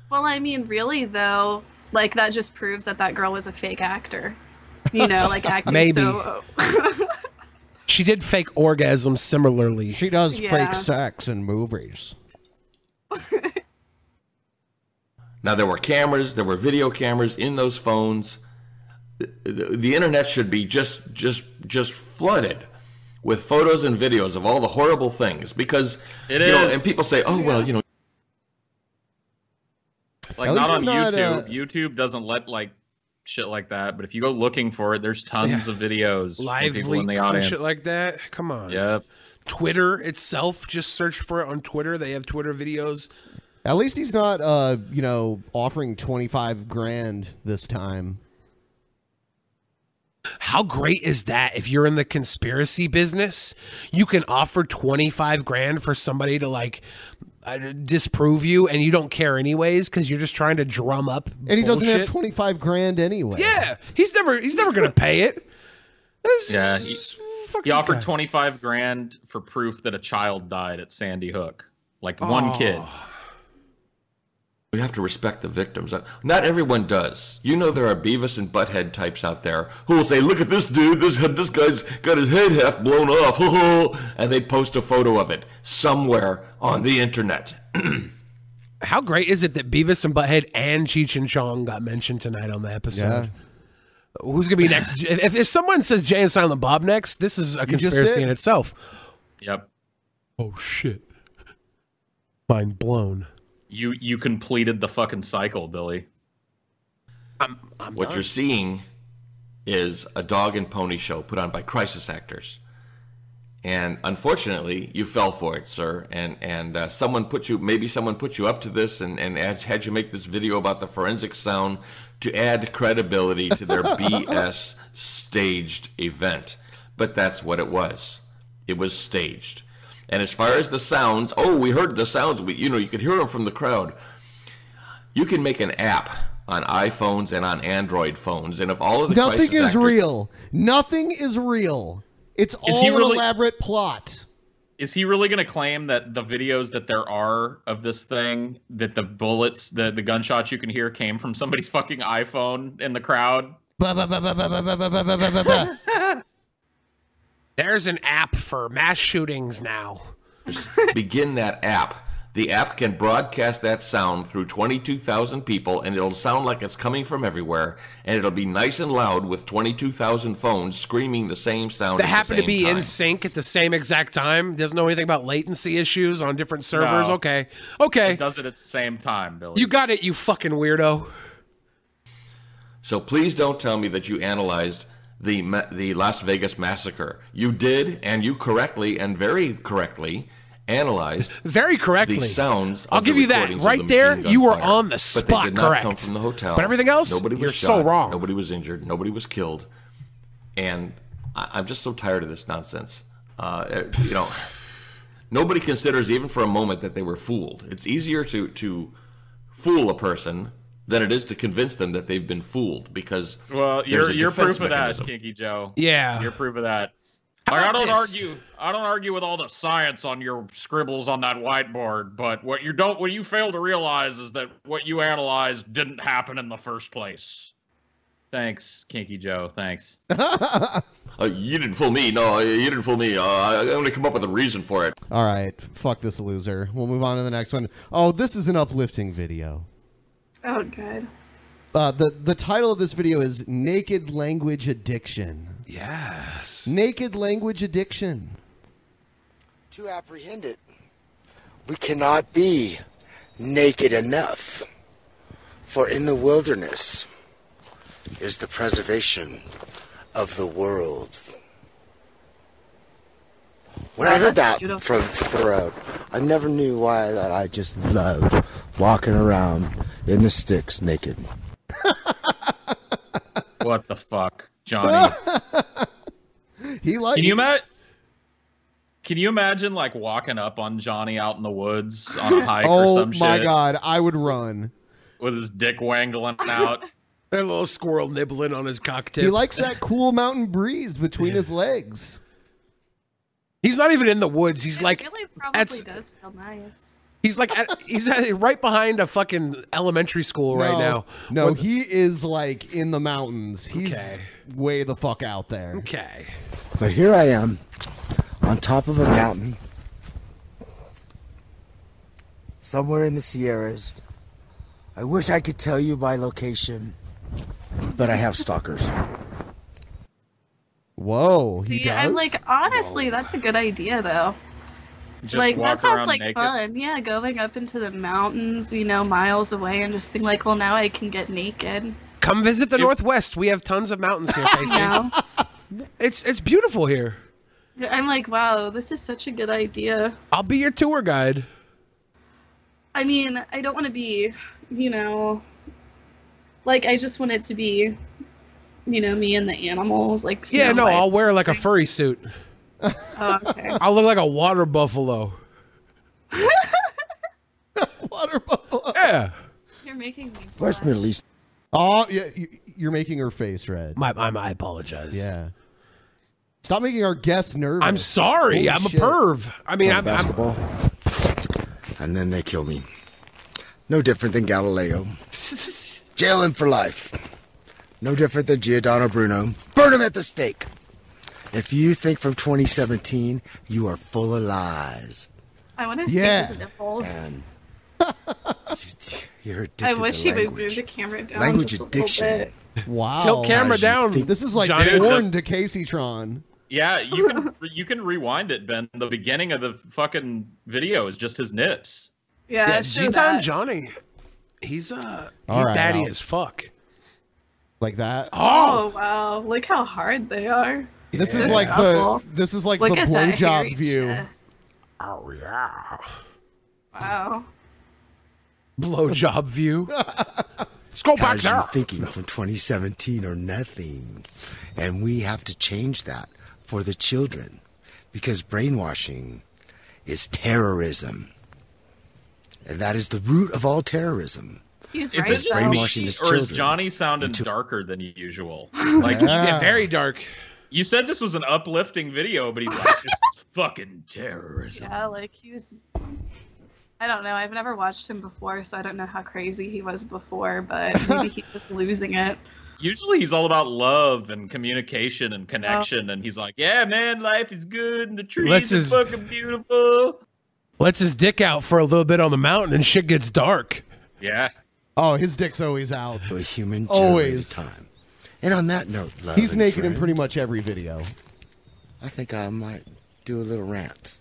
S12: Well, I mean, really though, like that just proves that that girl was a fake actor. You know, like acting
S14: Maybe.
S12: so. uh,
S14: She did fake orgasms similarly.
S5: She does
S12: Yeah.
S5: fake sex in movies.
S9: Now there were cameras, there were video cameras in those phones. The, the- the internet should be just just just flooded with photos and videos of all the horrible things because
S13: It
S9: you know
S13: is.
S9: and people say, "Oh well, you know,
S13: Like
S9: At least
S13: not on
S9: it's not,
S13: YouTube.
S9: uh,
S13: YouTube doesn't let like shit like that. But if you go looking for it, there's tons of videos
S14: Live
S13: of people in the
S14: leaks and
S13: audience.
S14: shit like that. Come on.
S13: yep.
S14: Twitter itself, just search for it on Twitter. They have Twitter videos.
S5: At least he's not, uh, you know, offering twenty five grand this time.
S14: How great is that? If you're in the conspiracy business, you can offer 25 grand for somebody to like uh, disprove you and you don't care anyways because you're just trying to drum up
S5: And he doesn't have
S14: bullshit.
S5: twenty five grand anyway.
S14: yeah he's never he's never gonna pay it
S13: Yeah. He, he
S14: this
S13: offered
S14: guy.
S13: 25 grand for proof that a child died at Sandy Hook. Like one
S9: Oh.
S13: kid.
S9: we have to respect the victims." Uh, Not everyone does. You know there are Beavis and Butthead types out there who will say, "Look at this dude. This this guy's got his head half blown off." and they post a photo of it somewhere on the internet.
S14: how great is it that beavis and butthead and cheech and chong got mentioned tonight on the episode
S5: Yeah.
S14: who's gonna be next if, if- if someone says jay and silent bob next this is a
S5: You just
S14: conspiracy
S5: did.
S14: in itself
S13: Yep.
S14: oh shit mind blown
S13: You you completed the fucking cycle, Billy.
S14: I'm, I'm
S9: What you're seeing is a dog and pony show put on by crisis actors. And unfortunately, you fell for it, sir. And and uh, someone put you, maybe someone put you up to this, and and had, had you make this video about the forensic sound to add credibility to their BS staged event. But that's what it was. It was staged. And as far as the sounds, oh, we heard the sounds. We, you know, you could hear them from the crowd. You can make an app on iPhones and on Android phones, and if all of the
S5: Nothing
S9: crisis
S5: is
S9: actors-
S5: real. Nothing is real. It's
S13: Is
S5: all
S13: he
S5: an
S13: really-
S5: elaborate plot.
S13: Is he really going to claim that the videos that there are of this thing, that the bullets, the, the gunshots you can hear came from somebody's fucking iPhone in the crowd?
S5: Ba, ba, ba, ba, ba, ba, ba, ba, ba, ba, ba, ba.
S14: There's an app for mass shootings now.
S9: begin that app. The app can broadcast that sound through 22,000 people, and it'll sound like it's coming from everywhere, and it'll be nice and loud with 22,000 phones screaming the same sound.
S14: That
S9: at
S14: happen
S9: the
S14: to
S9: same
S14: be
S9: time.
S14: in sync at the same exact time. Doesn't know anything about latency issues on different servers.
S13: No.
S14: Okay. Okay.
S13: It does it at the same time, Billy.
S14: You got it, you fucking weirdo.
S9: So please don't tell me that you analyzed the ma- the Las Vegas massacre. You did, and you correctly and very correctly analyzed
S14: Very correctly.
S9: the sounds. Of
S14: I'll
S9: the
S14: give you that.
S9: recordings of
S14: Right
S9: the
S14: there,
S9: machine gun
S14: you were
S9: fire.
S14: on the
S9: But
S14: spot
S9: they did not come
S14: correct.
S9: from the hotel.
S14: But everything else,
S9: nobody was
S14: you're so
S9: shot,
S14: wrong.
S9: Nobody was injured. Nobody was killed. And I- I'm just so tired of this nonsense. Uh, you know, nobody considers even for a moment that they were fooled. It's easier to to fool a person than it is to convince them that they've been fooled because
S13: Well,
S9: there's
S13: you're
S9: a
S13: you're
S9: defense
S13: proof of that,
S9: mechanism.
S13: Kinky Joe.
S14: Yeah.
S13: you're proof of that.
S14: How
S13: Like, I
S14: about
S13: don't
S14: this?
S13: argue. I don't argue with all the science on your scribbles on that whiteboard, but what you don't, what you fail to realize is that what you analyzed didn't happen in the first place. Thanks, Kinky Joe. Thanks.
S9: Uh, you didn't fool me. No, you didn't fool me. Uh, I- I'm going to come up with a reason for it.
S5: All right, fuck this loser. We'll move on to the next one. Oh, this is an uplifting video.
S12: oh, good.
S5: Uh, the the title of this video is "Naked Language Addiction."
S14: Yes.
S5: Naked language addiction.
S29: To apprehend it, we cannot be naked enough. For in the wilderness is the preservation of the world. When I heard that from Thoreau, I never knew why that I just loved walking around in the sticks naked.
S13: What the fuck, Johnny?
S5: he likes.
S13: Can you ima- Can you imagine like walking up on Johnny out in the woods on a hike or
S5: oh
S13: some shit?
S5: my god, I would run.
S13: with his dick wangling out.
S14: A little squirrel nibbling on his cocktail.
S5: He likes that cool mountain breeze between his legs.
S14: He's not even in the woods. He's like
S12: really probably
S14: at,
S12: does feel nice.
S14: he's like at, he's at, right behind a fucking elementary school right now.
S5: No,
S14: With-
S5: he is like in the mountains. He's
S14: Okay.
S5: way the fuck out there.
S14: Okay.
S29: But here I am on top of a mountain somewhere in the Sierras. I wish I could tell you my location, but I have stalkers.
S5: Whoa,
S29: he
S12: Yeah, I'm like honestly, that's a good idea though.
S29: Just
S12: like
S29: walk
S12: that sounds
S29: around
S12: like
S29: naked?
S12: fun. Yeah, going up into the mountains, you know, miles away, and just being like, well, now I can get naked.
S14: Come visit the Northwest. We have tons of mountains here, Casey.
S12: No.
S14: It's it's beautiful here.
S12: I'm like, wow, this is such a good idea.
S14: I'll be your tour guide.
S12: I mean, I don't want to be, you know, like I just want it to be, you know, me and the animals. Like,
S14: Yeah,
S12: Snow
S14: no,
S12: White.
S14: I'll wear like a furry suit.
S12: Oh, okay.
S14: I'll look like a water buffalo.
S5: water buffalo.
S14: Yeah.
S12: You're making me.
S29: Where's Middle East?
S5: Oh, yeah, you- you're making her face red.
S14: My, my, I apologize.
S5: Yeah. Stop making our guest nervous.
S14: I'm sorry.
S5: Holy
S14: I'm
S5: shit.
S14: a perv. I mean,
S29: Play
S14: I'm, I'm
S29: basketball. And then they kill me. No different than Galileo. Jail him for life. No different than Giordano Bruno. Burn him at the stake. If you think from 2017, you are full of lies.
S12: I want to
S29: Yeah.
S12: see the nipples.
S29: And you're addicted
S12: I wish
S29: to
S12: he would move
S29: language.
S12: the camera down.
S29: Language
S12: just a little
S29: addiction.
S12: bit.
S5: Wow.
S14: Tilt camera down.
S5: This is like
S13: Johnny.
S5: porn to Caseytron.
S13: Yeah, you can you can rewind it, Ben. The beginning of the fucking video is just his nips.
S12: Yeah,
S14: yeah,
S12: show
S14: G-Town
S12: that.
S14: Johnny. He's uh,
S5: All
S14: he's
S5: right,
S14: daddy
S5: I'll-
S14: as fuck.
S5: Like that.
S14: Ah.
S12: Oh wow! Look how hard they are.
S5: This is like the this is like
S12: Look
S5: the
S12: at that hairy
S5: blowjob view.
S12: chest. Ah.
S14: Oh yeah.
S12: Wow.
S14: Blowjob view. Let's go back
S29: Guys,
S14: there.
S29: you're thinking from 2017 or nothing. And we have to change that for the children because brainwashing is terrorism. And that is the root of all terrorism.
S12: He's
S13: Is
S12: right.
S13: it just
S12: though.
S13: me,
S29: Brainwashing his
S13: or is
S29: children
S13: Johnny sounding darker than usual? Like
S29: Like,
S13: he's
S29: Yeah.
S14: very dark.
S13: You said this was an uplifting video, but he's like, this is fucking terrorism.
S12: Yeah, like he's. I don't know. I've never watched him before, so I don't know how crazy he was before, but maybe he was losing it.
S13: Usually he's all about love and communication and
S12: Oh.
S13: connection, and he's like, yeah, man, life is good and the trees
S14: Let's
S13: are
S14: just-
S13: fucking beautiful.
S14: Lets his dick out for a little bit on the mountain, and shit gets dark.
S13: Yeah.
S5: Oh, his dick's always out.
S29: A human
S5: Always.
S29: time. And on that note, love
S5: He's
S29: and
S5: naked in
S29: friends,
S5: pretty much every video.
S29: I think I might do a little rant.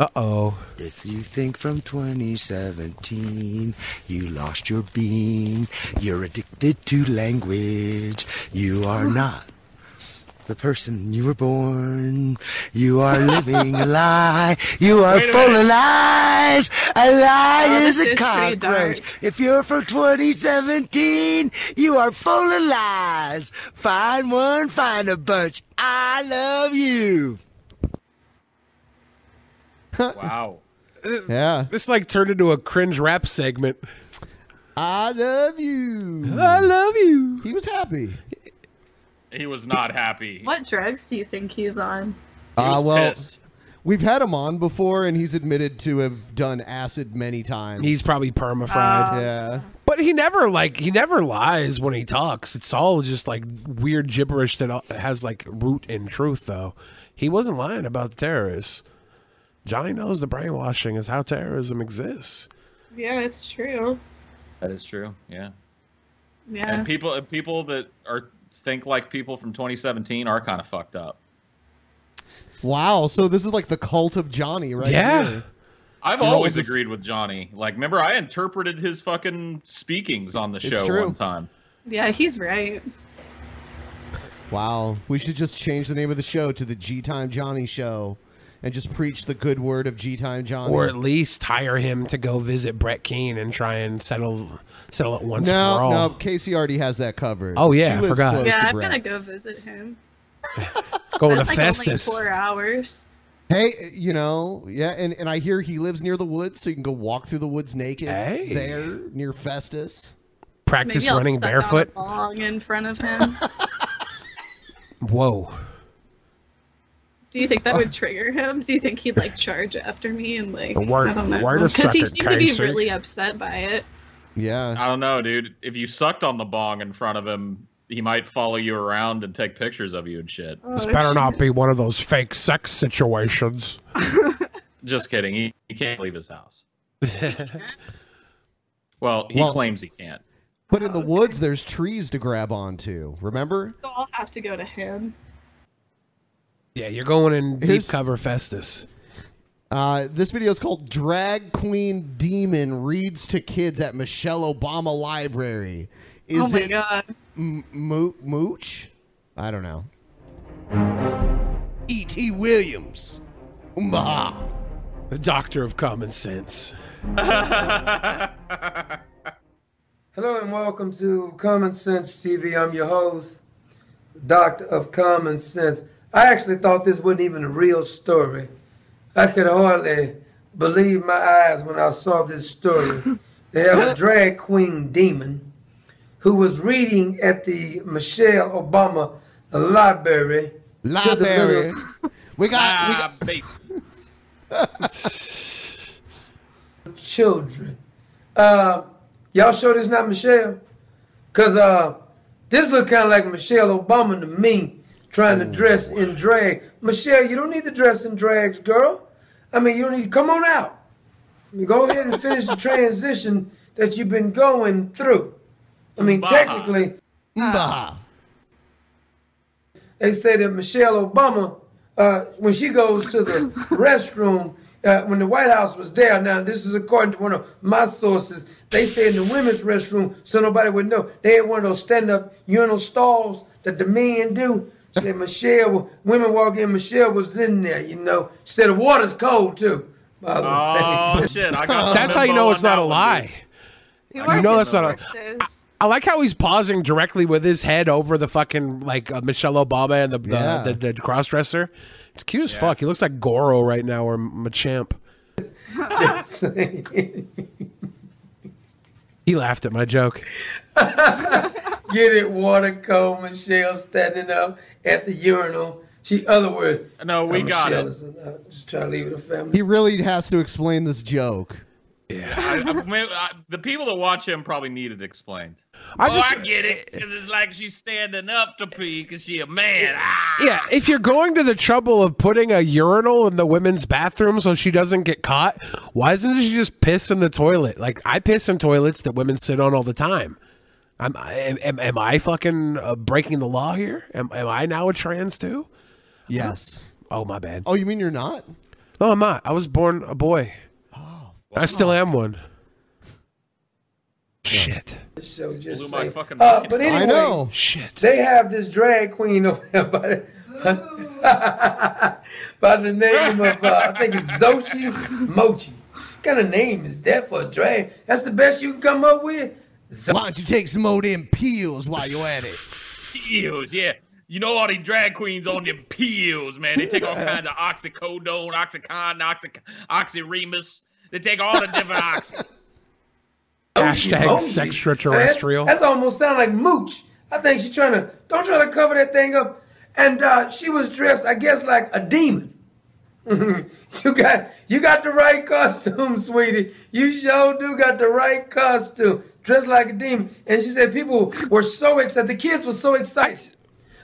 S14: Uh oh.
S29: If you think from 2017 you lost your being, you're addicted to language, you are not the person you were born. You are living a lie. You are
S10: Wait a
S29: full
S10: minute.
S29: of lies. A lie
S10: Oh,
S29: is
S10: this
S29: a
S10: is pretty dark.
S29: cockroach. If you're from 2017, you are full of lies. Find one, find a bunch. I love you.
S13: Wow.
S5: Yeah.
S14: This like turned into a cringe rap segment.
S5: I love you.
S14: I love you.
S5: He was happy.
S13: He was not happy.
S12: What drugs do you think he's on?
S5: Uh,
S13: was
S5: well,
S13: pissed.
S5: we've had him on before, and he's admitted to have done acid many times.
S14: He's probably perma Uh, fried.
S5: yeah.
S14: But he never like he never lies when he talks. It's all just like weird gibberish that all- has like root in truth though. He wasn't lying about the terrorists. Johnny knows the brainwashing is how terrorism exists.
S12: Yeah, it's true.
S13: That is true. Yeah.
S12: Yeah.
S13: And people and people that are think like people from 2017 are kind of fucked up.
S5: Wow. So this is like the cult of Johnny, right? here.
S13: I've
S5: You know,
S13: always
S5: it's-
S13: agreed with Johnny. Like, remember, I interpreted his fucking speakings on the
S5: It's
S13: show
S5: true.
S13: one time.
S12: Yeah, he's right.
S5: Wow. We should just change the name of the show to the G Time Johnny Show, and just preach the good word of G Time Johnny.
S14: Or at least hire him to go visit Brett Keene and try and settle settle it once
S5: no,
S14: for all.
S5: no. Casey already has that covered.
S14: Oh, yeah,
S5: She
S14: I
S5: lives
S14: forgot.
S5: close
S12: Yeah,
S5: to
S12: I'm
S5: Brett.
S12: gonna go visit him.
S14: Going to
S12: That's like
S14: Festus.
S12: only four hours.
S5: Hey, you know, yeah, and, and I hear he lives near the woods, so you can go walk through the woods naked
S14: Hey.
S5: there near Festus.
S14: practice
S12: Maybe I'll
S14: running
S12: suck on a
S14: barefoot.
S12: bong in front of him.
S14: Whoa.
S12: Do you think that would trigger him? Do you think he'd like charge after me and like
S14: The word-
S12: I don't know
S14: word of
S12: because he
S13: sucker,
S12: seemed to be
S13: Kaiser.
S12: really upset by it.
S5: Yeah.
S13: I don't know, dude. If you sucked on the bong in front of him, he might follow you around and take pictures of you and shit.
S14: This better not be one of those fake sex situations.
S13: Just kidding. He, he can't leave his house. well, he
S5: Well-
S13: claims he can't.
S5: But
S12: Oh,
S5: in the woods, there's trees to grab onto. Remember?
S12: So I'll have to go to him.
S14: Yeah, you're going in deep
S5: Here's-
S14: cover Festus.
S5: Uh, this video is called "Drag Queen Demon Reads to Kids at Michelle Obama Library." Is
S12: Oh my
S5: it
S12: God.
S5: M- mo- mooch? I don't know. E.T. Williams. Mwah.
S14: The doctor of common sense.
S10: Hello and welcome to Common Sense TV. I'm your host, Doctor of Common Sense. I actually thought this wasn't even a real story. I could hardly believe my eyes when I saw this story. they have a drag queen demon who was reading at the Michelle Obama library. to the
S5: Library.
S10: little-
S5: We got. we
S10: got children. Uh, y'all sure this not Michelle? Cause uh, this look kind of like Michelle Obama to me, trying to dress in drag. Michelle, you don't need to dress in drags, girl. I mean, you don't need. to Come on out. I mean, go ahead and finish the transition that you've been going through. I mean,
S16: Bah.
S10: technically, they say that Michelle Obama, uh, when she goes to the restroom, uh, when the White House was there, now this is according to one of my sources, they say in the women's restroom, so nobody would know, they had one of those stand up urinal stalls that the men do. So that Michelle, women walk in, Michelle was in there, you know. She said the water's cold too. by the
S13: Oh
S10: way.
S13: shit! I got.
S14: That's how you know it's not a lie. You know that's not a. I like how he's pausing directly with his head over the fucking like uh, Michelle Obama and the
S10: Yeah.
S14: uh, the, the crossdresser. It's cute as fuck. He looks like Goro right now or Machamp.
S10: Just saying.
S14: He laughed at my joke.
S10: Get it, water cold. Michelle standing up at the urinal. She, other words. uh,
S13: No,
S10: we
S13: got it.
S10: Just trying to leave it a family.
S5: He really has to explain this joke.
S13: I, I mean, I- the people that watch him probably need it explained.
S14: I just-
S13: Oh, get it because it's like she's standing up to pee because she a man. Ah!
S14: Yeah, if you're going to the trouble of putting a urinal in the women's bathroom so she doesn't get caught, why doesn't she just piss in the toilet? Like I piss in toilets that women sit on all the time. I'm, I- am, am, am I fucking uh, breaking the law here? Am, am I now a trans too?
S5: Yes.
S14: Oh my bad.
S5: Oh, you mean you're not? Oh,
S14: No, I'm not. I was born a boy. I still am one. Shit.
S10: So just
S13: blew my
S10: saying.
S13: fucking
S10: Uh,
S13: mind.
S10: but
S13: I
S10: anyway,
S13: know. Shit.
S10: They have this drag queen over there by the, by the name of uh, I think it's Zochi Mochi. What kind of name is that for a drag? That's the best you can come up with.
S5: Why don't you take some more them pills while you're at it?
S13: Pills, yeah. You know all these drag queens on them pills, man. They take all kinds of oxycodone, oxycontin, oxy oxyremus. They take all the different oxy.
S14: Hashtag
S5: Oh,
S10: Mochi.
S14: sextraterrestrial.
S10: Oh, That's, that's almost sound like mooch. I think she's trying to don't try to cover that thing up. And uh, she was dressed, I guess, like a demon. you got you got the right costume, sweetie. You sure do got the right costume. Dressed like a demon. And she said people were so excited. The kids were so excited.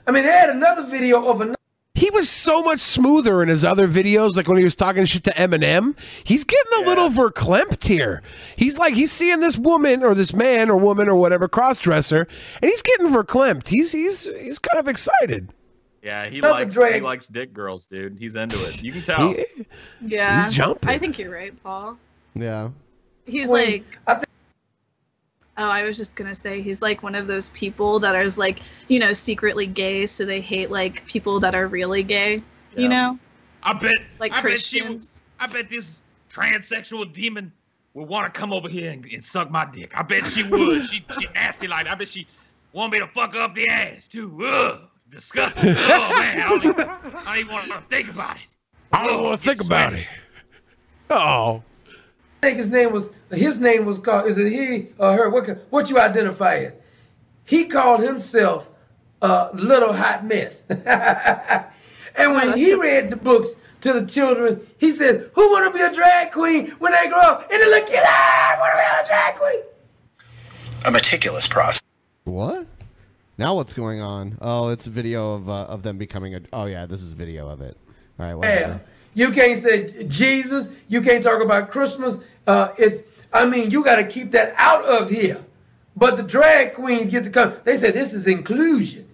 S10: I mean, they had another video of another.
S14: He was so much smoother in his other videos, like when he was talking shit to Eminem. He's getting a little verklempt here. He's like he's seeing this woman or this man or woman or whatever crossdresser, and he's getting verklempt. He's he's he's kind of excited.
S13: Yeah, he
S14: Another
S13: likes he
S14: drag-
S13: likes dick girls, dude. He's into it. You can tell.
S12: Yeah.
S14: He's jumping.
S12: I think you're right, Paul.
S5: Yeah.
S12: He's like Oh, I was just gonna say he's like one of those people that is like, you know, secretly gay, so they hate like people that are really gay.
S13: Yeah.
S12: You know?
S13: I bet.
S12: Like
S13: I
S12: Christians.
S13: Bet she, would- I bet this transsexual demon would want to come over here and, and suck my dick. I bet she would. she she nasty like. that. I bet she want me to fuck her up the ass too. Ugh, disgusting. oh man, I don't even, I don't even want to think about it.
S14: I don't want to think about it. Oh,
S10: think his name was his name was called. Is it he or her? What ca- what you identify as? He called himself a little hot mess. and when he read the books to the children, he said, "Who want to be a drag queen when they grow up?" And they look, "Yeah, I want to be a drag queen."
S1: A meticulous process.
S5: What? Now what's going on? Oh, it's a video of uh, of them becoming a. Oh yeah, this is video of it. All right, whatever.
S10: Yeah. You can't say Jesus. You can't talk about Christmas. Uh, it's. I mean, you got to keep that out of here. But the drag queens get to come. They said this is inclusion.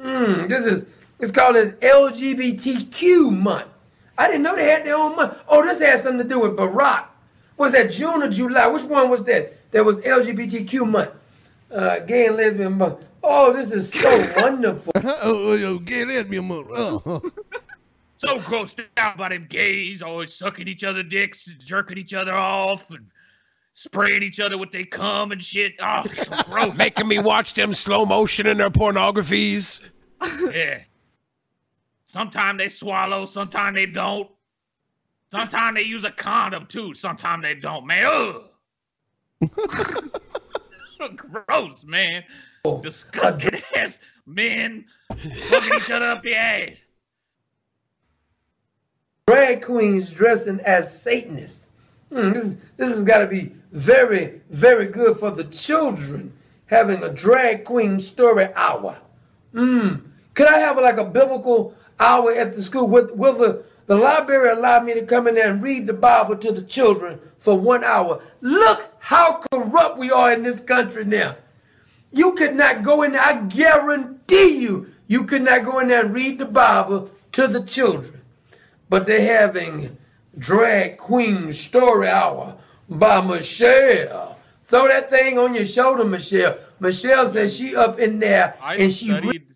S10: Mm, this is. It's called an LGBTQ month. I didn't know they had their own month. Oh, this had something to do with Barack. Was that June or July? Which one was that? That was LGBTQ month. Uh, gay and lesbian month. Oh, this is so wonderful.
S5: oh, gay lesbian month. Oh.
S16: so grossed out by them gays always sucking each other dicks, and jerking each other off, and spraying each other with they cum and shit. Oh, so gross.
S14: Making me watch them slow motion in their pornographies.
S16: yeah. Sometimes they swallow, sometimes they don't. Sometimes they use a condom too, sometimes they don't, man. Ugh. gross, man. Disgusting ass men fucking each other up the ass.
S10: drag queens dressing as Satanists. Hmm, this, is- this has got to be very, very good for the children having a drag queen story hour. Mm. Could I have like a biblical hour at the school? Will, will the, the library allow me to come in there and read the Bible to the children for one hour? Look how corrupt we are in this country now. You could not go in there, I guarantee you, you could not go in there and read the Bible to the children but they're having drag queen story hour by Michelle. Throw that thing on your shoulder, Michelle. Michelle says she up in there
S13: I
S10: and she
S13: studied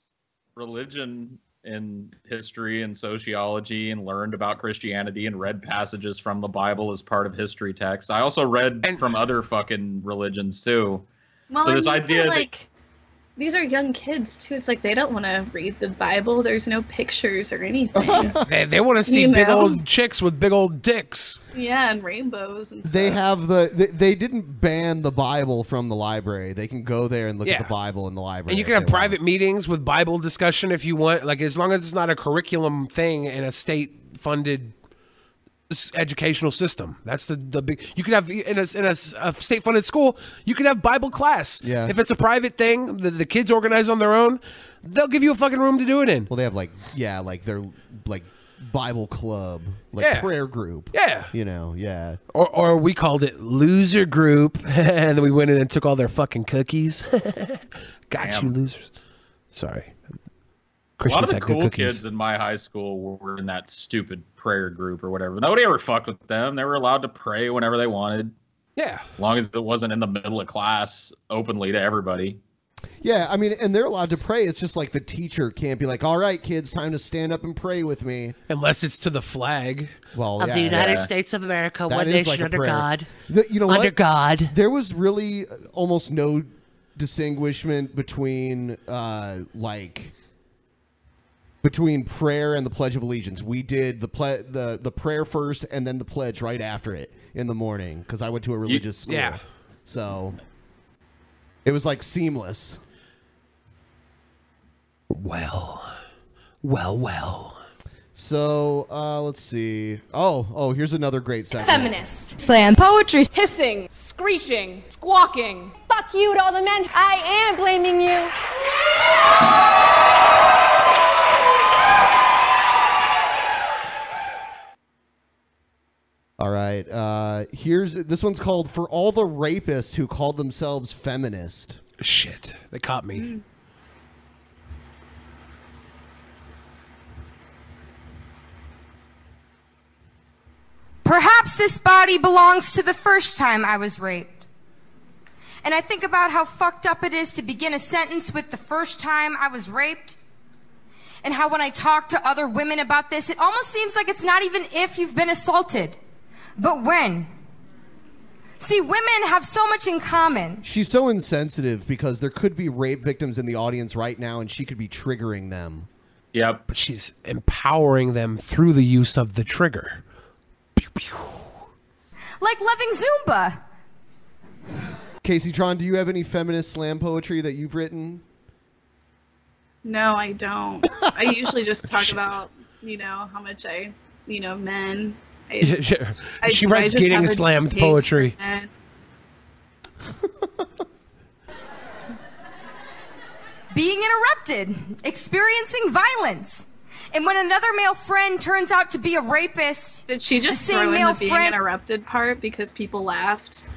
S13: religion and history and sociology and learned about Christianity and read passages from the Bible as part of history texts. I also read from other fucking religions too.
S12: Well,
S13: so this
S12: and these
S13: idea
S12: are,
S13: that
S12: like these are young kids too. It's like they don't want to read the Bible. There's no pictures or anything.
S14: They, they want to see
S12: You
S14: big
S12: know.
S14: old chicks with big old dicks.
S12: yeah, and rainbows and
S5: They have the they, they didn't ban the Bible from the library. They can go there and look
S14: Yeah.
S5: at the Bible in the library.
S14: And you can have private meetings with Bible discussion if you want, like as long as it's not a curriculum thing in a state-funded s- educational system. That's the, the big. You can have in a, in a, s- a state-funded school, you can have Bible class.
S5: Yeah.
S14: If it's a private thing, the, the kids organize on their own. They'll give you a fucking room to do it in.
S5: Well, they have like yeah, like their like Bible club, like
S14: Yeah.
S5: prayer group.
S14: Yeah.
S5: you know, yeah.
S14: Or, or we called it loser group, and then we went in and took all their fucking cookies. Got you, losers. Sorry.
S13: a lot
S14: Christians
S13: of the
S14: had good
S13: cool
S14: cookies.
S13: kids in my high school were in that stupid prayer group or whatever. Nobody ever fucked with them. They were allowed to pray whenever they wanted.
S14: Yeah.
S13: As long as it wasn't in the middle of class openly to everybody.
S5: Yeah, I mean, and they're allowed to pray. It's just like the teacher can't be like, "All right, kids, time to stand up and pray with me."
S14: Unless it's to the flag
S5: well,
S17: of
S5: yeah,
S17: the United
S5: yeah.
S17: States of America,
S5: That
S17: one
S5: is
S17: nation
S5: like a
S17: under
S5: prayer.
S17: God.
S5: The- you know
S17: under
S5: what?
S17: God.
S5: There was really uh, almost no distinguishment between uh, like between prayer and the Pledge of Allegiance. We did the ple- the the prayer first and then the pledge right after it in the morning because I went to a religious school.
S14: yeah.
S5: So it was like seamless.
S14: Well, well, well.
S5: So uh, let's see. Oh, oh, here's another great segment.
S18: Feminist. Slam. Poetry. Hissing. Screeching. Squawking. Fuck you to all the men. I am blaming you.
S5: All right. Uh, here's this one's called "For All the Rapists Who Called Themselves Feminist."
S14: Shit, they caught me.
S19: Perhaps this body belongs to the first time I was raped. And I think about how fucked up it is to begin a sentence with the first time I was raped. And how when I talk to other women about this, it almost seems like it's not even if you've been assaulted, but when. See, women have so much in common.
S5: She's so insensitive because there could be rape victims in the audience right now, and she could be triggering them.
S13: Yep.
S14: But she's empowering them through the use of the trigger.
S19: like loving Zumba.
S5: Casey Tron, do you have any feminist slam poetry that you've written?
S12: No, I don't. I usually just talk about, you know, how much I, you know, men. I,
S14: Yeah, sure.
S12: I-
S14: she
S12: I
S14: writes
S12: just have
S14: getting
S12: a
S14: slammed
S12: taste for
S14: poetry.
S12: men.
S19: being interrupted, experiencing violence. And when another male friend turns out to be a rapist,
S12: did she just
S19: the
S12: throw
S19: same
S12: in
S19: male
S12: the being
S19: friend
S12: interrupted part because people laughed.
S14: Ah.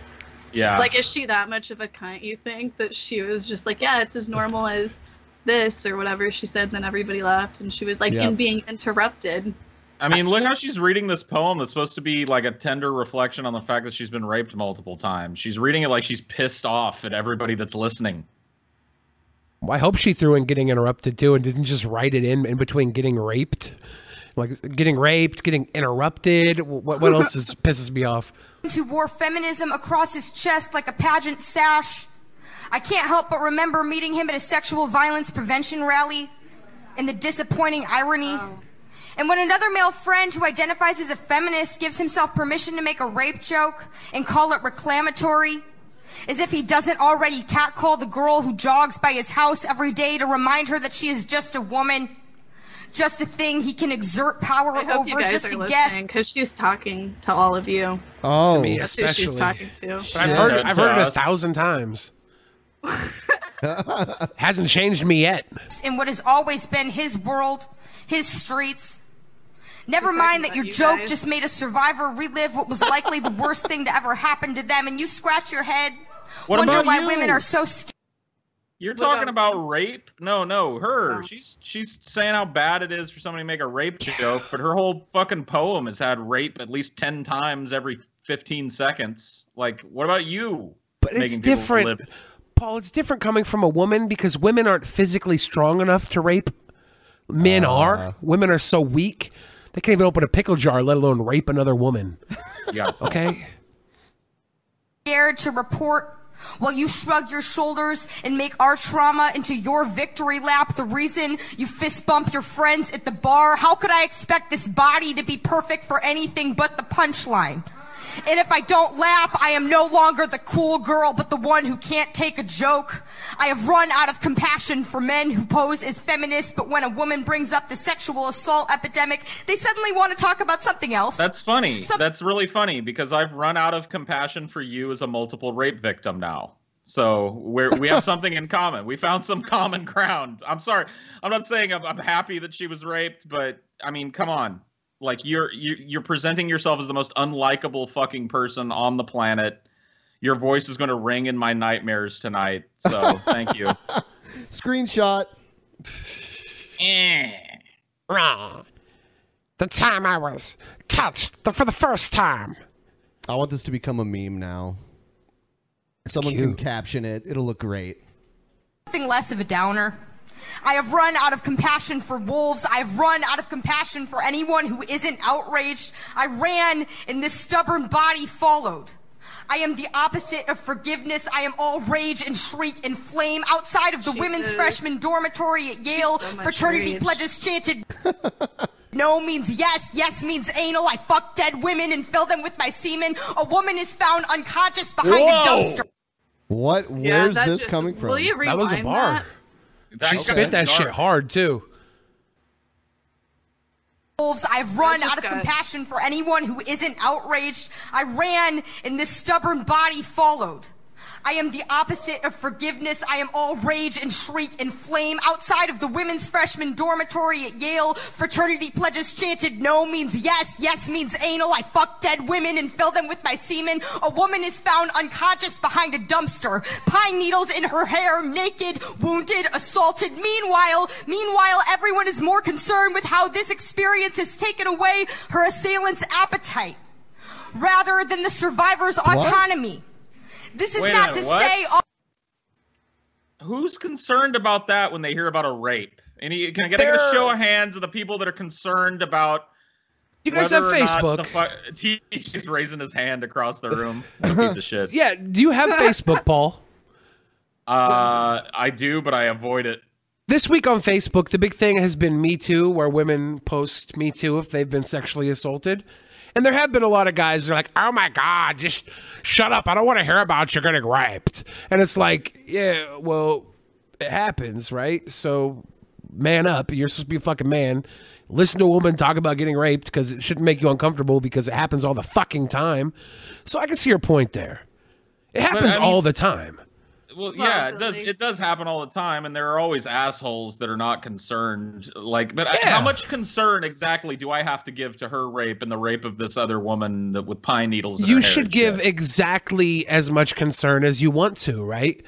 S13: Yeah.
S12: Like, is she that much of a cunt? You think that she was just like, yeah, it's as normal as this or whatever she said. Then everybody laughed, and she was like,
S13: Yeah.
S12: and being interrupted.
S13: I mean, look how she's reading this poem that's supposed to be like a tender reflection on the fact that she's been raped multiple times. She's reading it like she's pissed off at everybody that's listening.
S14: Well, I hope she threw in getting interrupted too and didn't just write it in in between getting raped. Like getting raped, getting interrupted. What, what else is, pisses me off?
S19: who wore feminism across his chest like a pageant sash. I can't help but remember meeting him at a sexual violence prevention rally and the disappointing irony. And when another male friend who identifies as a feminist gives himself permission to make a rape joke and call it reclamatory, as if he doesn't already catcall the girl who jogs by his house every day to remind her that she is just a woman, just a thing he can exert power
S12: I hope
S19: over,
S12: you guys
S19: just
S12: are
S19: a guest.
S12: listening because she's talking to all of you.
S5: Oh,
S14: me
S12: That's who she's talking
S14: especially.
S12: to.
S14: But I've heard, I've heard it a thousand times. Hasn't changed me yet.
S19: in what has always been his world, his streets. Never
S12: We're
S19: mind
S12: talking
S19: that
S12: about
S19: your
S12: you
S19: joke
S12: guys.
S19: just made a survivor relive what was likely the worst thing to ever happen to them, and you scratch your head,
S13: What
S19: wonder
S13: about
S19: why
S13: you?
S19: women are so scared.
S13: You're talking about rape? No, no, her. She's she's saying how bad it is for somebody to make a rape joke, but her whole fucking poem has had rape at least ten times every fifteen seconds. Like, what about you?
S14: But it's different. Paul, it's different coming from a woman because women aren't physically strong enough to rape. Men
S5: Ah.
S14: are. Women are so weak they can't even open a pickle jar, let alone rape another woman.
S13: Yeah.
S14: Okay.
S19: scared to report while you shrug your shoulders and make our trauma into your victory lap the reason you fist bump your friends at the bar how could i expect this body to be perfect for anything but the punchline and if I don't laugh, I am no longer the cool girl, but the one who can't take a joke. I have run out of compassion for men who pose as feminists, but when a woman brings up the sexual assault epidemic, they suddenly want to talk about something else.
S13: That's funny. That's really funny because I've run out of compassion for you as a multiple rape victim now. So we're, we have something in common. We found some common ground. I'm sorry. I'm not saying I'm, I'm happy that she was raped, but I mean, come on. Like you're you, you're presenting yourself as the most unlikable fucking person on the planet. Your voice is going to ring in my nightmares tonight. So thank you.
S5: Screenshot.
S14: Wrong. The time I was touched for the first time.
S5: I want this to become a meme now. Someone can caption it. It'll look great.
S19: nothing less of a downer. I have run out of compassion for wolves. I've run out of compassion for anyone who isn't outraged. I ran and this stubborn body followed. I am the opposite of forgiveness. I am all rage and shriek and flame. Outside of the women's
S12: is.
S19: freshman dormitory at Yale,
S12: much
S19: fraternity
S12: rage.
S19: pledges chanted no means yes, yes means anal. I fuck dead women and fill them with my semen. A woman is found unconscious behind a dumpster.
S5: What?
S19: Yeah,
S5: Where's
S19: that
S5: this
S19: just-
S5: coming from?
S19: will you
S14: that was a
S19: rewind
S14: bar. She
S5: That's
S14: spit that
S5: dark.
S14: shit hard too.
S19: wolves. I've run out of compassion for anyone who isn't outraged. I ran and this stubborn body followed. I am the opposite of forgiveness. I am all rage and shriek and flame. Outside of the women's freshman dormitory at Yale, fraternity pledges chanted no means yes, yes means anal. I fuck dead women and fill them with my semen. A woman is found unconscious behind a dumpster, pine needles in her hair, naked, wounded, assaulted. Meanwhile, meanwhile, everyone is more concerned with how this experience has taken away her assailant's appetite rather than the survivor's
S13: What?
S19: autonomy. This is
S13: Wait a
S19: not
S13: minute,
S19: to
S13: what?
S19: say all
S13: Who's concerned about that when they hear about a rape? Any can I get, I get a
S14: There-
S13: show of hands of the people that are concerned about?
S14: You guys have
S13: whether or not
S14: Facebook.
S13: The fu- T- he's raising his hand across the room. What a piece of shit.
S14: Yeah. Do you have Facebook, Paul?
S13: Uh, I do, but I avoid it.
S14: This week on Facebook, the big thing has been Me Too, where women post Me Too if they've been sexually assaulted. And there have been a lot of guys that are like, oh my God, just shut up. I don't want to hear about you getting raped. And it's like, yeah, well, it happens, right? So man up. You're supposed to be a fucking man. Listen to a woman talk about getting raped because it shouldn't make you uncomfortable because it happens all the fucking time. So I can see your point there. It happens
S13: I mean-
S14: all the time.
S13: Well, yeah, it does. It does happen all the time, and there are always assholes that are not concerned. Like, but I- how much concern exactly do I have to give to her rape and the rape of this other woman that with pine needles? In
S14: you
S13: her hair?
S14: should give exactly as much concern as you want to right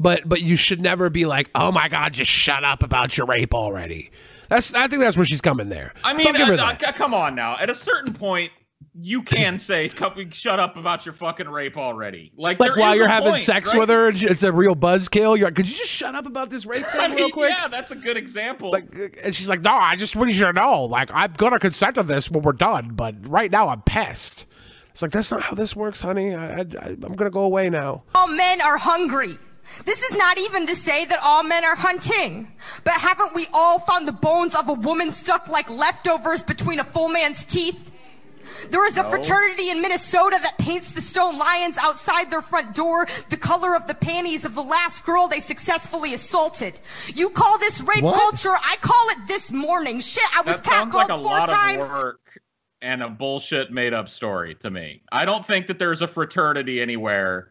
S14: but but you should never be like oh my god just shut up about your rape already that's i think that's where she's coming there
S13: I
S14: So
S13: mean,
S14: I'll give her
S13: uh,
S14: that.
S13: uh, come on now. At a certain point, you can say, "Come- "Shut up about your fucking rape already." Like,
S14: like
S13: there
S14: while
S13: is
S14: you're
S13: a
S14: having
S13: point,
S14: sex
S13: right?
S14: with her it's a real buzzkill you're like could you just shut up about this rape thing
S13: I
S14: real
S13: mean,
S14: quick
S13: yeah, that's a good example.
S14: and she's like uh, no i just want you to know like i'm gonna consent to this when we're done but right now i'm pissed it's like that's not how this works honey I, I, i'm gonna go away now
S19: All men are hungry. This is not even to say that all men are hunting. But haven't we all found the bones of a woman stuck like leftovers between a full man's teeth? There is a
S22: No.
S19: fraternity in Minnesota that paints the stone lions outside their front door the color of the panties of the last girl they successfully assaulted. You call this rape
S13: What?
S19: culture? I call it this morning. Shit, I was
S13: that sounds
S19: catcalled
S13: like a
S19: four
S13: lot
S19: times.
S13: of work and a bullshit made up story to me. I don't think that there's a fraternity anywhere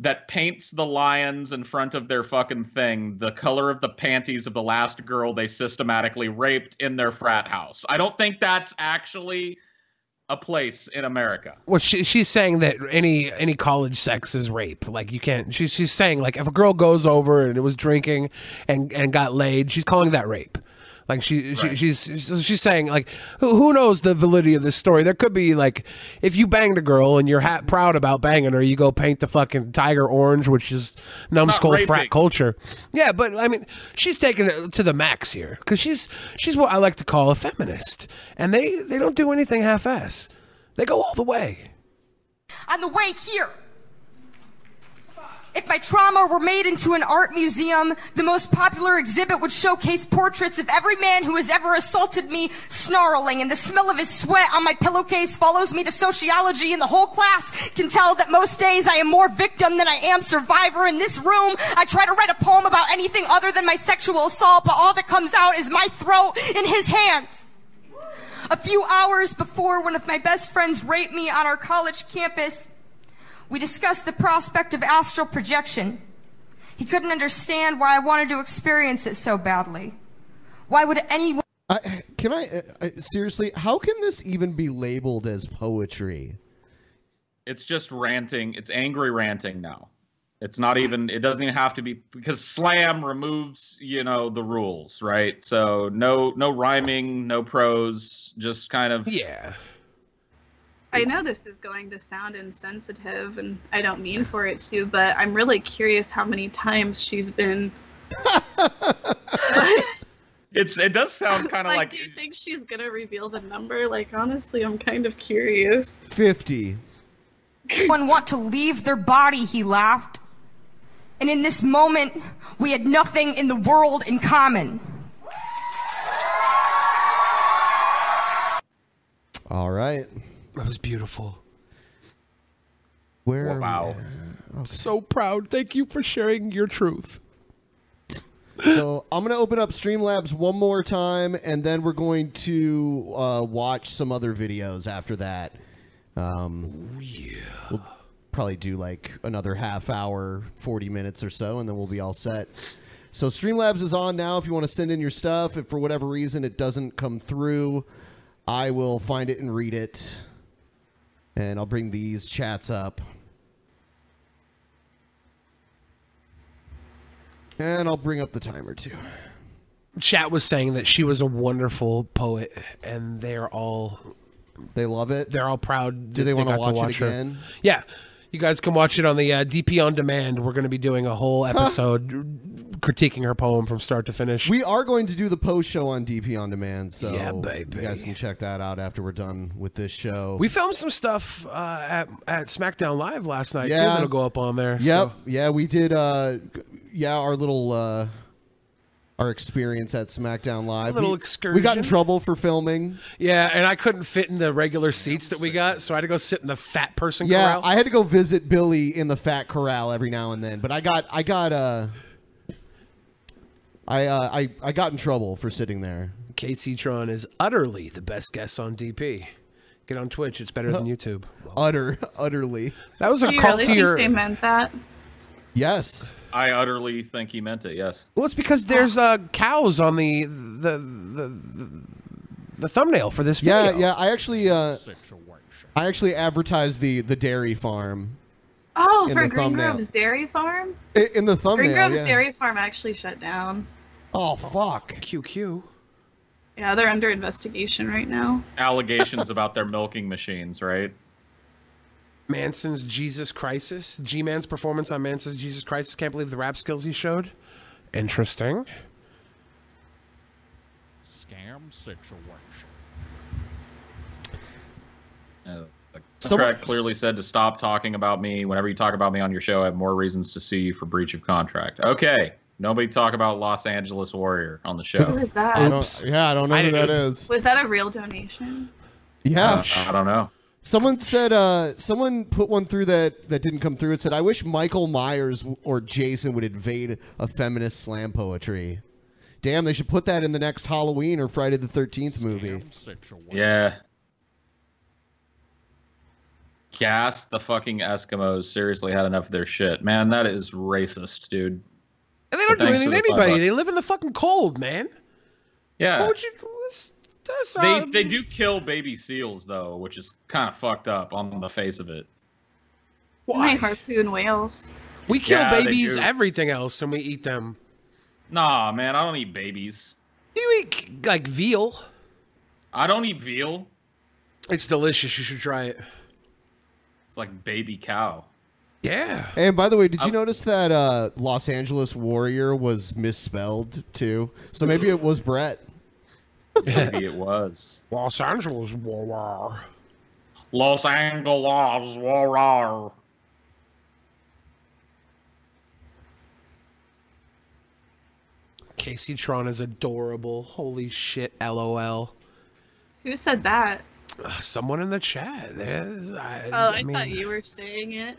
S13: that paints the lions in front of their fucking thing the color of the panties of the last girl they systematically raped in their frat house. I don't think that's actually a place in America.
S14: Well, she, she's saying that any any college sex is rape. Like you can't. She's she's saying like if a girl goes over and it was drinking and and got laid, she's calling that rape. Like she, she she's she's she's saying like who, who knows the validity of this story? There could be like if you banged a girl and you're ha- proud about banging her, you go paint the fucking tiger orange, which is numbskull
S13: raping.
S14: frat culture. Yeah, but I mean she's taking it to the max here because she's she's what I like to call a feminist, and they they don't do anything half ass. They go all the way.
S19: on the way here. If my trauma were made into an art museum, the most popular exhibit would showcase portraits of every man who has ever assaulted me, snarling, and the smell of his sweat on my pillowcase follows me to sociology, and the whole class can tell that most days I am more victim than I am survivor. In this room, I try to write a poem about anything other than my sexual assault, but all that comes out is my throat in his hands. A few hours before one of my best friends raped me on our college campus, we discussed the prospect of astral projection. He couldn't understand why I wanted to experience it so badly. Why would anyone?
S5: I, can I, uh, I seriously? How can this even be labeled as poetry?
S13: It's just ranting. It's angry ranting now. It's not even. It doesn't even have to be because slam removes you know the rules, right? So no no rhyming, no prose, just kind of
S14: yeah.
S12: I know this is going to sound insensitive, and I don't mean for it to, but I'm really curious how many times she's been.
S13: It's it does sound kind of
S12: like,
S13: like,
S12: do you think she's gonna reveal the number? Like, honestly, I'm kind of curious.
S5: Fifty.
S19: One want to leave their body, he laughed. And in this moment, we had nothing in the world in common.
S5: All right.
S14: That was beautiful.
S5: Where?
S14: Wow. So proud. Thank you for sharing your truth.
S5: so I'm gonna open up Streamlabs one more time, and then we're going to uh, watch some other videos after that. Um, yeah. We'll probably do like another half hour, forty minutes or so, and then we'll be all set. So Streamlabs is on now. If you want to send in your stuff, if for whatever reason it doesn't come through, I will find it and read it, and I'll bring these chats up. And I'll bring up the timer too.
S14: Chat was saying that she was a wonderful poet, and they're all
S5: they love it.
S14: They're all proud.
S5: Do
S14: that
S5: they wanna
S14: got
S5: watch it
S14: her.
S5: again?
S14: Yeah, you guys can watch it on the uh, DP on demand. We're going to be doing a whole episode critiquing her poem from start to finish.
S5: We are going to do the post show on DP on demand, so
S14: Yeah, baby.
S5: you guys can check that out after we're done with this show.
S14: We filmed some stuff uh, at at SmackDown Live last night. too,
S5: Yeah.
S14: that'll go up on there.
S5: Yep, yeah, we did. Uh, yeah, our little uh, our experience at SmackDown Live.
S14: A little
S5: we, We got in
S14: excursion.
S5: trouble for filming.
S14: Yeah, and I couldn't fit in the regular seats that we got, so I had to go sit in the fat person
S5: yeah,
S14: corral.
S5: I had to go visit Billy in the fat corral every now and then, but I got I got uh I uh, I I got in trouble for sitting there.
S14: KC Tron is utterly the best guest on DP. Get on Twitch; it's better than YouTube.
S5: Utter, utterly.
S14: That was a
S12: Do you really think they
S14: cultier.
S12: meant that?
S5: yes.
S13: I utterly think he meant it. Yes.
S14: Well, it's because there's uh, cows on the the, the the the thumbnail for this video.
S5: Yeah, yeah. I actually uh I actually advertised the the dairy farm
S12: Oh,
S5: In
S12: for
S5: the
S12: Green
S5: thumbnail.
S12: Grove's Dairy Farm?
S5: I- in the thumbnail.
S12: Green Grove's
S5: yeah.
S12: Dairy Farm actually shut down.
S5: Oh fuck.
S14: QQ.
S12: Yeah, they're under investigation right now.
S13: Allegations about their milking machines, right?
S14: Manson's Jesus Crisis, G Man's performance on Manson's Jesus Crisis. Can't believe the rap skills he showed. Interesting.
S22: Scam situation.
S13: Uh, the
S14: Someone-
S13: contract clearly said to stop talking about me. Whenever you talk about me on your show, I have more reasons to sue you for breach of contract. Okay. Nobody talk about Los Angeles Warrior on the show.
S12: Who is that?
S5: I don't, yeah, I don't know who that is.
S12: Was that a real donation?
S5: Yeah.
S13: Uh, I don't know.
S5: Someone said uh, someone put one through that that didn't come through. It said, "I wish Michael Myers w- or Jason would invade a feminist slam poetry." Damn, they should put that in the next Halloween or Friday the Thirteenth movie.
S13: Yeah. Gas the fucking Eskimos seriously had enough of their shit. Man, that is racist, dude.
S14: And they don't do
S13: Thanks
S14: anything to
S13: for the five
S14: anybody.
S13: bucks.
S14: They live in the fucking cold, man.
S13: Yeah.
S14: What would you? That's, that's
S13: They
S14: uh,
S13: they do kill baby seals though, which is kind of fucked up on the face of it.
S12: They harpoon whales.
S14: We kill
S13: Yeah, they
S14: babies,
S13: do.
S14: everything else, and we eat them.
S13: Nah, man, I don't eat babies.
S14: You eat like veal.
S13: I don't eat veal.
S14: It's delicious. You should try it.
S13: It's like baby cow.
S14: Yeah.
S5: And by the way, did you notice that uh, Los Angeles Warrior was misspelled too? So maybe it was Brett.
S13: Maybe it was.
S14: Los Angeles Warrior.
S13: Los Angeles Warrior.
S14: Casey Tron is adorable. Holy shit, lol.
S12: Who said that?
S14: Ugh, Someone in the chat. There's- I,
S12: Oh, I,
S14: I mean,
S12: thought you were saying it.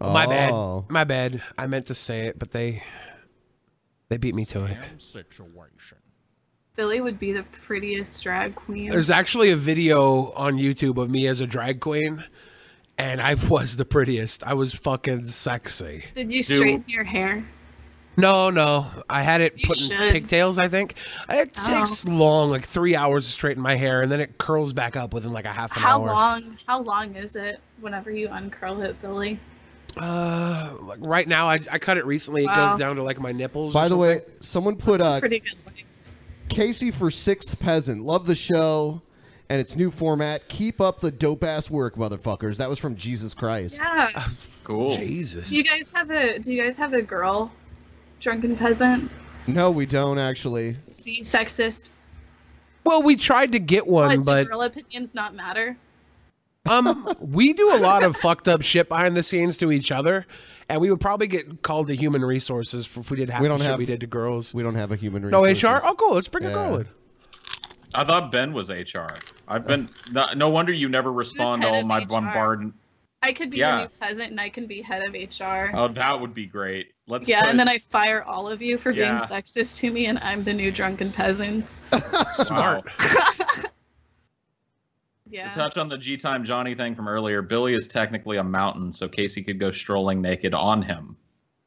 S14: My
S5: Oh.
S14: bad. My bad. I meant to say it, but they they beat me to it.
S22: Situation.
S12: Billy would be the prettiest drag queen.
S14: There's actually a video on YouTube of me as a drag queen, and I was the prettiest. I was fucking sexy.
S12: Did you straighten your hair?
S14: No, no. I had it
S12: You
S14: put in
S12: should.
S14: pigtails, I think. It
S12: Oh.
S14: takes long, like three hours to straighten my hair, and then it curls back up within like a half an
S12: How
S14: hour.
S12: long? How long is it? Whenever you uncurl it, Billy.
S14: Uh, like right now, I, I cut it recently. It
S12: Wow.
S14: goes down to like my nipples.
S5: By
S14: or
S5: the way, someone put uh,
S12: Pretty good.
S5: Casey for sixth peasant. Love the show and its new format. Keep up the dope ass work, motherfuckers. That was from Jesus Christ.
S12: Yeah.
S13: Cool.
S14: Oh, Jesus.
S12: Do you guys have a? Do you guys have a girl? Drunken peasant.
S5: No, we don't actually.
S12: See, sexist.
S14: Well, we tried to get one,
S12: What,
S14: but
S12: do girl opinions not matter?
S14: um, we do a lot of fucked up shit behind the scenes to each other, and we would probably get called to human resources if we did half
S5: we don't
S14: the
S5: have
S14: shit we did to girls.
S5: We don't have a human
S14: No
S5: resources.
S14: HR. Oh, cool. Let's bring a
S5: Yeah.
S14: girl in.
S13: I thought Ben was HR. I've been no, no wonder you never respond to
S12: head
S13: all
S12: of
S13: my
S12: HR?
S13: bombard.
S12: I could be
S13: Yeah.
S12: the new peasant, and I can be head of HR.
S13: Oh, that would be great. Let's
S12: yeah,
S13: put-
S12: and then I fire all of you for
S13: Yeah.
S12: being sexist to me, and I'm the new drunken peasants.
S14: Smart.
S12: Yeah.
S13: To touch on the G Time Johnny thing from earlier, Billy is technically a mountain, so Casey could go strolling naked on him.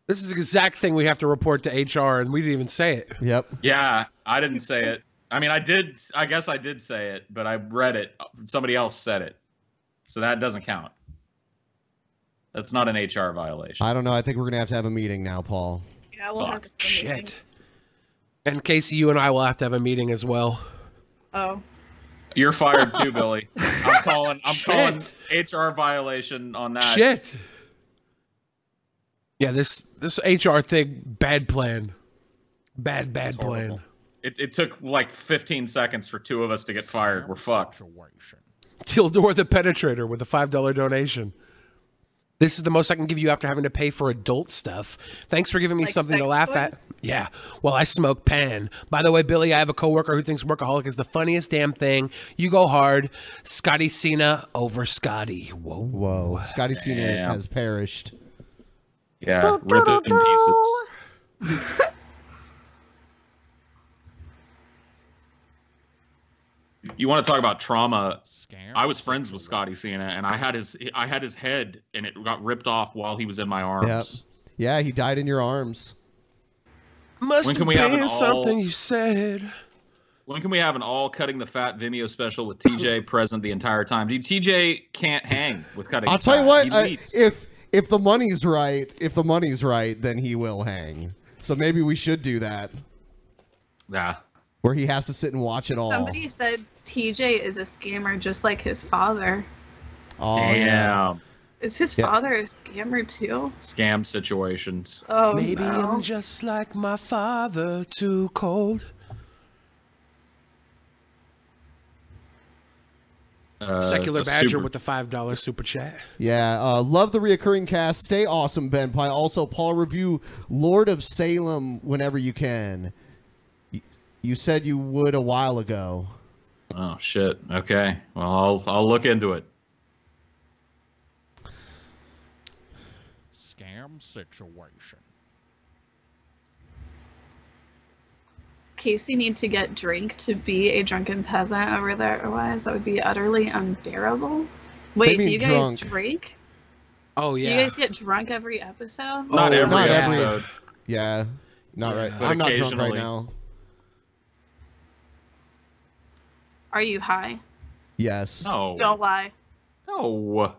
S14: This is the exact thing we have to report to HR, and we didn't even say it.
S5: Yep.
S13: Yeah, I didn't say it. I mean, I did. I guess I did say it, but I read it. Somebody else said it, so that doesn't count. That's not an HR violation.
S5: I don't know. I think we're gonna have to have a meeting now, Paul.
S12: Yeah, we'll have to.
S14: Shit. And Casey, you and I will have to have a meeting as well.
S12: Oh.
S13: You're fired too, Billy. I'm calling. I'm calling HR violation on that.
S14: Shit. Yeah, this this HR thing, bad plan. Bad, bad plan.
S13: It, it took like 15 seconds for two of us to get fired. We're fucked.
S14: Tildor the Penetrator with a five dollar donation. This is the most I can give you after having to pay for adult stuff. Thanks for giving me
S17: Like
S14: something to
S17: sex
S14: laugh at.
S17: toys?
S14: Yeah. Well, I smoke pan. By the way, Billy, I have a coworker who thinks workaholic is the funniest damn thing. You go hard. Scotty Cena over Scotty. Whoa.
S5: Whoa. Scotty Cena
S14: Yeah.
S5: has perished.
S13: Yeah, rip it in pieces. You want to talk about trauma? I was friends with Scotty Cena, and I had his I had his head, and it got ripped off while he was in my arms.
S5: Yep. Yeah, he died in your arms.
S14: Must
S13: When can we have an
S14: been
S13: all-
S14: something you said.
S13: When can we have an all cutting the fat Vimeo special with TJ present the entire time? Dude, TJ can't hang with cutting.
S5: I'll
S13: the
S5: tell you
S13: fat.
S5: what,
S13: He
S5: uh,
S13: leaves.
S5: if if the money's right, if the money's right, then he will hang. So maybe we should do that.
S13: Nah.
S5: Where he has to sit and watch it all.
S12: Somebody said TJ is a scammer just like his father.
S5: Oh,
S13: Damn.
S12: Is his
S13: Yeah.
S12: father a scammer too?
S13: scam situations.
S12: Oh,
S14: Maybe
S12: no.
S14: I'm just like my father, too cold.
S13: Uh,
S14: Secular
S13: so
S14: Badger
S13: super-
S14: with the five dollar super chat.
S5: Yeah, uh, love the reoccurring cast. Stay awesome, Ben Pye. Also, Paul, review Lord of Salem whenever you can. Y- You said you would a while ago.
S13: Oh shit. Okay. Well, I'll I'll look into it.
S22: Scam situation.
S12: Casey need to get drink to be a drunken peasant over there. Otherwise, that would be utterly unbearable. Wait, do
S14: mean
S12: you guys
S14: drunk.
S12: drink?
S14: Oh
S12: Do
S14: yeah.
S12: you guys get drunk every episode?
S14: Not every
S5: Oh, not
S14: episode.
S5: Every, yeah, not right.
S14: But
S5: I'm not drunk right
S14: occasionally.
S5: now.
S12: Are you high?
S5: Yes.
S12: Don't lie.
S13: No.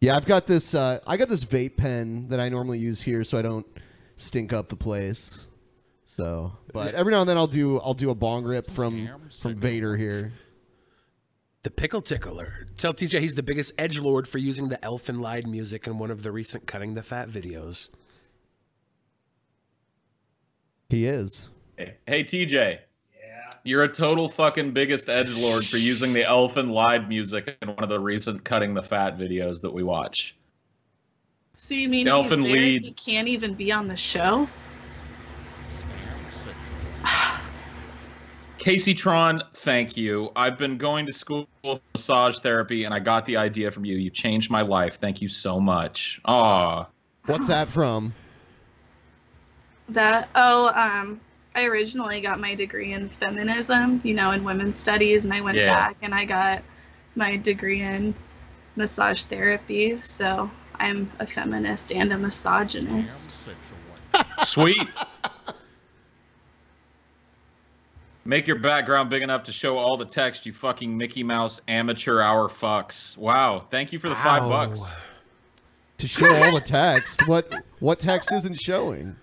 S5: Yeah, I've got this. Uh, I got this vape pen that I normally use here, so I don't stink up the place. So, but every now and then I'll do I'll do a bong rip from from Vader here.
S14: The pickle tickler. Tell TJ he's the biggest edge lord for using the elfin lied music in one of the recent cutting the fat videos.
S5: He is.
S13: Hey, hey, TJ. You're a total fucking biggest edge lord for using the Elfin Lied music in one of the recent cutting the fat videos that we watch.
S12: So you mean he's there,
S13: Elfin lead.
S12: he can't even be on the show?
S13: Casey Tron, thank you. I've been going to school for massage therapy and I got the idea from you. You changed my life. Thank you so much. Aw.
S5: What's that from?
S12: That oh, um, I originally got my degree in feminism, you know, in women's studies, and I went
S13: Yeah.
S12: back and I got my degree in massage therapy. So I'm a feminist and a misogynist.
S13: Sweet. Make your background big enough to show all the text, you fucking Mickey Mouse amateur hour fucks. Wow. Thank you for the five
S5: Ow.
S13: bucks.
S5: To show all the text. What what text isn't showing?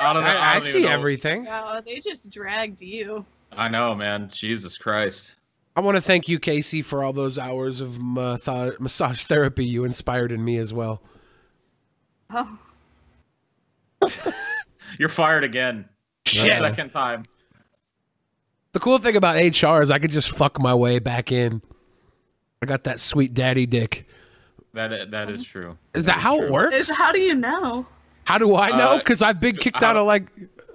S13: I don't know.
S14: I- I
S13: don't even
S14: see
S13: know.
S14: everything.
S12: Oh, they just dragged you.
S13: I know, man. Jesus Christ.
S14: I want to thank you, Casey, for all those hours of matho- massage therapy you inspired in me as well.
S12: Oh,
S13: You're fired again.
S14: Shit.
S13: Second time.
S14: The cool thing about HR is I could just fuck my way back in. I got that sweet daddy dick.
S13: That i- that is true.
S14: Is that how it works?
S12: Is- how do you know?
S14: How do I know?
S13: Uh,
S14: Because I've been kicked out of like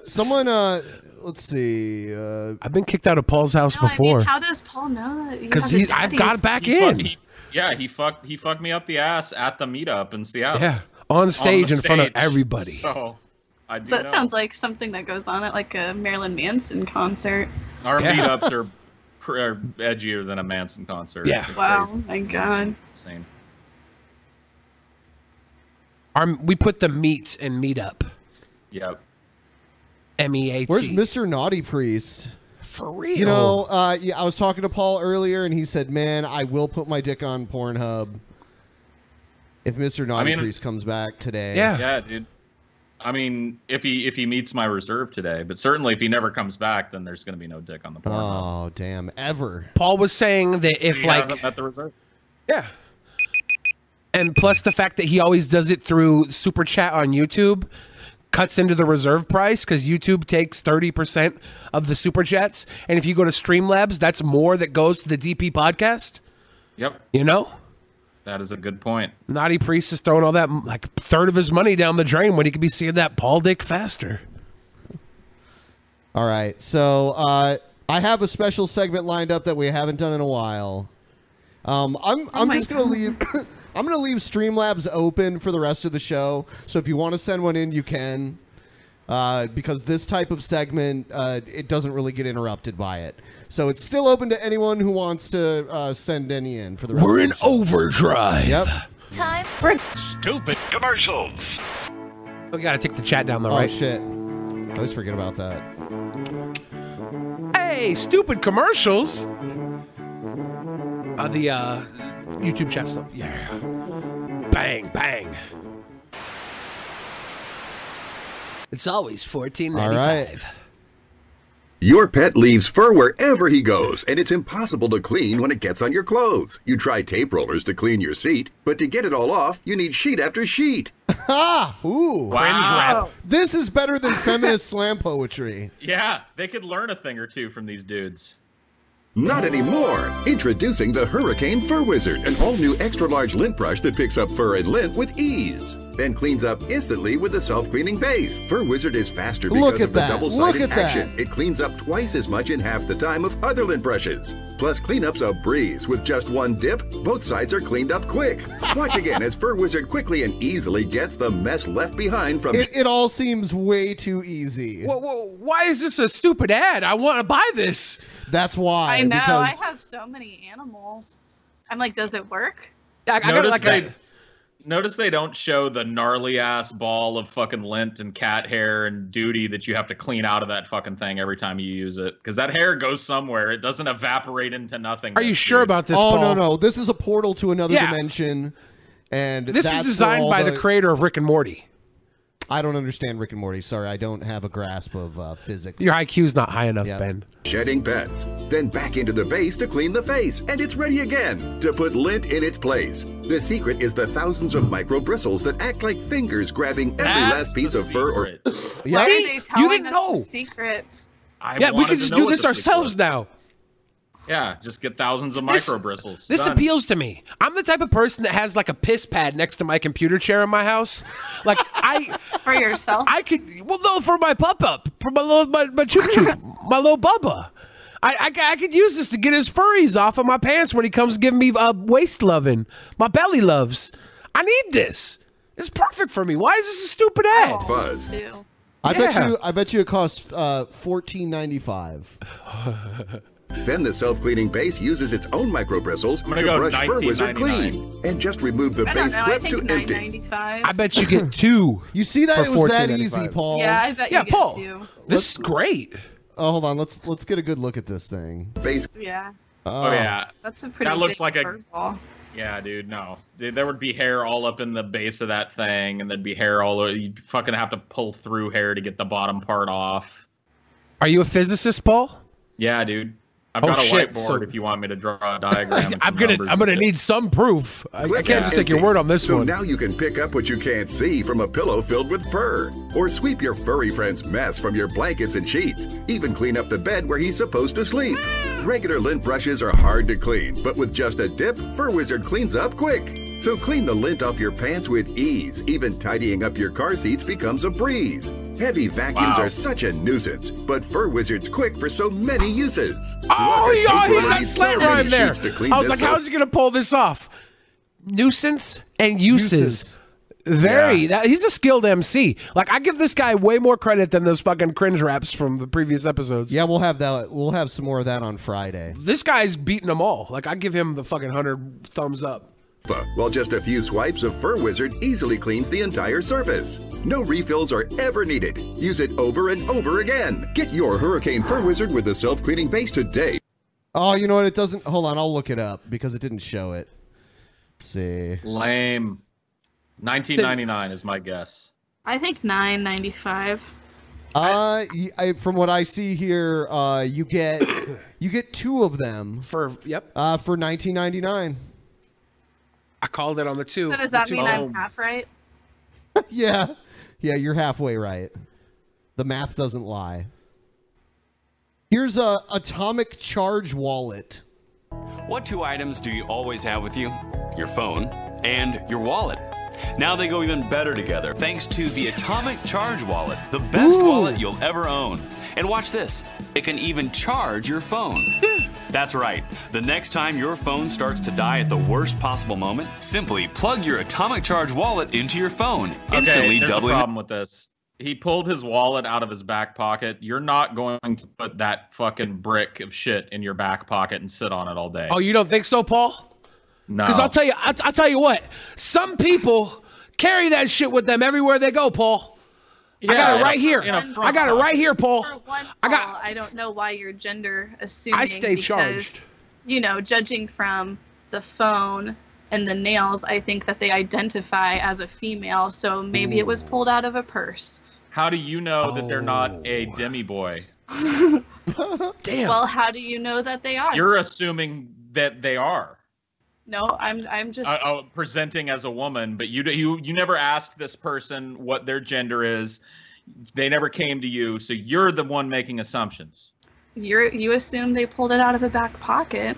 S5: someone. Uh, let's see. Uh,
S14: I've been kicked out of Paul's house
S12: I
S14: before.
S12: mean, how does Paul know that? you
S14: Because
S12: have a
S14: he, I've got
S12: daddy's-
S14: back
S13: He fuck-
S14: in.
S13: he- yeah, he fucked he fucked me up the ass at the meetup in Seattle.
S14: Yeah, on stage in front of
S13: stage.
S14: everybody.
S13: So I do
S12: That
S13: know.
S12: sounds like something that goes on at like a Marilyn Manson concert.
S13: Our
S12: Yeah.
S13: meetups are, pr- are edgier than a Manson concert.
S14: Yeah.
S13: They're
S12: Wow,
S13: crazy.
S12: my God.
S13: Insane.
S14: Our, we put the meat in meetup.
S13: Yep.
S14: M E A T.
S5: Where's Mr. Naughty Priest?
S14: For real.
S5: You know, uh, yeah, I was talking to Paul earlier, and he said, "Man, I will put my dick on Pornhub if Mr. Naughty
S13: mean-
S5: Priest comes back today."
S13: Yeah, dude. I mean, if he if he meets my reserve today, but certainly if he never comes back, then there's going to be no dick on the porn.
S5: Oh damn! Ever.
S14: Paul was saying that if
S13: he
S14: like
S13: hasn't met the reserve.
S14: and plus the fact that he always does it through super chat on YouTube cuts into the reserve price because YouTube takes 30% of the super chats. And if you go to Streamlabs, that's more that goes to the DP podcast.
S13: Yep.
S14: You know?
S13: That is a good point.
S14: Naughty priest is throwing all that like third of his money down the drain when he could be seeing that Paul Dick faster.
S5: All right. So uh, I have a special segment lined up that we haven't done in a while. Um, I'm I'm just gonna leave. I'm gonna leave Streamlabs open for the rest of the show. So if you want to send one in, you can. Uh, because this type of segment, uh, it doesn't really get interrupted by it. So it's still open to anyone who wants to uh, send any in for the rest.
S14: We're
S5: of
S14: in
S5: the show.
S14: overdrive.
S5: Yep.
S17: Time
S14: for
S17: stupid commercials.
S14: We gotta take the chat down the
S5: Oh
S14: right.
S5: shit! I always forget about that.
S14: Hey, stupid commercials. Uh, the uh, YouTube chat stuff. Yeah. Bang, bang. It's always fourteen ninety five.
S30: Your pet leaves fur wherever he goes, and it's impossible to clean when it gets on your clothes. You try tape rollers to clean your seat, but to get it all off, you need sheet after sheet.
S5: Ha! Ooh.
S13: Cringe Wow. rap.
S5: This is better than feminist slam poetry.
S13: Yeah, they could learn a thing or two from these dudes.
S30: Not anymore! Introducing the Hurricane Fur Wizard, an all new extra large lint brush that picks up fur and lint with ease. Then cleans up instantly with a self cleaning base. Fur Wizard is faster because
S5: Look at
S30: of the
S5: that.
S30: double sided
S5: Look at that.
S30: action. It cleans up twice as much in half the time of other lint brushes. Plus, cleanup's a breeze. With just one dip, both sides are cleaned up quick. Watch again as Fur Wizard quickly and easily gets the mess left behind from.
S5: It, it all seems way too easy.
S14: Whoa, whoa, why is this a stupid ad? I want to buy this.
S5: That's why.
S12: I know. I
S5: Because
S12: have so many animals. I'm like, does it work?
S13: notice they notice they don't show the gnarly ass ball of fucking lint and cat hair and duty that you have to clean out of that fucking thing every time you use it because that hair goes somewhere. It doesn't evaporate into nothing.
S14: Are you sure about this?
S5: oh
S14: Paul?
S5: no no, this is a portal to another
S14: Yeah.
S5: dimension, and
S14: This
S5: that's
S14: was
S5: where
S14: designed
S5: all
S14: by
S5: the,
S14: the creator of Rick and Morty.
S5: I don't understand Rick and Morty. Sorry, I don't have a grasp of uh, physics.
S14: Your IQ's not high enough, Ben.
S30: Shedding pets. Then back into the base to clean the face, and it's ready again to put lint in its place. The secret is the thousands of micro bristles that act like fingers grabbing every last piece of fur or.
S12: Why are they telling
S14: didn't
S12: us
S14: know.
S12: the secret?
S14: yeah, we could just do this ourselves now.
S13: Yeah, just get thousands of
S14: This-
S13: micro bristles.
S14: This
S13: Done.
S14: appeals to me. I'm the type of person that has like a piss pad next to my computer chair in my house. Like I
S12: for yourself.
S14: I could well no for my pup up for my little my my choo choo my little bubba. I, I ca- I could use this to get his furries off of my pants when he comes giving me uh, waist loving my belly loves. I need this. It's perfect for me. Why is this a stupid ad?
S12: Oh.
S30: Fuzz.
S5: I
S14: Yeah.
S5: bet you. I bet you it costs uh, fourteen ninety five.
S30: Then the self cleaning base uses its own micro bristles to
S5: gonna go
S30: brush Fur Wizard clean.
S5: 19.99.
S30: And just remove the
S12: I don't
S30: base
S12: know. I
S30: clip
S12: think
S30: to empty.
S12: 995.
S14: I bet you get two.
S5: you see that
S14: for
S5: it was that
S14: $14.95.
S5: easy, Paul.
S12: Yeah, I bet
S14: Yeah,
S12: you get
S14: Paul.
S12: two.
S14: This is great.
S5: Oh, hold on. Let's let's get a good look at this thing.
S30: Base.
S12: Yeah.
S13: Oh, yeah,
S12: That's a pretty.
S13: That looks
S12: big
S13: like a-
S12: curveball.
S13: Yeah, dude, no. Dude, There would be hair all up in the base of that thing, and there'd be hair all over. You'd fucking have to pull through hair to get the bottom part off.
S14: Are you a physicist, Paul?
S13: Yeah, dude. I've
S14: Oh,
S13: got a
S14: shit,
S13: whiteboard
S14: so-
S13: if you want me to draw a diagram. and
S14: I'm
S13: some
S14: gonna
S13: numbers.
S14: I'm gonna need some proof. I, I
S30: Clip
S14: can't
S30: and
S14: just take your
S30: empty.
S14: word on this
S30: so
S14: one.
S30: now you can pick up what you can't see from a pillow filled with fur, or sweep your furry friend's mess from your blankets and sheets, even clean up the bed where he's supposed to sleep. Regular lint brushes are hard to clean, but with just a dip, Fur Wizard cleans up quick. So clean the lint off your pants with ease. Even tidying up your car seats becomes a breeze. Heavy vacuums
S3: Wow.
S30: are such a nuisance, but Fur Wizard's quick for so many uses.
S14: Oh,
S30: Look, a
S14: he, oh, he
S30: tapeworm
S14: got
S30: needs
S14: slant
S30: so many
S14: rhyme there.
S30: sheets to clean
S14: I was
S30: this
S14: like,
S30: up.
S14: how's he gonna pull this off? Nuisance and uses. Very. That, he's a skilled MC. Like I give this guy way more credit than those fucking cringe raps from the previous episodes.
S5: Yeah, we'll have that. We'll have some more of that on Friday.
S14: This guy's beating them all. Like I give him the fucking hundred thumbs up.
S30: But while just a few swipes of Fur Wizard easily cleans the entire surface. No refills are ever needed. Use it over and over again. Get your Hurricane Fur Wizard with the self-cleaning base today.
S5: Oh, you know what? It doesn't. Hold on. I'll look it up because it didn't show it. Let's see.
S13: Lame. 1999 is my guess.
S12: I think 995.
S5: Uh, y I from what I see here, uh, you get you get two of them
S14: for yep
S5: uh, for nineteen ninety nine.
S14: I called it on the two.
S12: So does that
S14: the two-
S12: mean I'm half right?
S5: yeah, yeah, you're halfway right. The math doesn't lie. Here's a atomic charge wallet.
S23: What two items do you always have with you?
S11: your phone, and your wallet. Now they go even better together thanks to the Atomic Charge Wallet, the best wallet you'll ever own. And watch this it can even charge your phone. That's right. The next time your phone starts to die at the worst possible moment, simply plug your Atomic Charge wallet into your phone, instantly
S13: okay, there's
S11: doubling.
S13: a problem with this. He pulled his wallet out of his back pocket. You're not going to put that fucking brick of shit in your back pocket and sit on it all day.
S14: Oh, you don't think so, Paul?
S13: No.
S14: Because I'll tell you, I'll, I'll tell you what. Some people carry that shit with them everywhere they go, Paul. I got
S13: Yeah,
S14: it right
S13: in a-
S14: here.
S13: in a front
S14: I got it right here, Paul.
S12: I got. I don't know why you're gender assuming.
S14: I stay
S12: because,
S14: charged.
S12: You know, judging from the phone and the nails, I think that they identify as a female. So maybe it was pulled out of a purse.
S13: How do you know that they're not a
S11: Oh
S13: demi boy?
S14: Damn.
S12: Well, how do you know that they are?
S13: You're assuming that they are.
S12: no, I'm. I'm just.
S13: uh, uh, presenting as a woman, but you you you never asked this person what their gender is. They never came to you, so you're the one making assumptions.
S12: You're. You assume they pulled it out of a back pocket.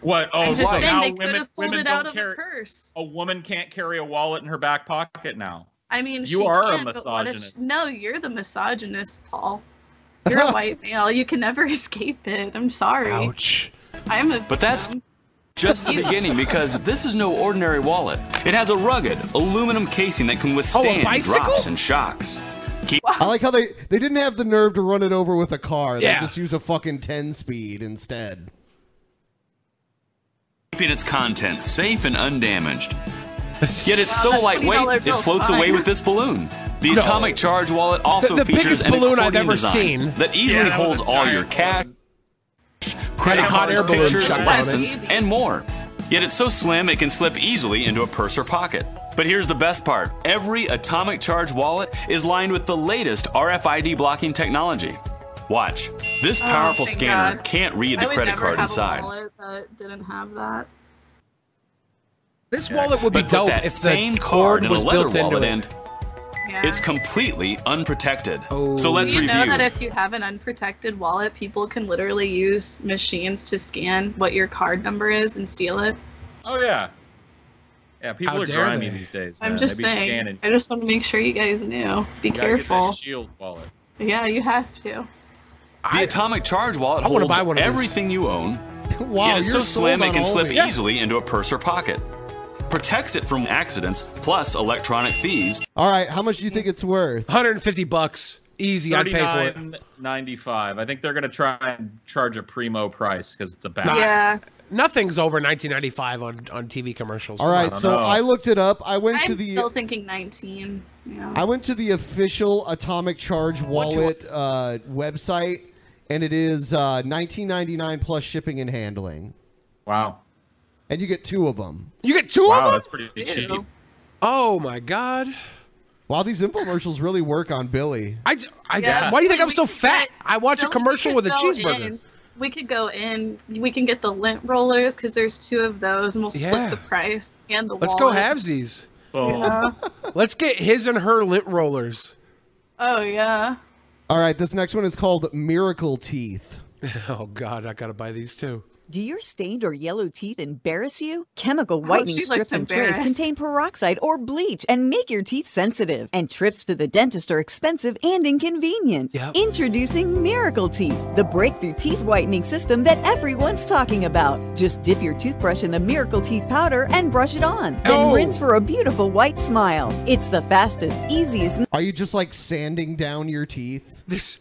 S13: What? Oh,
S12: I'm just saying
S13: right. Now
S12: they could
S13: women,
S12: have pulled
S13: women
S12: it out
S13: don't
S12: of
S13: carry
S12: a purse.
S13: a woman can't carry a wallet in her back pocket now.
S12: I mean,
S13: You
S12: she
S13: are a
S12: can, but what if
S13: misogynist.
S12: She, no, you're the misogynist, Paul. You're a white male. You can never escape it. I'm sorry.
S11: Ouch.
S12: I'm a.
S11: But that's just the beginning because this is no ordinary wallet. It has a rugged aluminum casing that
S14: Oh,
S11: can withstand
S5: bicycle?
S11: drops and shocks. Keep
S5: I like how they they didn't have the nerve to run it over with a car.
S11: Yeah.
S5: They just used a fucking ten speed instead.
S11: keeping its contents safe and undamaged. Yet it's so
S14: $20
S11: lightweight, it
S14: bill's
S11: floats away
S14: fine.
S11: with this balloon. The
S14: No.
S11: atomic charge wallet also
S14: the
S11: features
S14: biggest
S11: an
S14: balloon I've
S11: accordion
S14: ever
S11: design
S14: seen.
S11: that easily
S14: Yeah, that was
S11: holds
S14: a
S11: all
S14: giant
S11: your cash,
S14: Yeah,
S11: credit
S14: hot
S11: cards,
S14: air balloon
S11: pictures,
S14: shot down
S11: license, and more. Yet it's so slim it can slip easily into a purse or pocket. But here's the best part. Every atomic charge wallet is lined with the latest RFID blocking technology. Watch. This
S12: Oh,
S11: powerful
S12: thank
S11: scanner
S12: God.
S11: can't read
S12: I
S11: the
S12: would
S11: credit
S12: never
S11: card
S12: have
S11: inside.
S12: A wallet that didn't have that.
S14: This wallet would be
S11: but
S14: dope
S11: with that
S14: if the
S11: same
S14: cord
S11: card and a
S14: was
S11: leather
S14: built into
S11: wallet
S14: it.
S11: end,
S12: Yeah.
S11: it's completely unprotected.
S14: Oh.
S11: So let's
S12: Do you
S11: review.
S12: know that if you have an unprotected wallet, people can literally use machines to scan what your card number is and steal it?
S13: Oh yeah, yeah. People
S12: How
S13: are
S12: dare
S13: grimy
S12: they.
S13: these days.
S12: I'm
S13: man.
S12: just
S13: They be
S12: saying.
S13: Scanning.
S12: I just want to make sure you guys knew. Be
S11: You gotta get that
S12: careful.
S13: Shield wallet.
S12: Yeah, you have to.
S11: The atomic charge wallet
S12: I wanna
S11: holds
S12: buy one of those.
S11: everything you own.
S12: Wow,
S11: yet it's
S12: you're
S11: so
S12: sold
S11: slim
S12: on
S11: it can
S12: all
S11: slip
S12: these. Yeah.
S11: easily into a purse or pocket. Protects it from accidents, plus electronic thieves.
S5: All right, how much do you think it's worth?
S14: 150 bucks. Easy, I'd pay for it.
S13: Thirty-nine ninety-five. I think they're gonna try and charge a primo price because it's a bad.
S14: Nah, Nothing's over 1995 on on TV commercials.
S5: All right, so I looked it up. I went to
S12: I'm
S5: the
S12: still thinking 19. Yeah.
S5: I went to the official Atomic Charge Wallet uh, website, and it is uh, 19.99 plus shipping and handling.
S13: Wow.
S5: And you get two of them.
S14: You get two
S13: Wow, that's pretty cheap.
S14: Oh my god.
S5: Wow, these infomercials really work on Billy.
S14: I, I why do you think I'm so fat? I watch a commercial with a
S12: go
S14: cheeseburger.
S12: in. We could go in. We can get the lint rollers because there's two of those, and we'll split
S14: Yeah.
S12: the price and the
S14: Let's go
S12: wallet.
S14: halvesies.
S12: Yeah.
S14: Let's get his and her lint rollers.
S12: Oh yeah.
S5: All right, this next one is called Miracle Teeth.
S14: Oh god, I gotta buy these too.
S20: Do your stained or yellow teeth embarrass you? Chemical whitening
S14: Oh, she looks
S20: strips and trays
S14: embarrassed.
S20: contain peroxide or bleach and make your teeth sensitive. And trips to the dentist are expensive and inconvenient. Introducing Miracle Teeth, the breakthrough teeth whitening system that everyone's talking about. Just dip your toothbrush in the Miracle Teeth powder and brush it on. Then rinse for a beautiful white smile. It's the fastest, easiest.
S5: Are you just like sanding down your teeth?
S14: This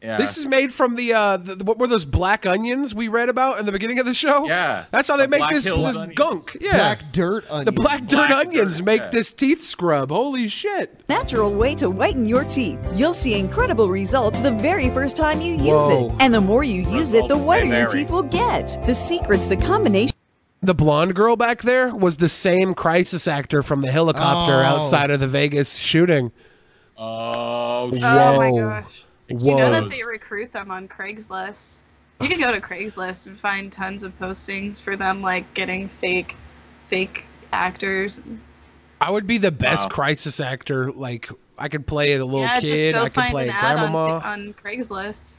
S14: This is made from the, uh, the, the- what were those black onions we read about in the beginning of the show? Yeah, that's how they
S5: The
S14: make
S5: Black
S14: this,
S5: Hills
S14: this
S5: onions.
S14: gunk. Yeah,
S5: Black dirt onions.
S14: the black dirt onions make this teeth scrub. Holy shit!
S20: Natural way to whiten your teeth. You'll see incredible results the very first time you use
S14: Whoa.
S20: it. And the more you use it, the
S14: Results
S20: whiter
S14: may
S20: your
S14: vary.
S20: teeth will get. The secret's the combination.
S14: The blonde girl back there was the same crisis actor from the helicopter
S20: Oh.
S14: outside of the Vegas shooting.
S13: Oh,
S12: Oh my
S14: Whoa.
S12: gosh. Do
S14: Whoa.
S12: you know that they recruit them on Craigslist? You can go to Craigslist and find tons of postings for them, like getting fake, fake actors.
S14: I would be the best
S20: Wow.
S14: crisis actor. Like I could play a little
S12: yeah,
S14: kid.
S12: just go
S14: I could
S12: find
S14: play
S12: an ad on,
S14: grandmama.
S12: on Craigslist.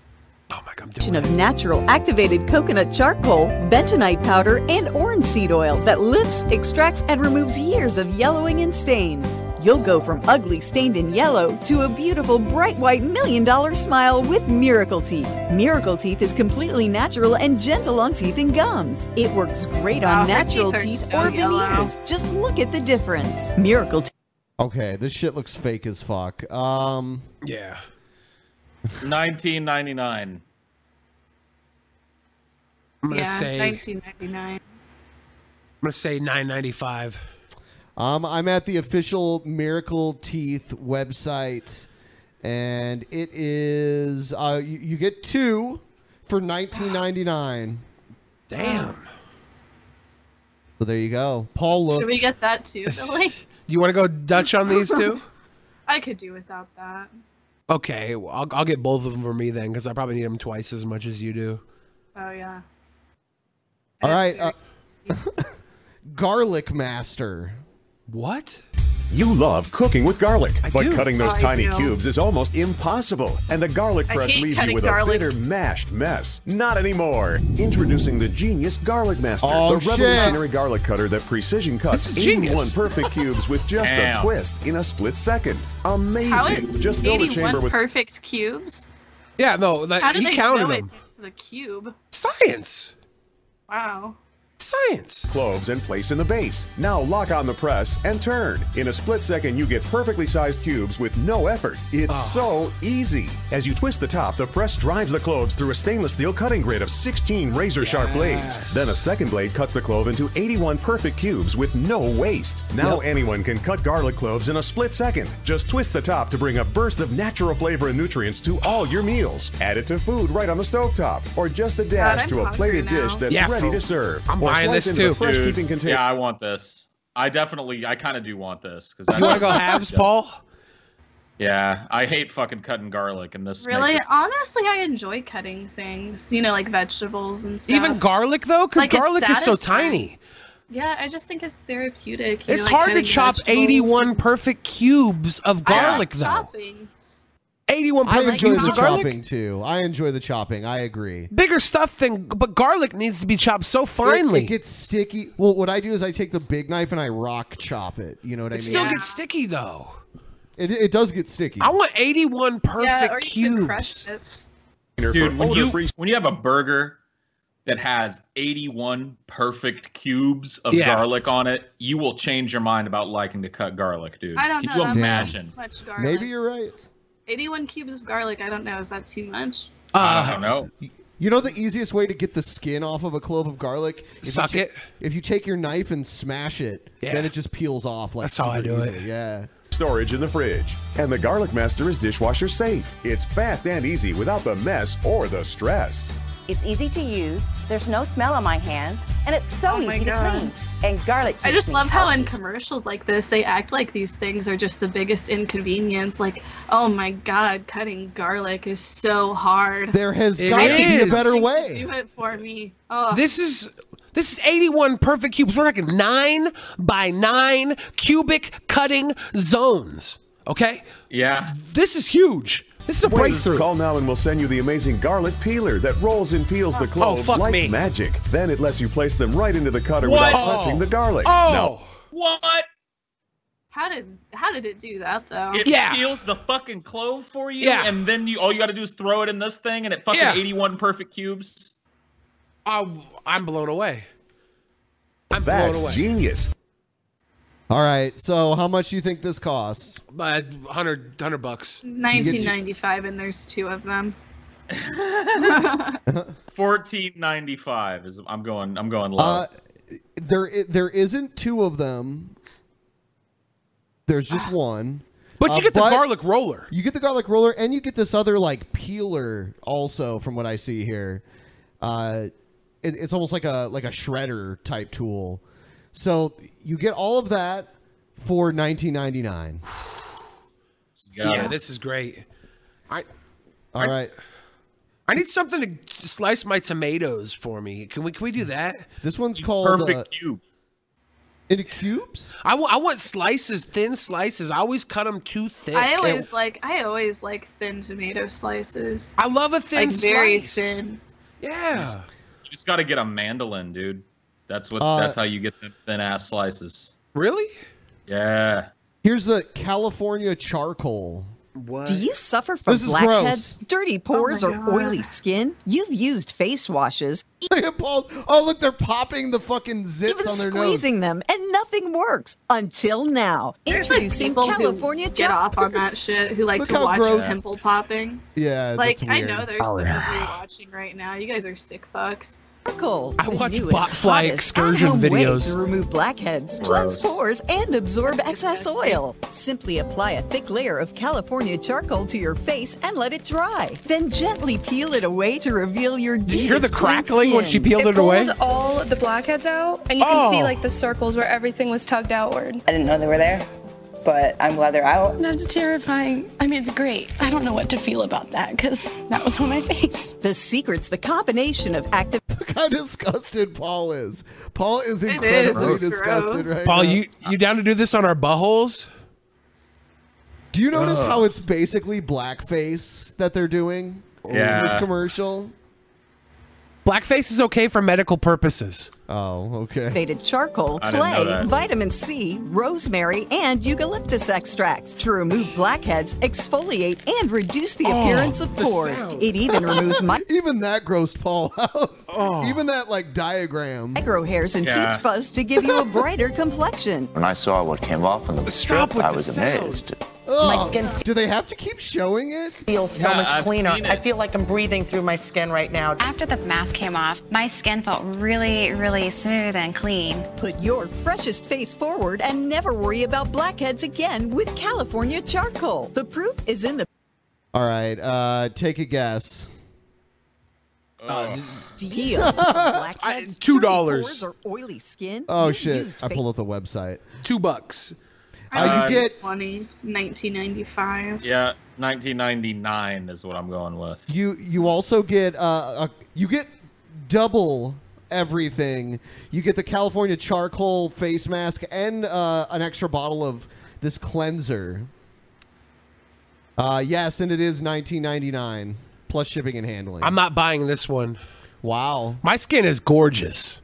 S20: of natural activated coconut charcoal, bentonite powder, and orange seed oil that lifts, extracts, and removes years of yellowing and stains. You'll go from ugly stained and yellow to a beautiful bright white million dollar smile with Miracle Teeth. Miracle Teeth is completely natural and gentle on teeth and gums. It works great
S12: Wow,
S20: on
S12: her
S20: natural
S12: teeth are
S20: teeth,
S12: so
S20: or
S12: yellow.
S20: veneers. Just look at the difference. Miracle Teeth.
S5: Okay, this shit looks fake as fuck. Um,
S14: yeah.
S13: 1999.
S14: I'm gonna
S12: yeah,
S14: say
S12: 1999.
S14: I'm gonna say 995.
S5: Um, I'm at the official Miracle Teeth website, and it is uh, you, you get two for 19.99.
S14: Damn.
S5: So there you go. Paul
S12: Should
S5: looked.
S12: we get that too, Billy?
S14: You want to go Dutch on these two?
S12: I could do without that.
S14: okay, well, I'll, I'll get both of them for me then, because I probably need them twice as much as you do.
S12: Oh yeah.
S5: All right. Uh, Garlic Master.
S14: What?
S27: You love cooking with garlic, but
S5: do.
S27: cutting those
S5: I
S27: tiny
S5: do.
S27: cubes is almost impossible, and the garlic
S12: I
S27: press
S12: hate
S27: leaves you
S12: cutting
S27: with
S12: garlic.
S27: a bitter mashed mess. Not anymore. Introducing the genius Garlic Master,
S5: Oh,
S27: the
S5: shit.
S27: revolutionary garlic cutter that precision cuts
S5: This is genius.
S27: 81 perfect cubes with just
S5: Damn.
S27: a twist in a split second.
S12: How
S27: Amazing.
S12: is
S27: Just fill the
S12: 81
S27: chamber with
S12: perfect cubes?
S14: Yeah, no, like,
S12: How do
S14: he
S12: they
S14: counted
S12: know it
S14: them.
S12: down to the cube?
S14: Science.
S12: Wow.
S14: Science.
S27: Cloves and place in the base. Now lock on the press and turn. In a split second, you get perfectly sized cubes with no effort. It's so easy. As you twist the top, the press drives the cloves through a stainless steel cutting grid of 16 razor sharp blades. Then a second blade cuts the clove into 81 perfect cubes with no waste. Now anyone can cut garlic cloves in a split second. Just twist the top to bring a burst of natural flavor and nutrients to all your meals. Add it to food right on the stovetop, or just a dash
S12: I'm
S27: to a
S12: hungry
S27: plated
S12: now.
S27: dish that's
S13: Yeah.
S27: ready to serve.
S14: I'm
S27: Or
S14: buying
S27: slice
S14: this
S27: into the
S14: too.
S27: fresh
S13: Dude,
S27: keeping container.
S13: yeah, I want this. I definitely, I kind of do want this because I
S14: You want to go halves, Paul?
S13: Yeah, I hate fucking cutting garlic, and this makes
S12: Really?
S13: it-
S12: Honestly, I enjoy cutting things. You know, like vegetables and stuff.
S14: Even garlic though, because
S12: Like, it's
S14: garlic is so
S12: satisfying.
S14: tiny.
S12: Yeah, I just think it's therapeutic. you
S14: It's
S12: know, like
S14: hard to
S12: cutting
S14: chop
S12: vegetables.
S14: 81 perfect cubes of
S12: I like
S14: garlic though.
S12: chopping.
S14: 81
S5: I
S14: perfect
S5: enjoy
S14: cubes
S5: the
S14: of garlic.
S5: chopping too. I enjoy the chopping. I agree.
S14: Bigger stuff than, but garlic needs to be chopped so
S5: It-
S14: finely.
S5: it, gets sticky. Well, what I do is I take the big knife and I rock chop it. You know what I
S14: It
S5: mean?
S14: still gets sticky though.
S5: It, it does get sticky.
S14: I want 81 perfect
S12: Yeah, or you
S14: cubes.
S12: could crush it.
S13: dude. When you when you have a burger that has 81 perfect cubes of
S14: Yeah.
S13: garlic on it, you will change your mind about liking to cut garlic, dude.
S12: I don't know.
S13: Can you
S12: that
S13: imagine?
S12: Might be too much garlic.
S5: Maybe you're right.
S12: 81 cubes of garlic. I don't know. Is that too much?
S13: I don't know.
S5: Uh, You know the easiest way to get the skin off of a clove of garlic? If you
S14: Suck
S5: ta-
S14: it.
S5: If you take your knife and smash it,
S27: Yeah.
S5: then it just peels off. Like
S27: That's how I
S5: super
S27: do it.
S5: easily. Yeah.
S27: Storage in the fridge. And the Garlic Master is dishwasher safe. It's fast and easy without the mess or the stress.
S6: It's easy to use, there's no smell on my hands, and it's so
S12: Oh my
S6: easy
S12: God.
S6: to clean. And garlic.
S12: I
S6: keeps
S12: just
S6: me
S12: love how
S6: healthy.
S12: in commercials like this they act like these things are just the biggest inconvenience. Like, oh my god, cutting garlic is so hard.
S5: There has
S14: It got to be a is. better
S12: Thanks to
S14: way.
S12: Do it for me. Oh,
S14: This is this is 81 perfect cubes. We're talking nine by nine cubic cutting zones. Okay,
S13: Yeah.
S14: this is huge. This is a breakthrough.
S27: Call now and we'll send you the amazing garlic peeler that rolls and peels the cloves
S14: Oh, fuck
S27: like
S14: me.
S27: magic. Then it lets you place them right into the cutter
S14: What?
S27: without
S14: Oh.
S27: touching the garlic.
S14: Oh.
S27: Now,
S13: What?
S12: how did how did it do that though?
S13: It peels the fucking clove for you,
S12: Yeah.
S13: and then you all you got to do is throw it in this thing, and it fucking
S14: Yeah.
S13: 81 perfect cubes.
S14: I, I'm blown away. I'm blown away.
S27: that's genius.
S5: All right. So, how much do you think this costs?
S14: But 100, 100 bucks.
S12: 1995, and there's two of them.
S13: 1495 is I'm going I'm going low.
S5: Uh, there, i- there isn't two of them. There's just
S14: Ah.
S5: one.
S14: But
S5: Uh,
S14: you get the garlic roller.
S5: You get the garlic roller, and you get this other like peeler also, from what I see here. Uh, it, it's almost like a like a shredder type tool. So you get all of that for 19.99.
S14: Yeah,
S5: Yeah.
S14: this is great. I
S5: All right,
S14: I need something to slice my tomatoes for me. Can we can we do that?
S5: this one's called
S14: Perfect
S5: uh,
S13: cube.
S5: Into cubes?
S14: I wa- I want slices, thin slices. I always cut them too thick.
S12: I always like I always like thin tomato slices.
S14: I love a thin
S12: like very
S14: slice.
S12: thin.
S14: Yeah.
S13: You just got to get a mandolin, dude. That's what.
S5: Uh,
S13: that's how you get the thin ass slices.
S14: Really?
S13: Yeah.
S5: Here's the California charcoal.
S14: What?
S20: Do you suffer from
S5: This is
S20: blackheads,
S5: gross.
S20: dirty pores,
S5: Oh my
S20: or
S5: God.
S20: oily skin? You've used face washes,
S5: Paul, oh look, they're popping the fucking zips
S20: even
S5: on their nose.
S20: squeezing them, and nothing works until now.
S12: There's like
S20: Introducing
S12: people
S20: California
S12: who get off on that shit who like
S20: Look
S12: to
S20: how
S12: watch
S20: gross.
S12: pimple popping.
S5: Yeah,
S12: like
S5: that's
S12: I
S5: weird.
S12: know there's
S5: Oh,
S12: some
S5: yeah.
S12: of you watching right now. You guys are sick fucks.
S20: Cool. I
S14: watch botfly excursion videos.
S20: to remove blackheads, cleanse pores, and absorb excess oil. Simply apply a thick layer of California charcoal to your face and let it dry. Then gently peel it away to reveal your deepest
S14: Did you hear the crackling when she peeled it,
S26: It
S14: away?
S26: pulled all the blackheads out, and you can
S15: Oh.
S26: see like the circles where everything was tugged outward.
S15: I didn't know they were there, but I'm glad they're out.
S26: That's terrifying. I mean, it's great. I don't know what to feel about that because that was on my face.
S20: The secret's the combination of active.
S5: Look how disgusted Paul is. Paul is
S20: It is.
S5: incredibly
S20: Gross.
S5: disgusted right
S14: Paul,
S5: now.
S14: you you down to do this on our buttholes?
S5: Do you notice
S14: Ugh.
S5: how it's basically blackface that they're doing? in
S14: Yeah.
S5: This commercial.
S14: Blackface is okay for medical purposes.
S5: Oh, okay.
S20: activated charcoal,
S14: I didn't know
S20: clay,
S14: that.
S20: vitamin C, rosemary, and eucalyptus extracts to remove blackheads, exfoliate, and reduce the
S5: Oh,
S20: appearance of
S5: the
S20: pores.
S5: sound.
S20: It even removes mi-
S5: even that grossed Paul out.
S14: Oh.
S5: Even that like diagram.
S20: micro hairs and
S3: Yeah.
S20: peach fuzz to give you a brighter complexion.
S3: When I saw what came off on the strip, I was amazed.
S20: My
S23: skin-
S5: Do they have to keep showing it?
S23: Feels so
S3: Yeah,
S23: much
S3: I've
S23: cleaner.
S3: seen it.
S23: I feel like I'm breathing through my skin right now.
S24: After the mask came off, my skin felt really, really smooth and clean.
S20: Put your freshest face forward and never worry about blackheads again with California charcoal. The proof is in the.
S5: All right, uh, take a guess.
S20: Deal. Blackheads,
S14: two
S20: dirty
S14: dollars.
S20: pores, or oily skin.
S5: Oh
S20: You've
S5: shit!
S20: used
S5: I pulled up the website.
S14: Two bucks.
S12: I
S5: Uh,
S12: was
S5: you get
S12: 20, 1995.
S13: Um, Yeah. 1999 is what I'm going with.
S5: you. You also get uh, a, you get double everything. You get the California charcoal face mask and uh, an extra bottle of this cleanser. Uh, yes, and it is 19.99 plus shipping and handling.
S14: I'm not buying this one.
S5: Wow.
S14: My skin is gorgeous.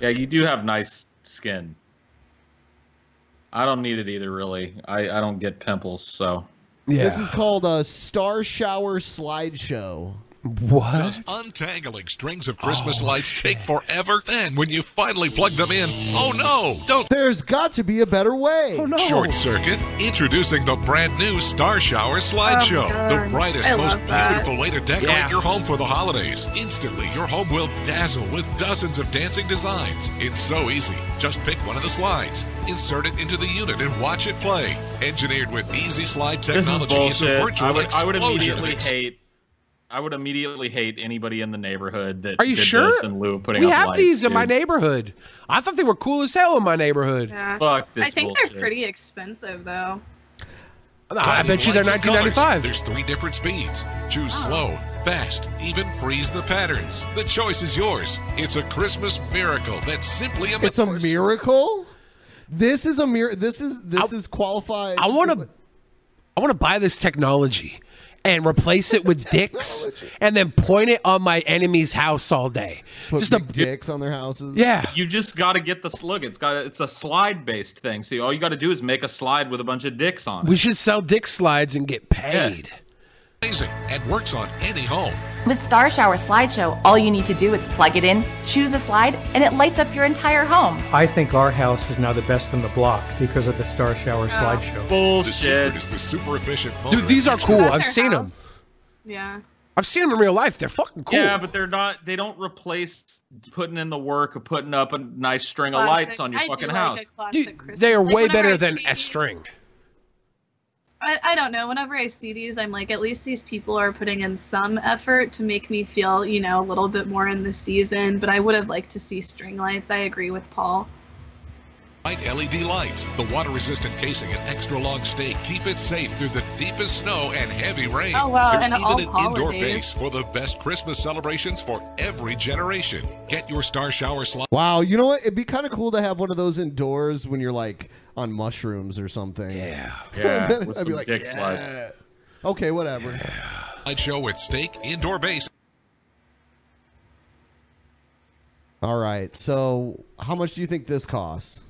S13: Yeah, you do have nice skin. I don't need it either, really. I, I don't get pimples, so.
S5: This is called a star shower slideshow.
S14: What?
S31: Does untangling strings of Christmas lights take forever? Then, when you finally plug them in, oh no, don't
S5: There's got to be a better way. Oh, no.
S31: short circuit. Introducing the brand new Star Shower Slideshow.
S5: Oh,
S31: the
S5: God.
S31: brightest,
S5: I
S31: most
S5: love that.
S31: beautiful way to decorate
S5: Yeah.
S31: your home for the holidays. Instantly, your home will dazzle with dozens of dancing designs. It's so easy. Just pick one of the slides, insert it into the unit, and watch it play. Engineered with easy slide
S13: This is
S31: technology, it's a
S13: bullshit.
S31: virtual
S13: I would, I would
S31: explosion of
S13: immediately
S31: ex-
S13: hate. I would immediately hate anybody in the neighborhood that
S14: Are you
S13: did
S14: sure?
S13: this in lieu of putting
S14: we
S13: up
S14: have
S13: lights,
S14: these in my
S13: dude.
S14: neighborhood. I thought they were cool as hell in my neighborhood.
S12: Yeah.
S13: Fuck
S12: I think they're pretty expensive though.
S14: I bet you they're
S31: Lights and colors.
S14: 1995.
S31: There's three different speeds. Choose slow, fast, even freeze the patterns. The choice is yours. It's a Christmas miracle that's simply a
S5: It's a miracle. This is a mir. This is this is qualified.
S14: I want to, I want to buy this technology and replace it with dicks, and then point it on my enemy's house all day.
S5: Put
S14: Just a
S5: big dicks on their houses.
S14: Yeah.
S13: You just got to get the slug. It's got. It's a slide based thing. So all you got to do is make a slide with a bunch of dicks on it.
S14: We should sell dick slides and get paid.
S31: amazing and works on any home.
S32: With Star Shower Slideshow, all you need to do is plug it in, choose a slide, and it lights up your entire home.
S33: I think our house is now the best on the block because of the Star Shower slideshow.
S31: The secret is the super efficient motor.
S14: Dude, these are cool.
S31: That's
S14: I've
S31: their
S14: seen them.
S12: Yeah.
S14: I've seen them in real life. They're fucking cool.
S13: Yeah, but they're not. They don't replace putting in the work of putting up a nice string of
S12: Classic.
S13: lights on your
S12: I do
S13: fucking
S12: like a
S13: house.
S12: classic Dude,
S14: they are
S12: Like,
S14: way
S12: whenever I
S14: better than a string.
S12: I, I don't know. Whenever I see these, I'm like, at least these people are putting in some effort to make me feel, you know, a little bit more in the season. But I would have liked to see string lights. I agree with Paul.
S31: Light LED lights, the water resistant casing, and extra long stay keep it safe through the deepest snow and heavy rain.
S12: Oh, wow,
S31: There's
S12: and
S31: even
S12: all
S31: an indoor
S12: holidays.
S31: base for the best Christmas celebrations for every generation. Get your Star Shower slide.
S5: Wow, you know what? It'd be kind of cool to have one of those indoors when you're like on mushrooms or something. Yeah,
S31: Yeah, with
S5: I'd be
S31: some
S5: like,
S31: dick
S5: yeah.
S31: slides.
S5: Okay, whatever.
S31: Slide show with steak, indoor base.
S5: All right. So, how much do you think this costs?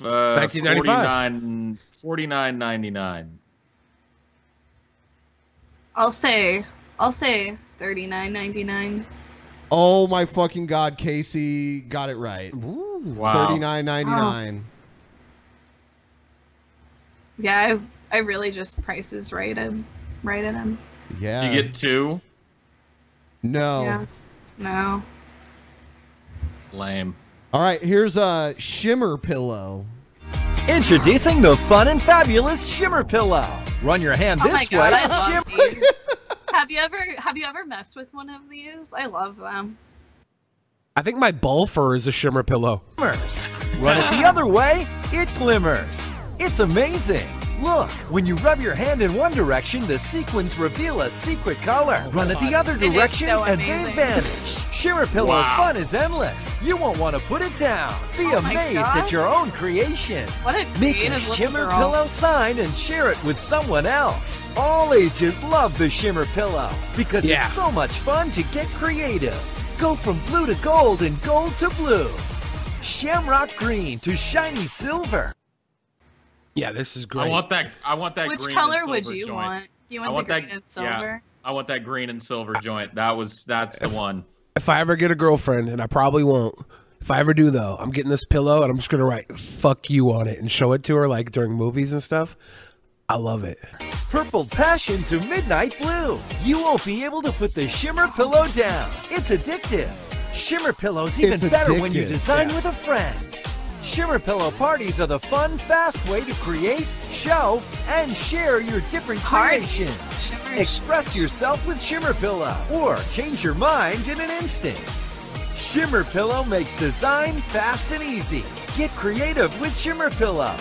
S13: Uh,
S5: 1995.
S13: 49 49.99.
S12: I'll say, I'll say thirty-nine ninety-nine.
S5: Oh my fucking god, Casey got it right.
S13: Wow.
S5: Thirty nine ninety nine.
S12: Yeah, I, I really just prices right and right at them.
S5: Yeah.
S13: You get two.
S14: Oh.
S5: No.
S12: Yeah. No.
S13: Lame.
S5: All right, here's a shimmer pillow.
S1: Introducing the fun and fabulous Shimmer Pillow. Run your hand
S12: oh my
S1: this
S12: god,
S1: way.
S12: I love these. have you ever have you ever messed with one of these? I love them.
S14: I think my ball fur is a shimmer pillow.
S1: Shimmers. Run it the other way, it glimmers. It's amazing. Look, when you rub your hand in one direction, the sequins reveal a secret color. Run it the other Oh, It is direction, so and they amazing. vanish. Shimmer Pillow's Wow. fun is endless. You won't want to put it down. Be Oh my amazed God. at your own creations. What a Make a creative little Shimmer girl. Pillow sign and share it with someone else. All ages love the Shimmer Pillow because
S14: Yeah.
S1: it's so much fun to get creative. Go from blue to gold and gold to blue. Shamrock green to shiny silver.
S14: Yeah, this is great.
S13: I want that. I want that.
S12: Which
S13: green
S12: color
S13: and
S12: would
S13: silver
S12: you
S13: joint.
S12: want? You
S13: I
S12: want,
S13: want
S12: the
S13: that.
S12: green and silver?
S13: Yeah. I want that green and silver joint. That was. That's the one.
S14: If I ever get a girlfriend, and I probably won't, if I ever do though, I'm getting this pillow and I'm just gonna write "fuck you" on it and show it to her like during movies and stuff. I love it.
S1: Purple passion to midnight blue. You won't be able to put the Shimmer Pillow down. It's addictive. Shimmer Pillow's even It's better when you addictive. design with a friend. Shimmer Pillow parties are the fun, fast way to create, show, and share your different creations. Express yourself with Shimmer Pillow or change your mind in an instant. Shimmer Pillow makes design fast and easy. Get creative with Shimmer Pillow.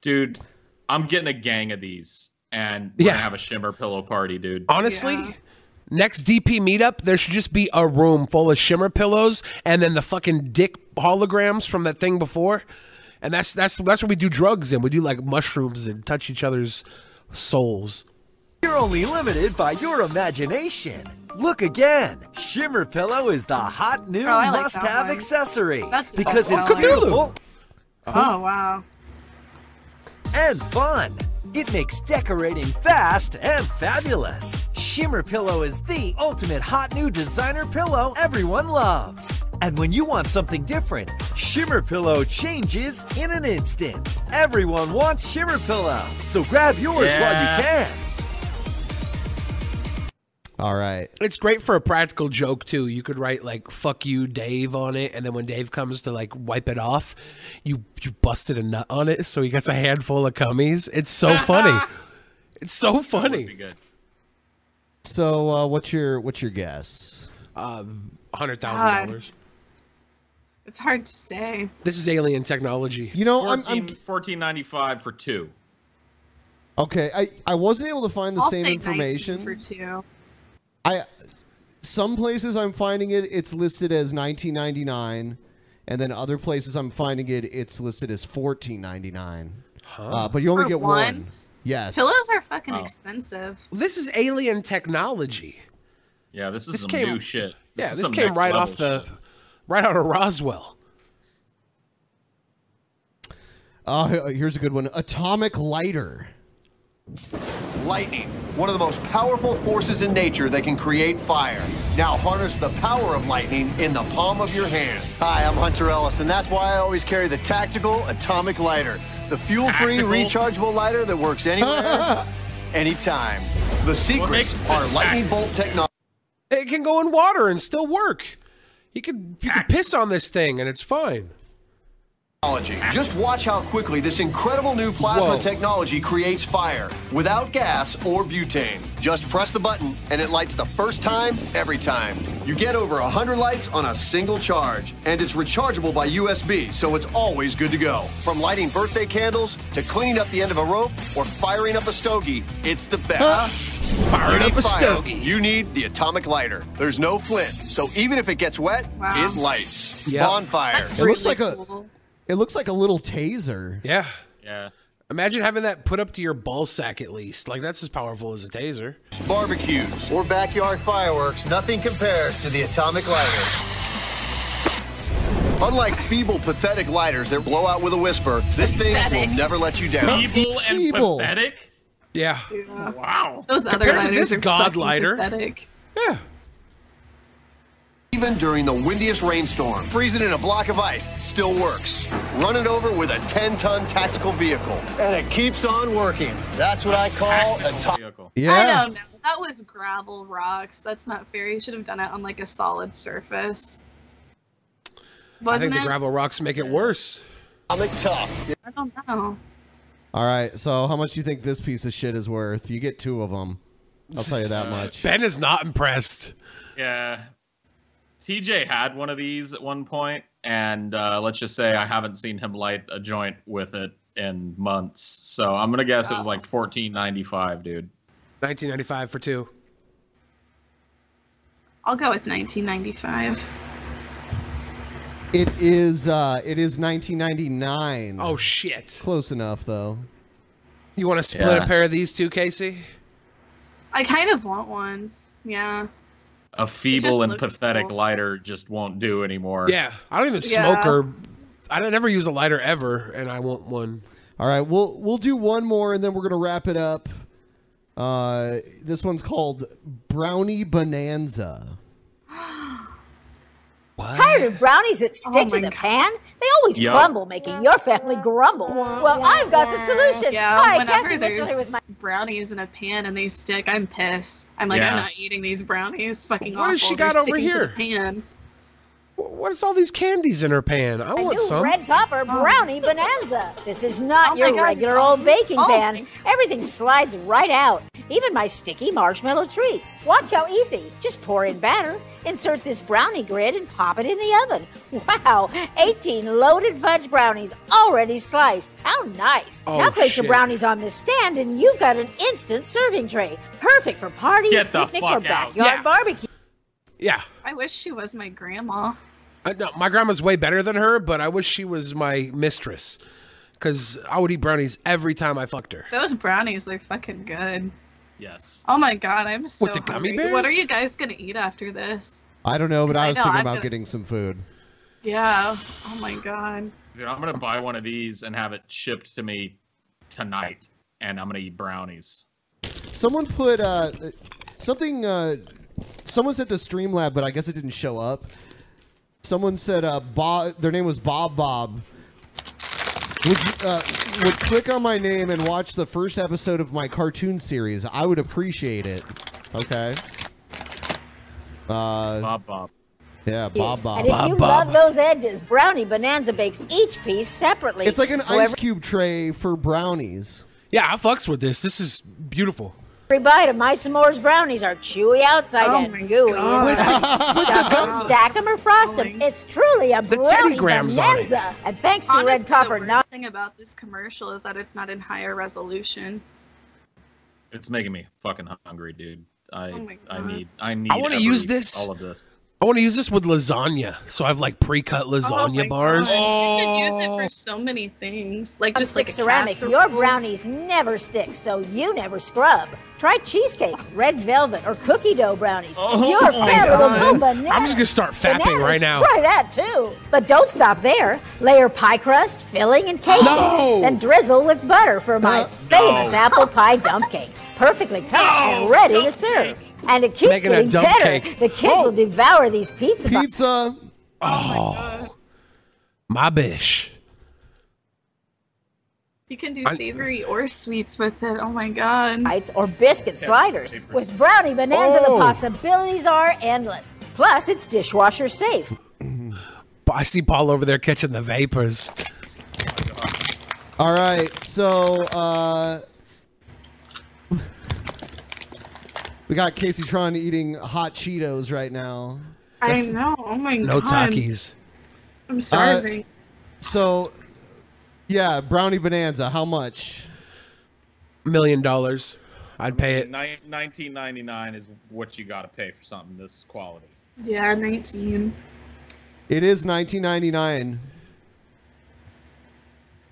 S13: dude. I'm getting a gang of these, and we're gonna have a shimmer pillow party, dude.
S14: Honestly, next DP meetup, there should just be a room full of shimmer pillows and then the fucking dick holograms from that thing before. And that's that's that's what we do drugs in. We do like mushrooms and touch each other's souls.
S1: You're only limited by your imagination. Look again. Shimmer Pillow is the hot new
S12: Oh, I like that
S1: must-have
S12: one.
S1: accessory
S12: That's
S1: because
S12: oh,
S1: it's
S12: wow. Cthulhu.
S1: beautiful
S12: Oh wow.
S1: and fun. It makes decorating fast and fabulous. Shimmer Pillow is the ultimate hot new designer pillow everyone loves. And when you want something different, Shimmer Pillow changes in an instant. Everyone wants Shimmer Pillow, so grab yours while
S14: Yeah.
S1: you can.
S5: All right.
S14: It's great for a practical joke too. You could write like "fuck you, Dave" on it, and then when Dave comes to like wipe it off, you you busted a nut on it, so he gets a handful of cummies. It's so funny. It's so funny.
S5: So, uh, what's your what's your guess?
S14: Um, hundred
S12: God.
S14: thousand dollars.
S12: It's hard to say.
S14: This is alien technology.
S5: You know, I'm-
S13: 14, 14.95 for two.
S5: Okay, I I wasn't able to find the
S12: I'll
S5: same
S12: say
S5: information.
S12: 19 for two.
S5: I some places I'm finding it it's listed as 19.99 and then other places I'm finding it it's listed as 14.99. Uh, but you only
S12: For
S5: get
S12: one?
S5: one. Yes.
S12: Pillows are fucking
S13: Oh.
S5: Wow.
S12: expensive.
S14: This is alien technology.
S13: Yeah, this is
S14: This
S13: some
S14: came-
S13: new shit. This
S14: yeah,
S13: is
S14: this
S13: some
S14: came
S13: next
S14: right
S13: level
S14: off the
S13: shit.
S14: right out of Roswell.
S5: Uh, here's a good one. Atomic lighter.
S29: Lightning, one of the most powerful forces in nature that can create fire. Now harness the power of lightning in the palm of your hand. Hi, I'm Hunter Ellis, and that's why I always carry the Tactical Atomic Lighter, the fuel free rechargeable lighter that works anywhere, anytime. The secrets are lightning bolt technology.
S14: It can go in water and still work. You could you could piss on this thing and it's fine.
S1: technology. Just watch how quickly this incredible new plasma
S34: Whoa.
S1: technology creates fire without gas or butane. Just press the button and it lights the first time, every time. You get over 100 lights on a single charge, and it's rechargeable by USB, so it's always good to go. From lighting birthday candles to cleaning up the end of a rope or firing up a stogie, it's the best.
S13: Firing
S1: You
S13: up
S1: need
S13: a
S1: fire,
S13: stogie.
S1: You need the atomic lighter. There's no flint, so even if it gets wet, it lights. Bonfire.
S5: it looks like a it looks like a little taser.
S14: Yeah.
S13: Yeah.
S14: Imagine having that put up to your ball sack at least. Like that's as powerful as a taser.
S1: barbecues or backyard fireworks, nothing compares to the atomic lighter. Unlike feeble, pathetic lighters that blow out with a whisper, this thing will never let you down.
S13: Feeble and Feeble. pathetic?
S14: Yeah.
S13: Oh, Wow.
S12: Those other
S1: Compared to
S12: lighters
S1: this
S12: are
S1: god
S12: fucking
S1: lighter.
S12: pathetic.
S1: Even during the windiest rainstorm, freezing in a block of ice still works. Run it over with a 10-ton tactical vehicle, and it keeps on working. That's what I call a top.
S12: I don't know. That was gravel rocks. That's not fair. You should have done it on like a solid surface.
S14: I
S12: Wasn't
S14: think
S12: it?
S14: the gravel rocks make it worse.
S1: I'm tough.
S12: I don't know.
S5: All right, so how much do you think this piece of shit is worth? You get two of them. I'll tell you
S13: Uh,
S5: that much.
S14: Ben is not impressed.
S13: Yeah. TJ had one of these at one point, and uh, let's just say I haven't seen him light a joint with it in months. So I'm gonna guess it was like 14.95, dude.
S14: 1995 for two.
S12: I'll go with 1995.
S5: It is uh it is 1999.
S14: Oh shit.
S5: Close enough though.
S14: You want to split
S5: Yeah.
S14: a pair of these two, Casey?
S12: I kind of want one. Yeah.
S13: A feeble and
S12: looks
S13: pathetic
S12: cool.
S13: lighter just won't do anymore.
S14: Yeah. I don't even
S12: Yeah.
S14: smoke or I don't never use a lighter ever and I want one.
S5: All right, we'll we'll do one more and then we're gonna wrap it up. Uh, this one's called Brownie Bonanza.
S35: Tired of brownies that
S12: Oh
S35: stick in the pan? They always
S5: Yup.
S35: crumble, making your family grumble. Well, I've got the solution.
S12: Yeah,
S35: Hi,
S12: whenever
S35: Kathy Mitchell
S12: there's
S35: here with my
S12: brownies in a pan and they stick, I'm pissed. I'm like,
S14: Yeah.
S12: I'm not eating these brownies. Fucking
S14: What
S12: awful.
S14: has she
S12: They're
S14: got over
S12: sticking to the
S14: here?
S12: pan.
S14: Wh- What is all these candies in her pan? I want
S35: new
S14: some.
S35: red popper brownie bonanza. This is not
S12: Oh my
S35: your
S12: God,
S35: regular
S12: it's
S35: old
S12: awesome.
S35: baking
S12: Oh
S35: pan. Everything slides right out. Even my sticky marshmallow treats. Watch how easy. Just pour in batter, insert this brownie grid, and pop it in the oven. Wow, 18 loaded fudge brownies already sliced. How nice.
S3: Oh,
S35: now place your
S3: shit.
S35: brownies on this stand, and you've got an instant serving tray. Perfect for parties,
S14: Get the
S35: picnics,
S14: fuck
S35: or
S14: out.
S35: backyard
S14: Yeah.
S35: barbecue.
S14: Yeah.
S12: I wish she was my grandma.
S14: I, no, my grandma's way better than her, but I wish she was my mistress. Because I would eat brownies every time I fucked her.
S12: Those brownies are fucking good.
S13: Yes.
S12: Oh my god, I'm so
S14: the gummy
S12: hungry. What are
S14: bears?
S12: you guys gonna eat after this?
S5: I don't know, but I
S12: I
S5: was
S12: know,
S5: thinking
S12: I've
S5: about
S12: been-
S5: getting some food.
S12: Yeah. Oh my god.
S13: Dude, I'm gonna buy one of these and have it shipped to me tonight, and I'm gonna eat brownies.
S5: Someone put uh, something. Uh, someone said to Streamlab, but I guess it didn't show up. Someone said uh, Bob. Their name was Bob Bob. Would you, uh, would click on my name and watch the first episode of my cartoon series? I would appreciate it. Okay. Uh,
S13: Bob Bob.
S5: Yeah, Bob Bob.
S35: And if you love those edges, Brownie Bonanza bakes each piece separately.
S5: It's like an
S35: so
S5: ice
S35: every-
S5: cube tray for brownies.
S14: Yeah, I fucks with this. This is beautiful.
S35: Every bite of my s'mores brownies are chewy outside
S14: Oh my
S35: and gooey
S14: God.
S35: inside. Stuff them, stack them, or frost them. It's truly a brownie
S14: grams on it.
S35: bonanza. And thanks to
S12: Honestly,
S35: Red Popper,
S12: the worst
S35: not
S12: thing about this commercial is that it's not in higher resolution.
S13: It's making me fucking hungry, dude. I
S12: Oh my
S13: I
S12: God.
S13: need I need.
S14: wanna
S13: every-
S14: use this.
S13: All of this.
S14: I want to use this with lasagna. So I have like pre cut lasagna
S12: Oh my
S14: bars.
S12: God. You could use
S14: Oh.
S12: it for so many things, like just like a
S35: ceramic,
S12: casserole.
S35: your brownies never stick, so you never scrub. Try cheesecake, red velvet, or cookie dough brownies.
S14: Oh
S35: Your
S14: my
S35: family
S14: God.
S35: will go bananas.
S14: I'm just going to start fapping
S35: Bananas,
S14: right now.
S35: Try that too. But don't stop there. Layer pie crust, filling, and cake
S14: No.
S35: mix. Then drizzle with butter for my famous
S14: No.
S35: apple pie dump cake. Perfectly cut and ready to serve. And it keeps
S14: Making a
S35: getting
S14: dump
S35: better.
S14: cake.
S35: The kids will devour these pizza
S5: Pizza.
S14: Oh, my, bish.
S12: You can do
S14: I-
S12: savory or sweets with it. Oh my god.
S35: Bites or biscuit sliders. With brownie bonanza,
S12: Oh.
S35: the possibilities are endless. Plus, it's dishwasher safe.
S14: I see Paul over there catching the vapors.
S5: All right, so uh, we got Casey Tron eating hot Cheetos right now.
S12: I know. Oh my
S5: No
S12: god.
S5: Takis.
S14: Uh,
S12: I'm starving.
S5: So, yeah, brownie bonanza. How much?
S14: Million dollars. I'd pay it.
S13: Nin- 1999 is what you got to pay for something this quality.
S12: yeah, 19.
S5: It is 1999.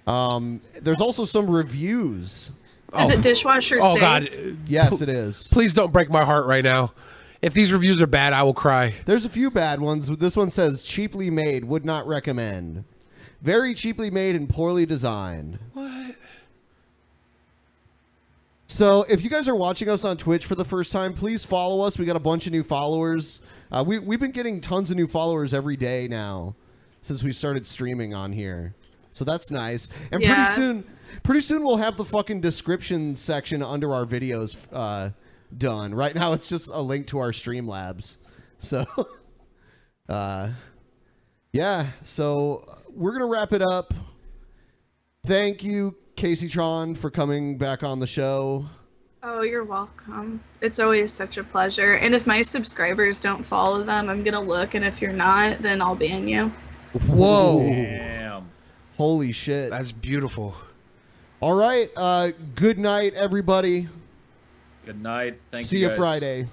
S5: Um, there's also some reviews.
S12: Is it dishwasher
S14: Oh
S12: safe?
S14: God!
S5: Yes, it is.
S14: Please don't break my heart right now. If these reviews are bad, I will cry.
S5: There's a few bad ones. This one says cheaply made, would not recommend. Very cheaply made and poorly designed.
S14: What?
S5: So, if you guys are watching us on Twitch for the first time, please follow us. We got a bunch of new followers. Uh, we we've been getting tons of new followers every day now since we started streaming on here. So that's nice. And
S22: Yeah.
S5: pretty soon, pretty soon we'll have the fucking description section under our videos uh, done. Right now, it's just a link to our Streamlabs. So, uh, yeah. So we're gonna wrap it up. Thank you, Casey Tron, for coming back on the show.
S12: Oh, you're welcome. It's always such a pleasure. And if my subscribers don't follow them, I'm gonna look. And if you're not, then I'll ban you.
S5: Whoa.
S13: Damn.
S5: Holy shit. That's
S14: beautiful.
S5: All right. Uh, good night, everybody.
S13: Good night. Thank
S5: See
S13: you.
S5: you
S13: guys.
S5: Friday.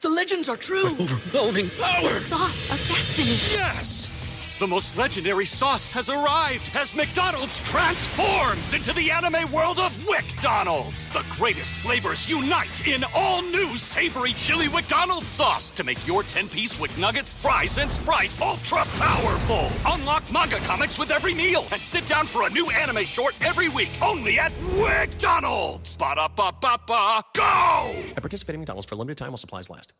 S4: The legends are true. overwhelming power! sauce of destiny. Yes! The most legendary sauce has arrived as McDonald's transforms into the anime world of WickDonald's. The greatest flavors unite in all new savory chili McDonald's sauce to make your 10-piece Wick Nuggets, fries, and Sprite ultra-powerful. Unlock manga comics with every meal and sit down for a new anime short every week only at WickDonald's. Ba-da-ba-ba-ba, go!
S10: At participating McDonald's for a limited time while supplies last.